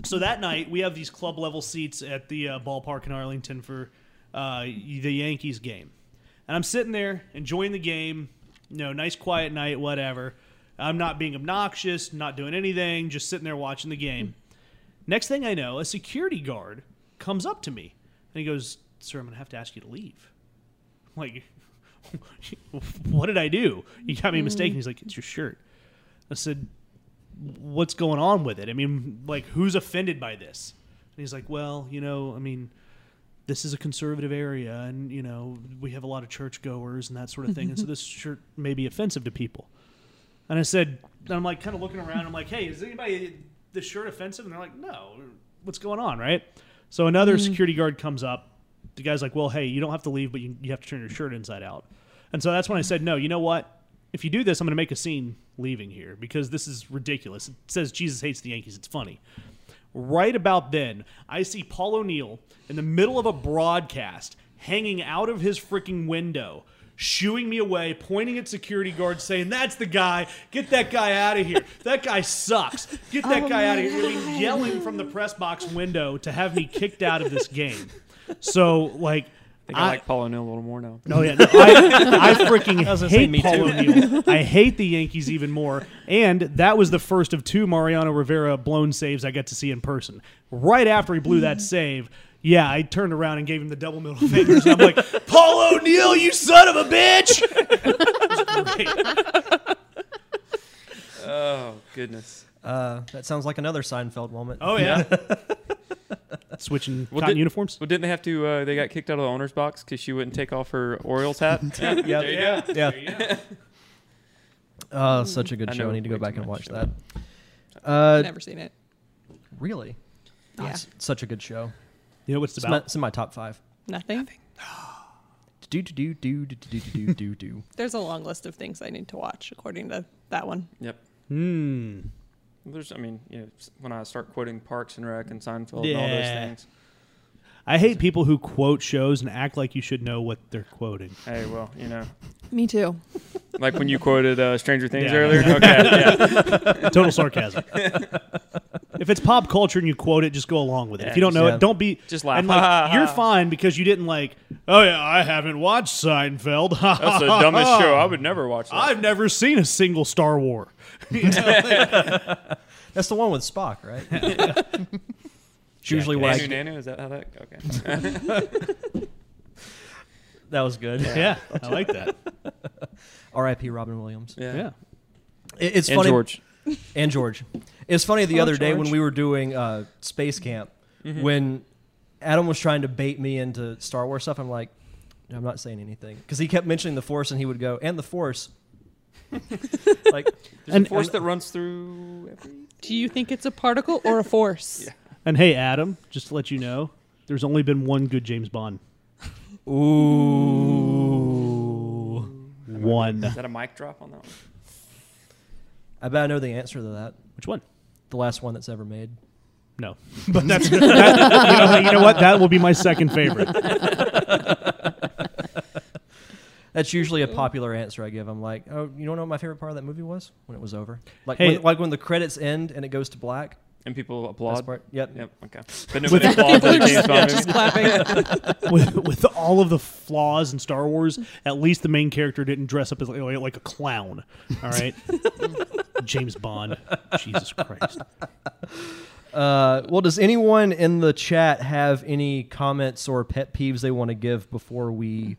[SPEAKER 6] So that night we have these club level seats at the uh, ballpark in Arlington for uh, the Yankees game, and I'm sitting there enjoying the game. You know, nice quiet night, whatever. I'm not being obnoxious, not doing anything, just sitting there watching the game. Next thing I know, a security guard comes up to me and he goes, "Sir, I'm gonna have to ask you to leave." I'm like, what did I do? You got me mistaken. He's like, "It's your shirt." I said, what's going on with it? I mean, like, who's offended by this? And he's like, well, you know, I mean, this is a conservative area, and you know, we have a lot of churchgoers and that sort of thing, and so this shirt may be offensive to people. And I said, and I'm like, kind of looking around. I'm like, hey, is anybody this shirt offensive? And they're like, no. What's going on, right? So another security guard comes up. The guy's like, well, hey, you don't have to leave, but you, you have to turn your shirt inside out. And so that's when I said, no, you know what? If you do this, I'm going to make a scene leaving here because this is ridiculous. It says Jesus hates the Yankees. It's funny. Right about then, I see Paul O'Neill in the middle of a broadcast hanging out of his freaking window, shooing me away, pointing at security guards, saying, That's the guy. Get that guy out of here. That guy sucks. Get that guy out of here. I mean, yelling from the press box window to have me kicked out of this game. So, like,
[SPEAKER 4] I think I, like Paul O'Neill a little more now.
[SPEAKER 6] no, yeah, no, I, I freaking
[SPEAKER 1] gonna say,
[SPEAKER 6] hate
[SPEAKER 1] me
[SPEAKER 6] Paul
[SPEAKER 1] too.
[SPEAKER 6] O'Neill. I hate the Yankees even more. And that was the first of two Mariano Rivera blown saves I got to see in person. Right after he blew that save, yeah, I turned around and gave him the double middle fingers. I'm like, Paul O'Neill, you son of a bitch!
[SPEAKER 4] Oh goodness.
[SPEAKER 1] Uh, that sounds like another Seinfeld moment.
[SPEAKER 6] Oh yeah, switching
[SPEAKER 4] Well,
[SPEAKER 6] cotton
[SPEAKER 4] did-
[SPEAKER 6] uniforms.
[SPEAKER 4] Well, didn't they have to? Uh, they got kicked out of the owner's box because she wouldn't take off her Orioles hat.
[SPEAKER 1] yeah,
[SPEAKER 4] There you go.
[SPEAKER 1] yeah. Oh, such a good
[SPEAKER 4] I
[SPEAKER 1] show.
[SPEAKER 4] know
[SPEAKER 1] I need to go
[SPEAKER 4] way
[SPEAKER 1] back
[SPEAKER 4] too
[SPEAKER 1] and watch
[SPEAKER 4] much
[SPEAKER 1] that.
[SPEAKER 4] about
[SPEAKER 1] Uh,
[SPEAKER 7] Never seen it.
[SPEAKER 1] really,
[SPEAKER 7] Yeah.
[SPEAKER 1] It's such a good show.
[SPEAKER 6] You know what's
[SPEAKER 1] It's,
[SPEAKER 6] about?
[SPEAKER 1] my, it's in my top five.
[SPEAKER 7] Nothing.
[SPEAKER 1] Do do do do do do do do do do.
[SPEAKER 7] There's a long list of things I need to watch according to that one.
[SPEAKER 4] Yep.
[SPEAKER 6] Hmm.
[SPEAKER 4] There's, I mean, you know, s- when I start quoting Parks and Rec and Seinfeld and all those
[SPEAKER 6] Yeah.
[SPEAKER 4] things,
[SPEAKER 6] I hate people who quote shows and act like you should know what they're quoting.
[SPEAKER 4] Hey, well, you know,
[SPEAKER 7] Me too.
[SPEAKER 4] like when you quoted uh, Stranger Things
[SPEAKER 6] Yeah.
[SPEAKER 4] earlier. Okay, yeah.
[SPEAKER 6] Total sarcasm. if it's pop culture and you quote it, just go along with it. if you don't know
[SPEAKER 1] Yeah.
[SPEAKER 6] it, don't be
[SPEAKER 4] Just laugh.
[SPEAKER 6] And like,
[SPEAKER 4] Ha, ha,
[SPEAKER 6] you're
[SPEAKER 4] ha.
[SPEAKER 6] fine because you didn't like. Oh yeah, I haven't watched Seinfeld.
[SPEAKER 4] That's the dumbest show. I would never watch that.
[SPEAKER 6] I've never seen a single Star War.
[SPEAKER 1] That's the one with Spock, right? It's usually what I
[SPEAKER 4] Nanu Nanu, is that how that? Okay.
[SPEAKER 1] that was good.
[SPEAKER 6] Yeah, I like that.
[SPEAKER 1] R.I.P. Robin Williams.
[SPEAKER 4] Yeah.
[SPEAKER 6] Yeah.
[SPEAKER 1] It- It's
[SPEAKER 4] And
[SPEAKER 1] funny.
[SPEAKER 4] George.
[SPEAKER 1] and George. It's funny the other day when
[SPEAKER 7] George.
[SPEAKER 1] we were doing uh, space camp when Adam was trying to bait me into Star Wars stuff. I'm like, I'm not saying anything because he kept mentioning the Force and he would go and the Force. like
[SPEAKER 4] There's a force that runs through every.
[SPEAKER 7] Do you think it's a particle or a force?
[SPEAKER 6] And hey, Adam, just to let you know, there's only been one good James Bond.
[SPEAKER 1] ooh,
[SPEAKER 6] One.
[SPEAKER 4] Is that a mic drop on that one?
[SPEAKER 1] I bet I know the answer to that.
[SPEAKER 6] Which one?
[SPEAKER 1] The last one that's ever made.
[SPEAKER 6] No. But that's that, you, know, you know what? That will be my second favorite.
[SPEAKER 1] That's usually a popular answer I give. I'm like, oh, you don't know what my favorite part of that movie was when it was over, like
[SPEAKER 6] Hey.
[SPEAKER 1] when, like when the credits end and it goes to black.
[SPEAKER 4] And people
[SPEAKER 1] That's
[SPEAKER 4] applaud.
[SPEAKER 1] part. Yep.
[SPEAKER 4] Yep. Okay. But nobody applauds at the James Bond movie.
[SPEAKER 7] Clapping.
[SPEAKER 6] with, with all of the flaws in Star Wars, at least the main character didn't dress up as like, like a clown. All right, James Bond. Jesus Christ.
[SPEAKER 1] Uh, well, does anyone in the chat have any comments or pet peeves they want to give before we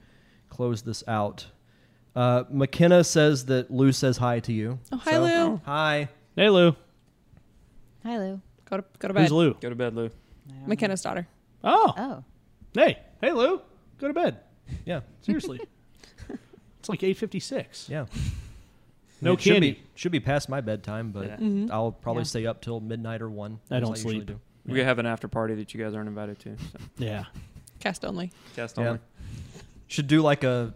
[SPEAKER 1] close this out? Uh, McKenna says that Lou says hi to you.
[SPEAKER 7] Oh, hi, Lou.
[SPEAKER 1] Hi.
[SPEAKER 6] Hey Lou,
[SPEAKER 10] Hi, Lou.
[SPEAKER 7] Go to go to
[SPEAKER 6] who's
[SPEAKER 7] bed.
[SPEAKER 6] Lou?
[SPEAKER 4] Go to bed, Lou.
[SPEAKER 7] McKenna's daughter.
[SPEAKER 6] Oh,
[SPEAKER 10] Oh.
[SPEAKER 6] hey, hey Lou, go to bed.
[SPEAKER 1] Yeah.
[SPEAKER 6] Seriously, it's like eight fifty six.
[SPEAKER 1] Yeah.
[SPEAKER 6] No
[SPEAKER 1] It should
[SPEAKER 6] candy.
[SPEAKER 1] be, should be past my bedtime, but
[SPEAKER 7] Mm-hmm.
[SPEAKER 1] I'll probably stay up till midnight or one.
[SPEAKER 6] I
[SPEAKER 1] as
[SPEAKER 6] don't
[SPEAKER 1] usually
[SPEAKER 6] sleep.
[SPEAKER 1] do.
[SPEAKER 4] We're gonna have an after party that you guys aren't invited to. So.
[SPEAKER 6] Yeah,
[SPEAKER 7] Cast only.
[SPEAKER 4] Cast
[SPEAKER 1] Yeah.
[SPEAKER 4] only.
[SPEAKER 1] Should do like a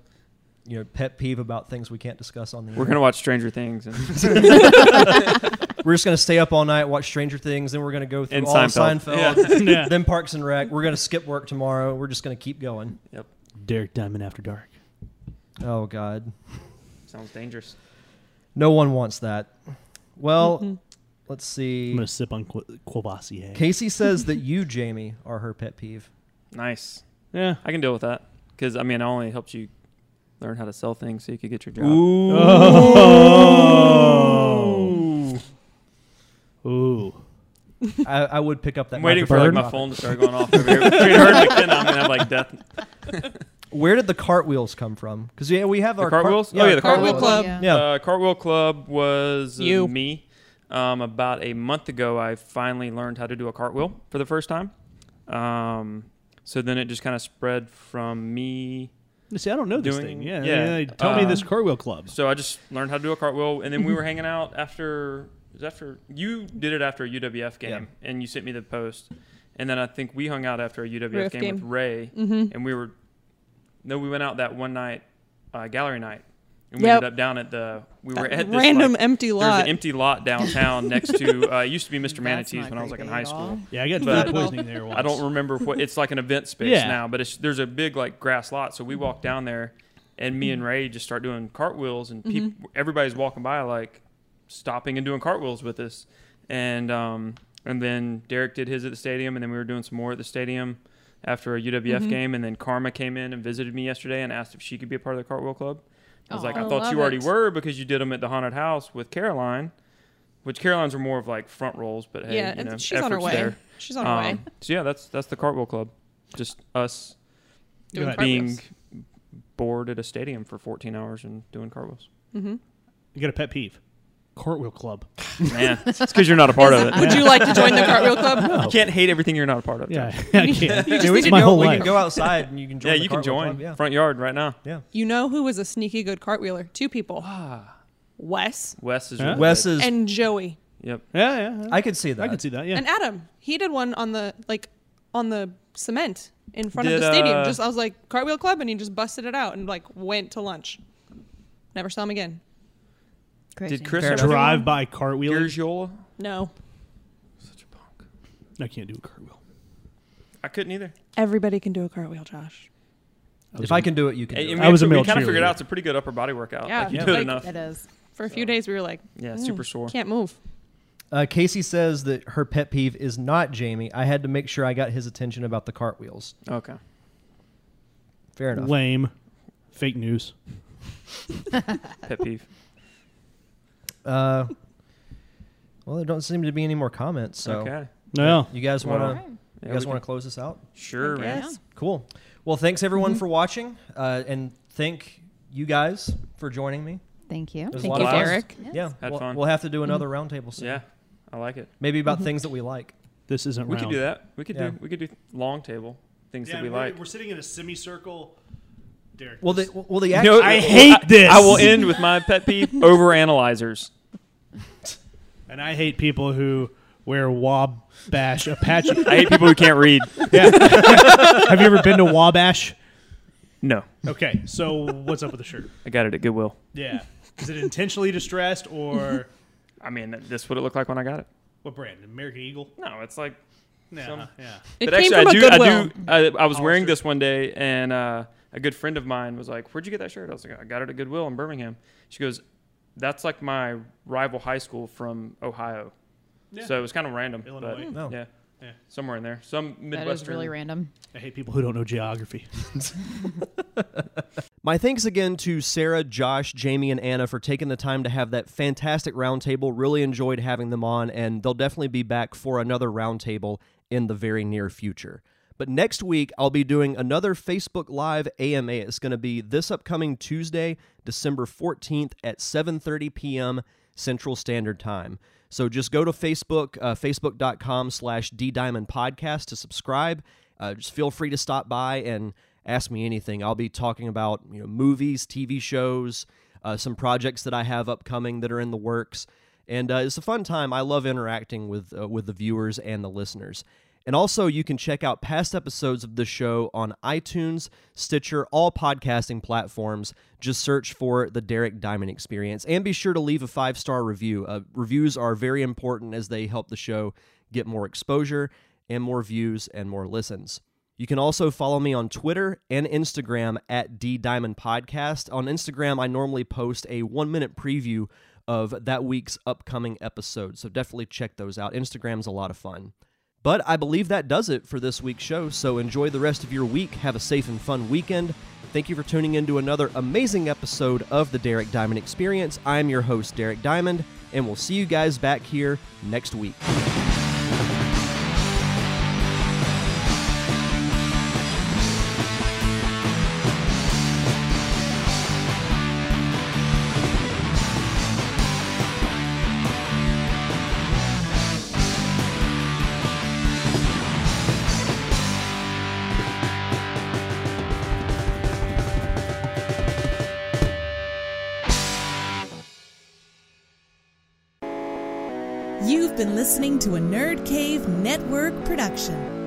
[SPEAKER 1] you know pet peeve about things we can't discuss on the.
[SPEAKER 4] We're
[SPEAKER 1] air.
[SPEAKER 4] gonna watch Stranger Things and
[SPEAKER 1] We're just gonna stay up all night, watch Stranger Things, then we're gonna go through
[SPEAKER 4] And
[SPEAKER 1] all of
[SPEAKER 4] Seinfeld.
[SPEAKER 1] Seinfeld,
[SPEAKER 6] Yeah.
[SPEAKER 1] then Parks and Rec. We're gonna skip work tomorrow. We're just gonna keep going.
[SPEAKER 4] yep.
[SPEAKER 6] Derek Diamond After Dark.
[SPEAKER 1] Oh God.
[SPEAKER 4] Sounds dangerous.
[SPEAKER 1] No one wants that. Well, let's see.
[SPEAKER 6] I'm gonna sip on Qu- Quavassier.
[SPEAKER 1] Casey says that you, Jamie, are her pet peeve.
[SPEAKER 4] Nice.
[SPEAKER 6] Yeah.
[SPEAKER 4] I can deal with that because I mean, I only helped you learn how to sell things so you could get your job.
[SPEAKER 6] Oh. Ooh.
[SPEAKER 1] I, I would pick up that.
[SPEAKER 4] I'm waiting for like
[SPEAKER 1] microphone.
[SPEAKER 4] my phone to start going off over here. Between her and McKenna, I'm gonna have like death.
[SPEAKER 1] Where did the cartwheels come from? Because yeah, we have
[SPEAKER 4] The
[SPEAKER 1] our cart-
[SPEAKER 4] cartwheels? Oh, yeah, the
[SPEAKER 7] Cartwheel Club.
[SPEAKER 10] Yeah.
[SPEAKER 1] Yeah.
[SPEAKER 4] Uh, Cartwheel Club was uh,
[SPEAKER 7] You.
[SPEAKER 4] me. Um, about a month ago, I finally learned how to do a cartwheel for the first time. Um, so then it just kind of spread from me.
[SPEAKER 6] See, I don't know this
[SPEAKER 4] Doing-
[SPEAKER 6] thing. Yeah,
[SPEAKER 4] yeah.
[SPEAKER 6] yeah, Tell me
[SPEAKER 4] Uh,
[SPEAKER 6] this cartwheel club.
[SPEAKER 4] So I just learned how to do a cartwheel, and then we were hanging out after. It was after you did it after a UWF game, and you sent me the post, and then I think we hung out after a UWF
[SPEAKER 7] Roof
[SPEAKER 4] game, with
[SPEAKER 7] game. Mm-hmm.
[SPEAKER 4] Ray, and we were. No, we went out that one night, uh, gallery night, and we
[SPEAKER 7] Yep.
[SPEAKER 4] ended up down at the. We were
[SPEAKER 7] That
[SPEAKER 4] at this,
[SPEAKER 7] random
[SPEAKER 4] like,
[SPEAKER 7] empty
[SPEAKER 4] There was
[SPEAKER 7] lot.
[SPEAKER 4] an empty lot downtown next to. Uh, it used to be Mr. Manatee's
[SPEAKER 10] not
[SPEAKER 4] when I was like in
[SPEAKER 10] creepy
[SPEAKER 4] high
[SPEAKER 10] at all.
[SPEAKER 4] school.
[SPEAKER 6] Yeah, I got
[SPEAKER 4] But-
[SPEAKER 6] food poisoning there once.
[SPEAKER 4] I don't remember what it's like an event space
[SPEAKER 6] Yeah.
[SPEAKER 4] now, but it's, there's a big like grass lot. So we walk down there, and me and Ray just start doing cartwheels, and peop
[SPEAKER 7] Mm-hmm.
[SPEAKER 4] everybody's walking by like stopping and doing cartwheels with us, and um, and then Derek did his at the stadium, and then we were doing some more at the stadium after a UWF
[SPEAKER 7] Mm-hmm.
[SPEAKER 4] game, and then Karma came in and visited me yesterday and asked if she could be a part of the cartwheel club. I was like,
[SPEAKER 10] Aw.
[SPEAKER 4] I
[SPEAKER 10] I
[SPEAKER 4] thought you
[SPEAKER 7] love
[SPEAKER 4] already
[SPEAKER 7] it.
[SPEAKER 4] were because you did them at the haunted house with Caroline, which Caroline's are more of like front rolls, but hey,
[SPEAKER 7] yeah,
[SPEAKER 4] you know,
[SPEAKER 7] and she's on her
[SPEAKER 4] efforts
[SPEAKER 7] way.
[SPEAKER 4] there.
[SPEAKER 7] She's on her way.
[SPEAKER 4] Um, So yeah, that's that's the Cartwheel Club. Just us
[SPEAKER 7] Doing
[SPEAKER 6] ahead.
[SPEAKER 4] being
[SPEAKER 7] cartwheels.
[SPEAKER 4] bored at a stadium for 14 hours and doing cartwheels.
[SPEAKER 6] You got a pet peeve. Cartwheel club.
[SPEAKER 4] Man, it's because you're not a part of it.
[SPEAKER 7] Would you like to join the cartwheel club?
[SPEAKER 4] You can't hate everything you're not a part of.
[SPEAKER 6] Yeah, I can't.
[SPEAKER 1] we
[SPEAKER 6] it's
[SPEAKER 1] can
[SPEAKER 6] my
[SPEAKER 1] go,
[SPEAKER 6] whole
[SPEAKER 1] we
[SPEAKER 6] life.
[SPEAKER 1] can go outside and you can join.
[SPEAKER 4] yeah,
[SPEAKER 1] the
[SPEAKER 4] you can
[SPEAKER 1] cartwheel
[SPEAKER 4] join
[SPEAKER 1] club, Yeah.
[SPEAKER 4] front yard right now.
[SPEAKER 7] You know who was a sneaky good cartwheeler? Two people. Wes
[SPEAKER 4] Wes is
[SPEAKER 6] Huh?
[SPEAKER 4] really
[SPEAKER 1] Wes
[SPEAKER 4] good.
[SPEAKER 1] is.
[SPEAKER 7] and Joey.
[SPEAKER 4] Yep.
[SPEAKER 6] Yeah, yeah. yeah.
[SPEAKER 1] I could see that.
[SPEAKER 6] I can see that. Yeah.
[SPEAKER 7] And Adam, he did one on the like on the cement in front
[SPEAKER 4] Did,
[SPEAKER 7] of the stadium.
[SPEAKER 4] uh,
[SPEAKER 7] just I was like cartwheel club, and he just busted it out and like went to lunch. Never saw him again.
[SPEAKER 10] Crazy.
[SPEAKER 4] Did Chris
[SPEAKER 1] Fair
[SPEAKER 4] ever
[SPEAKER 6] Drive by cartwheel.
[SPEAKER 4] Gurgiola?
[SPEAKER 7] No,
[SPEAKER 4] Such a punk.
[SPEAKER 6] I can't do a cartwheel.
[SPEAKER 4] I couldn't either.
[SPEAKER 7] Everybody can do a cartwheel, Josh.
[SPEAKER 12] If I can do it, you can.
[SPEAKER 4] I,
[SPEAKER 12] Do
[SPEAKER 4] mean,
[SPEAKER 12] it.
[SPEAKER 6] I was a
[SPEAKER 4] we
[SPEAKER 6] male
[SPEAKER 4] kind of figured
[SPEAKER 6] cheerleader.
[SPEAKER 4] out it's a pretty good upper body workout.
[SPEAKER 7] Yeah,
[SPEAKER 4] like you
[SPEAKER 7] yeah.
[SPEAKER 4] do
[SPEAKER 7] Like-
[SPEAKER 4] it enough.
[SPEAKER 8] That is.
[SPEAKER 7] For a few days, we were like,
[SPEAKER 4] Yeah,
[SPEAKER 7] "Mm,
[SPEAKER 4] super sore.
[SPEAKER 7] Can't move.
[SPEAKER 12] Uh, Casey says that her pet peeve is not Jamie. I had to make sure I got his attention about the cartwheels.
[SPEAKER 4] Okay.
[SPEAKER 12] Fair enough.
[SPEAKER 6] Lame. Fake news.
[SPEAKER 4] Pet peeve.
[SPEAKER 12] Uh, well, there don't seem to be any more comments. So
[SPEAKER 4] Okay.
[SPEAKER 6] No.
[SPEAKER 12] you guys want
[SPEAKER 4] Well,
[SPEAKER 12] to you
[SPEAKER 4] Yeah,
[SPEAKER 12] guys
[SPEAKER 4] we
[SPEAKER 12] want to
[SPEAKER 4] can-
[SPEAKER 12] close this out?
[SPEAKER 4] Sure, man.
[SPEAKER 7] Yes.
[SPEAKER 12] Cool. Well, thanks
[SPEAKER 4] Mm-hmm.
[SPEAKER 12] everyone for watching, uh, and thank you guys for joining me.
[SPEAKER 13] Thank you.
[SPEAKER 12] There's
[SPEAKER 7] Thank
[SPEAKER 12] a
[SPEAKER 7] you,
[SPEAKER 12] lot of
[SPEAKER 7] Derek.
[SPEAKER 12] Us. Yeah,
[SPEAKER 4] Had
[SPEAKER 12] we'll,
[SPEAKER 4] fun. Mm-hmm.
[SPEAKER 12] we'll have to do another roundtable soon.
[SPEAKER 4] Yeah, Mm-hmm. I like it.
[SPEAKER 12] maybe about things that we like.
[SPEAKER 6] This isn't
[SPEAKER 4] We
[SPEAKER 6] round.
[SPEAKER 4] could do that. We could
[SPEAKER 12] Yeah.
[SPEAKER 4] do we could do long table things that we like.
[SPEAKER 6] sitting in a semicircle. Derek.
[SPEAKER 12] Well, the well the
[SPEAKER 4] You know,
[SPEAKER 12] actual,
[SPEAKER 6] I hate this.
[SPEAKER 4] I will end with my pet peeve: overanalyzers.
[SPEAKER 6] and I hate people who wear Wabash Apache.
[SPEAKER 4] I hate people who can't read.
[SPEAKER 6] Have you ever been to Wabash?
[SPEAKER 4] No,
[SPEAKER 6] Okay, so what's up with the shirt?
[SPEAKER 4] I got it at Goodwill.
[SPEAKER 6] Yeah. Is it intentionally distressed or
[SPEAKER 4] I mean, this what it looked like when I got it.
[SPEAKER 6] what brand? American Eagle?
[SPEAKER 4] No, it's like.
[SPEAKER 6] No.
[SPEAKER 4] Some-
[SPEAKER 6] yeah.
[SPEAKER 7] It
[SPEAKER 4] but
[SPEAKER 7] came
[SPEAKER 4] actually, I
[SPEAKER 7] from
[SPEAKER 4] do.
[SPEAKER 7] a Goodwill.
[SPEAKER 4] I do. I, I was wearing
[SPEAKER 6] sure.
[SPEAKER 4] this one day, and uh, a good friend of mine was like, "Where'd you get that shirt?" I was like, "I got it at Goodwill in Birmingham." She goes, "That's like my rival high school from Ohio."
[SPEAKER 6] Yeah.
[SPEAKER 4] So it was kind of random.
[SPEAKER 6] Illinois.
[SPEAKER 4] But
[SPEAKER 12] No.
[SPEAKER 4] Yeah.
[SPEAKER 6] Yeah.
[SPEAKER 4] Somewhere in there, some
[SPEAKER 8] That
[SPEAKER 4] Midwestern.
[SPEAKER 8] is really random.
[SPEAKER 6] I hate people who don't know geography.
[SPEAKER 1] My thanks again to Sarah, Josh, Jamie, and Anna for taking the time to have that fantastic roundtable. Really enjoyed having them on, and they'll definitely be back for another roundtable in the very near future. But next week, I'll be doing another Facebook Live AMA. It's going to be this upcoming Tuesday, December 14th at 7.30 p.m. Central Standard Time. So just go to Facebook, uh, facebook.com slash ddiamondpodcast to subscribe. Uh, just feel free to stop by and ask me anything. I'll be talking about you know movies, TV shows, uh, some projects that I have upcoming that are in the works, and uh, it's a fun time. I love interacting with uh, with the viewers and the listeners. And also, you can check out past episodes of the show on iTunes, Stitcher, all podcasting platforms. Just search for the Derek Diamond Experience, and be sure to leave a five star review. Uh, reviews are very important as they help the show get more exposure and more views and more listens. You can also follow me on Twitter and Instagram at D Diamond Podcast. On Instagram, I normally post a one minute preview of that week's upcoming episode, so definitely check those out. Instagram's a lot of fun. But I believe that does it for this week's show, so enjoy the rest of your week. Have a safe and fun weekend. Thank you for tuning in to another amazing episode of the Derek Diamond Experience. I'm your host, Derek Diamond, and we'll see you guys back here next week.
[SPEAKER 2] You've been listening to a Nerd Cave Network production.